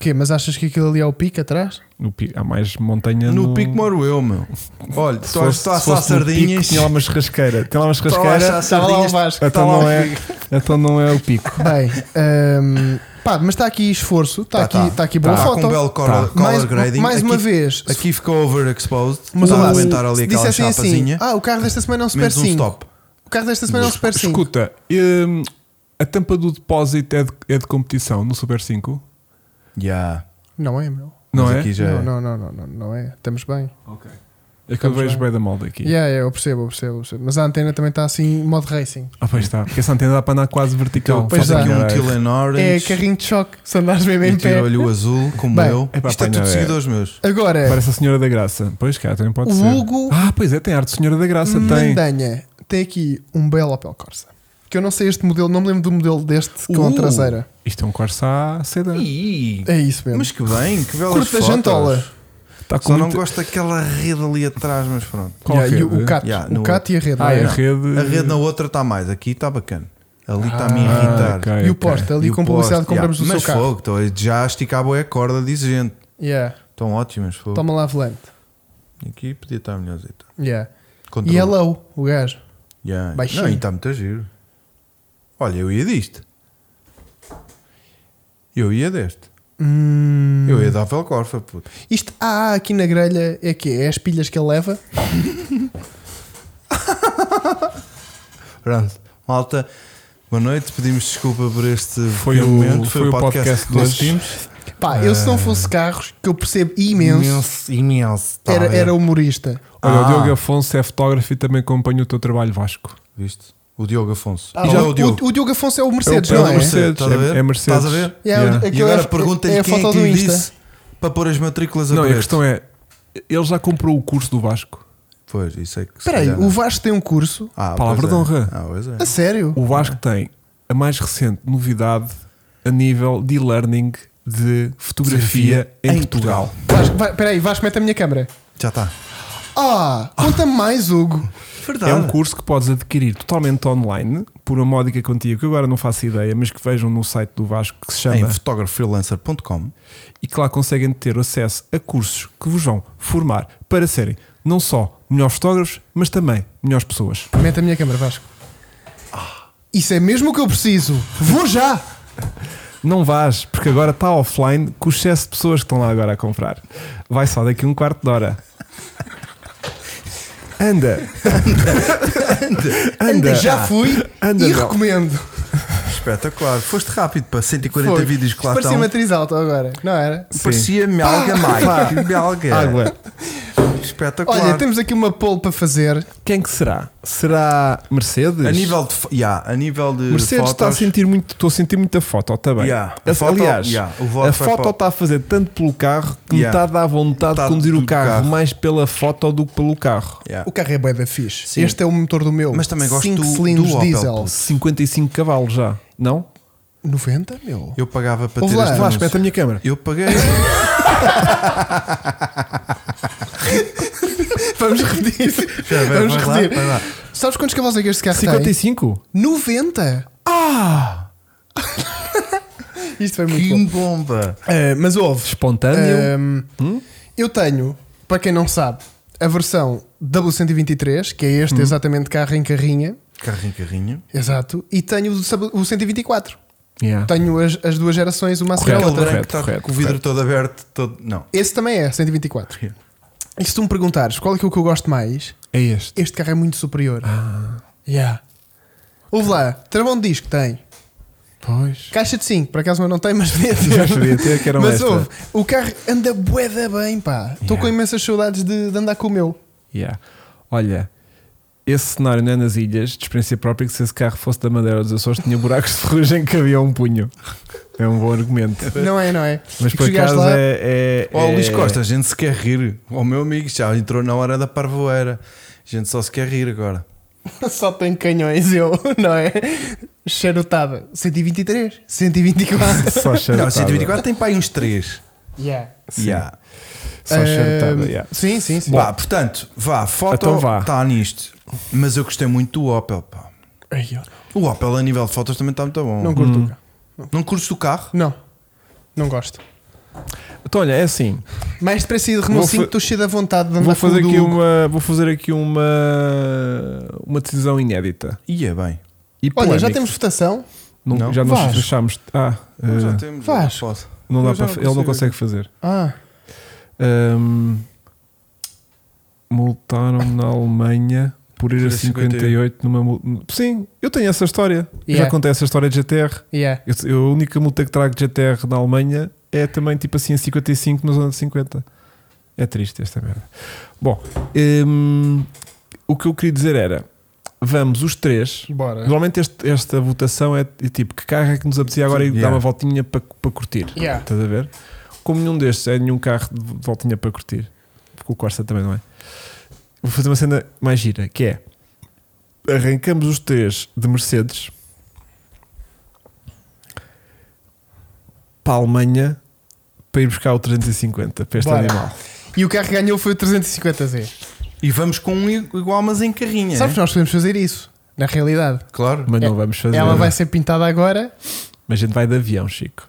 Quê? Mas achas que aquilo ali é o pico atrás?
No pico- há mais montanha
No pico moro eu, meu. Olha,
é Se
tu achas que
fosse-
está a
se fosse
assar
no pico,
sardinhas.
Tinha lá uma churrasqueira. Tem lá uma
Estão a assar
churrasqueira.
Estava tá lá o
sardinhas.
Vasco.
Está
Então
lá
não,
o
é,
pico.
então não é o pico.
Bem, hum, pá, mas está aqui esforço. Está
Tá,
aqui,
tá.
tá aqui boa
Está
foto. Tá.
com um belo color, color
mais
grading.
mais
aqui,
uma vez. se-
Aqui ficou overexposed.
mas
está a
olha lá,
aguentar ali
se
aquela
dissessem
chapazinha.
Assim, ah, o carro desta semana é um Super
menos um
5.
stop.
o carro desta semana é um Super 5.
Escuta, hum, a tampa do depósito é de, é de competição no Super 5?
Yeah.
Não é, meu.
Não
Mas
é?
aqui já é.
Não, não, não, não, não, não é. Estamos bem.
Ok. É que eu
Estamos
vejo
bem.
bem da molda aqui.
Yeah, yeah, eu percebo, eu percebo, eu percebo. Mas a antena também está assim, em modo racing.
Ah, pois está. Porque essa antena dá para andar quase vertical.
Então,
Pois
faz
Falta
dá.
aqui
aqui
um
ar.
Teal and
É
Orange.
carrinho de choque, se andares mesmo
E
em pé.
tirou-lhe o azul, como
Bem,
eu.
é para
Isto é tudo
apanhar, é.
seguidores meus.
Agora,
Parece a Senhora da Graça. Pois cá, também pode
O
ser.
Hugo-
Ah, pois é, tem arte de Senhora da Graça. Tem.
Mandanha tem aqui um belo Opel Corsa. Que eu não sei este modelo, não me lembro do modelo deste com
Uh!
a traseira.
Isto é um Corsa sedã.
Ih,
É isso mesmo.
Mas que bem, que belas
Curta a
fotos.
jantola.
Está com
Só não
muita-
gosto daquela rede ali atrás, mas pronto.
Qual
Yeah, e
rede?
o Cato,
Yeah,
o
no-
Cato e a rede. não
Ah,
é?
é a rede.
A rede na outra está mais, aqui está bacana. Ali está a me
Ah,
irritar.
ok,
E o
ok.
poste Tá ali
E o
com publicidade
poste,
compramos
yeah.
o
Mas
seu carro.
fogo, então, já esticava a corda, diz gente.
Yeah.
Estão ótimas, fogo.
Toma lá volante.
Aqui podia estar melhorzito.
Yeah.
Controle.
E é low, o gajo.
Yeah.
baixinho.
Não, e está muito giro. Olha, eu ia disto. Eu ia deste.
Hum.
Eu ia da Apple Corsa, puto.
Isto ah, aqui na grelha é que é as pilhas que ele leva.
Pronto, malta. Boa noite, pedimos desculpa por este
Foi o-
momento.
foi o podcast
que
de hoje.
assistimos.
Pá, eu se não fosse carros, que eu percebo imenso,
Ah. Imenso, imenso. Tá a
era,
ver.
era humorista.
Olha, o
Ah.
Diogo Afonso é fotógrafo e também acompanha o teu trabalho Vasco.
Viste? O Diogo Afonso.
Ah,
Qual é o Diogo?
O, Diogo Afonso é o Mercedes,
é o
não é?
Mercedes.
Estás a ver?
é- é Mercedes.
Estás a ver?
Yeah,
Yeah.
o-
E
aquilo
agora
é-
pergunta-lhe
é a
quem
foto
é que
do
lhe
Insta.
disse para pôr as matrículas a
Não, e a é,
preto.
questão é: ele já comprou o curso do Vasco.
Pois, isso é que. se
Espera aí,
calhar
o
não.
Vasco tem um curso?
Ah,
Palavra
pois
de
é.
honra.
Ah, pois é.
A sério?
O Vasco tem a mais recente novidade a nível de learning de fotografia em,
Em
Portugal.
Vasco, vai, espera aí, Vasco, mete a minha câmera.
Já está.
Ah, conta-me mais, Hugo.
Verdade.
É um curso que podes adquirir totalmente online por uma módica quantia que eu agora não faço ideia, mas que vejam no site do Vasco que se
É Em
chama
photographerfreelancer.com.
e que lá conseguem ter acesso a cursos que vos vão formar para serem não só melhores fotógrafos, mas também melhores pessoas.
Mete a minha câmera, Vasco. Isso é mesmo o que eu preciso. Vou já!
Não vás, porque agora está offline com o excesso de pessoas que estão lá agora a comprar. Vai só daqui um quarto de hora. Anda! Anda! Anda!
já fui
Anda,
e
não.
recomendo.
Espetacular. Foste rápido para 140
Foi.
vídeos que lá
Parecia
estão.
matriz alta agora, não era?
Parecia melga, Mike. Melga.
Água.
Espetacular.
Olha, temos aqui uma poll para fazer.
Quem que será? Será Mercedes?
A nível de. fo- Yeah, a nível de
Mercedes está assim- a
fotos,
sentir muito, estou a sentir muita foto também.
Yeah, a
A-
foto-
Aliás,
yeah, o voto
a
vai
foto
para o-
está a fazer tanto pelo carro que
Yeah.
me está a dar vontade de
Metade
conduzir
do
o carro,
carro.
mais pela foto do que pelo carro.
yeah.
O carro é bué da fixe.
Sim.
Este é o motor do meu.
Mas também gosto
Cinco
do-
cilindros
do Opel,
diesel.
puto.
55 cavalos já, não? Ah,
90, meu?
Eu pagava para
Ouve
ter
lá,
este
lá,
Vasco,
anúncio.
mete a minha É câmera.
Eu paguei.
Vamos repetir.
Já, vai,
Vamos
vai lá,
repetir.
vai lá.
Sabes quantos cavalos é que este carro
55?
tem? 90! Ah! Isto foi muito
que
bom.
bomba.
Eh, mas houve.
Espontâneo.
Ahm,
Hum?
Eu tenho, para quem não sabe, a versão W123, que é este
Hum?
exatamente carro em carrinha.
Carro em carrinho.
Exato. E tenho o sab- o 124.
Yeah.
Tenho as, as duas gerações, uma a seguir à
Correto.
Aquele
outra.
branco
correto,
que está
correto,
com o vidro todo aberto. Todo... Não.
Esse também é 124. E se tu me perguntares qual é que é o que eu gosto mais,
É este.
este carro é muito superior.
Ah.
Yeah. Ouve lá, travão de disco tem.
Pois.
Caixa de 5, por acaso eu não tenho, mas devia ter.
Já sabia ter que era um
mas
esta.
ouve, o carro anda boeda bem, pá. Estou
Yeah.
com imensas saudades de, de andar com o meu.
Yeah. Olha, esse cenário não é nas ilhas, de experiência própria, que se esse carro fosse da Madeira ou dos Açores, tinha buracos de ferrugem que havia um punho. É um bom argumento.
Não é, não é?
Mas
E
por
chegaste
acaso
lá,
é. é,
Ó,
é-
Luís Costa, a gente se quer rir. O meu amigo já entrou na hora da parvoeira. A gente só se quer rir agora.
é-
Só tem canhões eu, não é? Charutada. 123, 124.
Só charutada.
Não, 124 tem para aí uns 3.
yeah.
Sim.
Yeah.
Só
Ehm,
charutada,
Ahm,
yeah.
Sim, sim, sim.
Vá, portanto, vá, foto
Então vá.
está nisto. Mas eu gostei muito do Opel, pá.
Ai, eu
O Opel a nível de fotos também está muito bom.
Não
Não,
curto
Hum.
o carro.
curtes do carro?
Não. Não gosto.
Então, olha, é assim.
Mais depressa e de
Vou
Renault
fa-
5 estou cheio da vontade de andar
Vou fazer,
com o
aqui
Dugo.
uma, vou fazer aqui uma. Uma decisão inédita.
Ia é bem.
E
Olha, já
polémica.
temos votação.
Não,
Não.
Já nós
Vasco.
fechámos. Ah, eh,
já temos.
Vasco.
foto.
não dá
Eu já
para.
não
ele não
consigo.
consegue fazer.
Ah,
Ahm, multaram-me na Alemanha por ir a 58 numa multa. Sim, eu tenho essa história. Eu
Yeah.
Já contei essa história de GTR.
yeah.
Eu, eu- a única multa que trago de GTR na Alemanha é também tipo assim a 55 na zona de 50. É triste esta merda. Bom, hum, o que eu queria dizer era: vamos os três.
Bora.
É. Normalmente este- esta votação é t- tipo que carro é que nos apetecia agora e
Yeah.
dar uma voltinha para para curtir.
Yeah.
Estás a ver? Como nenhum destes é nenhum carro de voltinha para curtir, porque o Corsa também não é. Vou fazer uma cena mais gira, que é arrancamos os três de Mercedes para a Alemanha para ir buscar o 350 para este
Bora.
animal.
E o carro que ganhou foi o 350Z.
E vamos com um i- igual, mas em carrinha. né?
Sabes que nós podemos fazer isso, na realidade.
Claro.
Mas não
É-
vamos fazer.
Ela vai ser pintada agora,
Mas a gente vai de avião, Chico.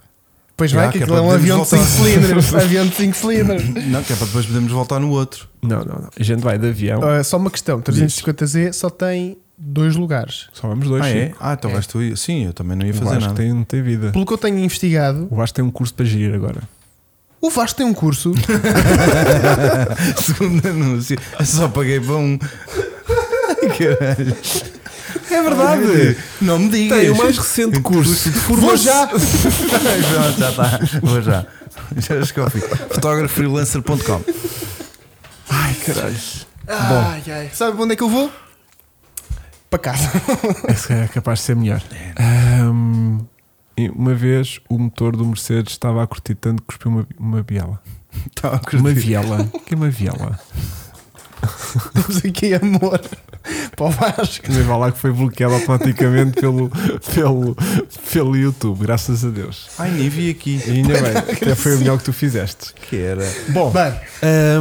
pois
Já,
vai, que
que é
aquilo é
para
um avião de 5
podermos voltar.
cilindros. avião de 5 cilindros.
Não, que é para depois podermos voltar no outro.
Não, não, não. A gente vai de avião.
Ah, só uma questão: 350Z só tem dois lugares.
Só vamos dois,
ah,
Chico.
é? Ah, então
É.
vais tu ir. Sim, eu também não ia
O
fazer
Vasco
nada.
Tem, não tem vida.
Pelo que eu tenho investigado,
O Vasco tem um curso para gerir agora.
o Vasco tem um curso.
Segundo anúncio. Eu só paguei para um. Caralho.
É
Não me digas. Então,
Tem o mais recente curso de
Vou
formação.
já!
Pronto, já está. Vou já. Já chegou ao fim. Fotógrafofreelancer.com
Ai, caralho.
Ai, ai. Sabe para onde é que eu vou? Para casa.
Esse é capaz de ser melhor.
É,
Ahm, e uma vez o motor do Mercedes estava a curtir tanto que cuspiu uma, uma biela.
Tá a
Uma
curtir.
viela. que é uma viela?
Estamos aqui, é amor. Para o Vasco.
Mas vá lá que foi bloqueado automaticamente pelo, pelo, pelo YouTube, graças a Deus.
Ai, nem vi aqui.
E ainda bem, até foi o melhor que tu fizeste.
Que era.
Bom,
Bem,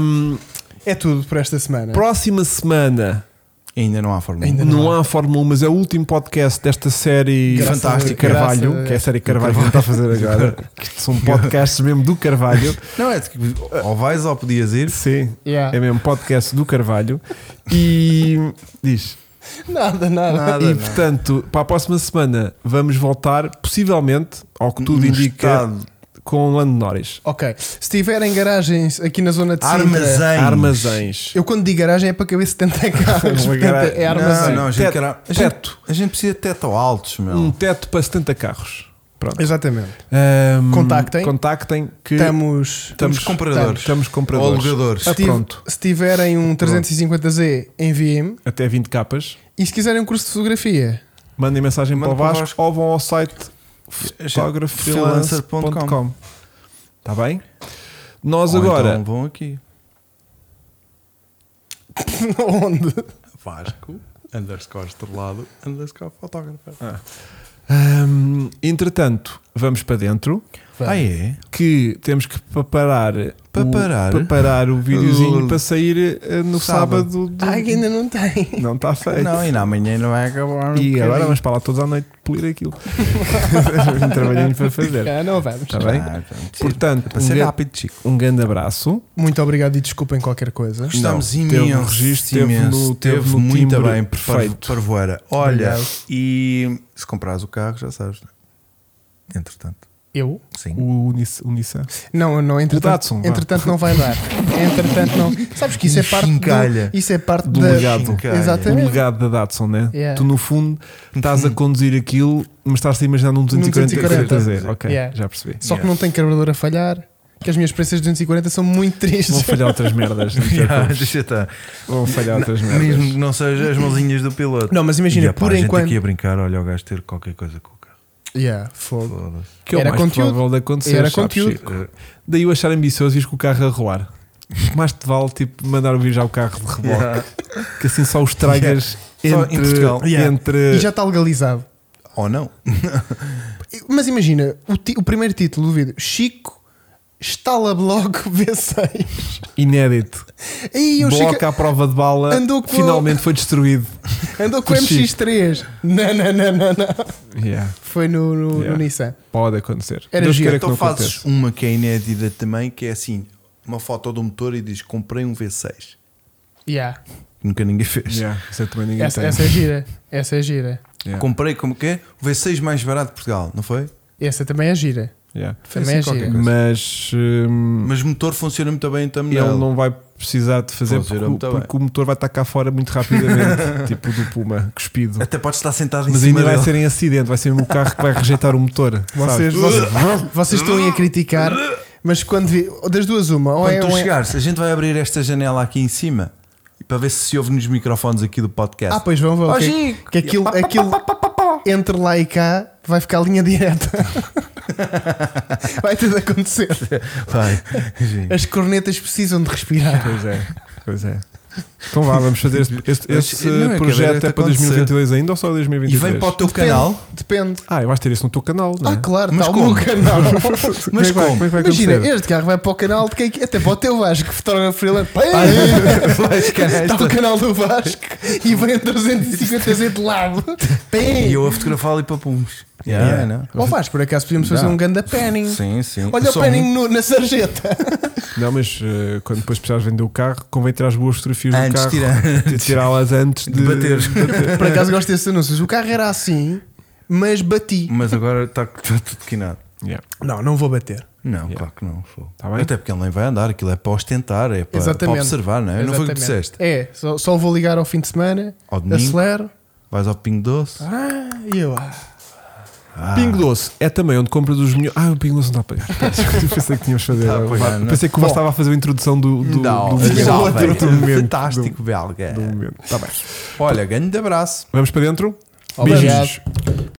hum,
é tudo por esta semana.
próxima semana
Ainda não há Fórmula
Ainda
Ainda
não há Fórmula 1, mas é o último podcast desta série
Graças
Fantástico
a- graças
Carvalho,
a-
que é a série Carvalho que a gente está a fazer agora. que são podcasts mesmo do Carvalho.
Não, é que ou vais ou podias ir.
Sim,
Yeah.
é mesmo podcast do Carvalho. E diz.
Nada, nada.
Nada.
e portanto, para a próxima semana vamos voltar, possivelmente, ao que tudo
No
indica,
estado.
com o Lando Norris.
Ok. Se tiverem garagens aqui na zona de Sintra,
Armazéns.
Armazéns.
Eu quando digo garagem é para caber 70 carros.
Uma
portanto,
garagem.
é armazém.
Não, não, a gente,
Teto.
quer- a gente,
Teto.
a gente precisa de teto altos, meu.
Um teto para 70 carros. Pronto.
Exatamente.
Ahm,
Contactem.
Contactem que
Estamos.
Estamos compradores.
Estamos
Ou
compradores.
alugadores.
Ah,
Se, ti-
pronto.
se tiverem um 350Z, enviem-me.
Até 20 capas.
E se quiserem um curso de fotografia,
Mandem mensagem
Manda
para o
para o
Vasco, ou vão ao site fotógrafofreelancer.com. Está Tá bem? Nós
Ou
agora.
Então vão aqui.
onde?
Vasco, underscore estrelado, underscore fotógrafo. então-
Ahm, hum, entretanto, vamos para dentro.
Ah, é?
Que temos que preparar.
Preparar?
O, preparar o videozinho
O-
para sair eh, no
Sábado.
sábado. do-
Ai, que ainda não tem.
Não está feito.
Não, e na manhã não vai acabar. um
É. E agora
bocadinho.
vamos para lá todos à noite polir aquilo. um trabalhinho para fazer.
Ah, não vamos.
Está bem?
Ah, pronto.
Portanto,
Para
um
ser
grande-
rápido, Chico.
um grande abraço.
Muito obrigado e desculpem qualquer coisa.
Gostamos
Não, teve um
imenso,
registro,
imenso.
teve no-
Teve
teve no
muito
timbre
bem,
perfeito.
perfeito. Parvoeira. Olha,
Obrigado.
e se comprares o carro, já sabes, né? entretanto,
Eu?
sim.
O Unis- o Nissan.
Não, não, entretanto,
Datsun, vá.
entretanto não vai dar. Entretanto não. Sabes que isso é parte
Chincalha.
do, isso é parte
Do
da
legado.
Chincalha.
O
Exatamente.
legado da Datsun, né?
Yeah.
Tu, no fundo, estás a
Hum.
conduzir aquilo, mas estás-te a imaginar num 240
240.
240. Ok,
Yeah.
já percebi.
Só que
Yeah.
não tem carburador a falhar, que as minhas experiências de 240 são muito tristes.
Vão falhar outras merdas. não te
Já,
preocupes.
deixa estar.
Vão falhar outras merdas.
Mesmo que não seja as mãozinhas do piloto.
Não, mas imagina,
E, epá,
por
a gente
enquanto.
aqui a brincar, olha o gajo ter qualquer coisa com o carro.
Yeah, fogo.
Foda-se.
Que é o
Era
mais
conteúdo.
provável de acontecer.
Era
sabes,
conteúdo.
Chico?
Eh,
Daí eu achar ambicioso e ir com o carro a rolar. Mais te vale, tipo, mandar vir já o carro de reboque. Que assim só os tragas
Só
entre.
em Portugal.
Yeah.
entre
E já está legalizado.
Ou não.
Mas imagina, o, ti- o primeiro título do vídeo: Chico estala bloco V6.
Inédito.
Aí eu
Bloco
Chico
à prova de bala.
Andou com a-
Finalmente foi destruído.
andou com o
por Chico.
MX3. Não, não, não, não, não.
Yeah.
Foi no, no,
Yeah.
no Nissan.
Pode acontecer.
Era
Deus
giro.
queira é que não
Então fazes
aconteça.
uma que é inédita também, que é assim: uma foto do motor e diz comprei um V6.
Yeah.
Nunca ninguém fez.
Yeah, isso aí também ninguém
Essa,
tem.
essa é gira. Essa é gira.
Yeah,
Comprei como que é? O V6 mais barato de Portugal, não foi?
Essa também é gira.
yeah.
Foi
Também é
qualquer
giro.
coisa.
Mas hum,
Mas o motor funciona muito bem em
ele
thumbnail.
não vai precisar de fazer
Fazer
porque, o-
muito bem.
porque o motor vai estar cá fora muito rapidamente, tipo do Puma, cuspido.
Até pode estar sentado em
Mas
cima
ainda
dele.
vai ser em acidente, vai ser o carro que vai rejeitar o motor.
Vocês,
sabes?
vocês, vocês estão aí a criticar, mas quando vi. Das duas, uma. Ou
Quando
é,
tu
ou é-
chegares, a gente vai abrir esta janela aqui em cima e para ver se se ouve nos microfones aqui do podcast.
Ah, pois vão, vão.
Ó,
que,
Chico!
que aquilo, aquilo entre lá e cá vai ficar a linha direta. vai tudo acontecer.
Vai, gente.
As cornetas precisam de respirar.
Pois é, pois é. Então vá, vamos fazer este, este-
Mas,
esse
não, é que
projeto
deve
é para
acontecer.
2022 ainda ou só
E
2023?
vem para o teu
Depende,
canal.
Depende.
Ah, vais ter isso no teu canal, não é?
Ah, claro,
Mas
está o meu
como?
canal.
Mas
é que vai-
como?
é que vai
Imagina,
acontecer?
este carro vai para o canal de quem é? até para o teu Vasco, fotógrafo freelance. Pá, Está o canal do Vasco e vem a 350 Z de lado. Pá.
E eu a fotografar ali para pumes.
Yeah.
Yeah, não?
Ó Vasco, por acaso podíamos fazer
Dá.
um ganda panning.
Sim, sim.
Olha
Só
o panning no- na sarjeta.
Não, mas eh, quando depois precisares vender o carro, convém tirar as boas fotografias do
Antes,
um carro.
tirar-
de Tirá-las antes de,
de bater.
Por acaso gosto desses anúncios. O carro era assim, mas bati.
Mas agora está está tudo quinado.
Yeah.
Não, não vou bater.
Não,
Yeah.
claro que não. fogo.
Tá bem.
Até porque ele nem vai andar, aquilo é para ostentar, é para, para
Exatamente.
observar, não é? Não foi o que
Exatamente.
disseste.
É, só, só vou ligar ao fim de semana,
Ao domingo.
acelero.
Vais ao Pingo Doce.
Ah, e eu. ah.
Ah.
Pingo Doce é também onde compras os melhores. Ah, o Pingo Doce não está a pagar. Eu pensei que tinhas de fazer.
Está a pagar, Tá, não.
pensei que o Vasco estava a fazer a introdução do, do, do, do-
não,
do-
velho.
do momento.
Fantástico, belga.
Do, do momento. Tá bem.
Olha, grande abraço.
Vamos para dentro?
Obrigado.
Beijinhos.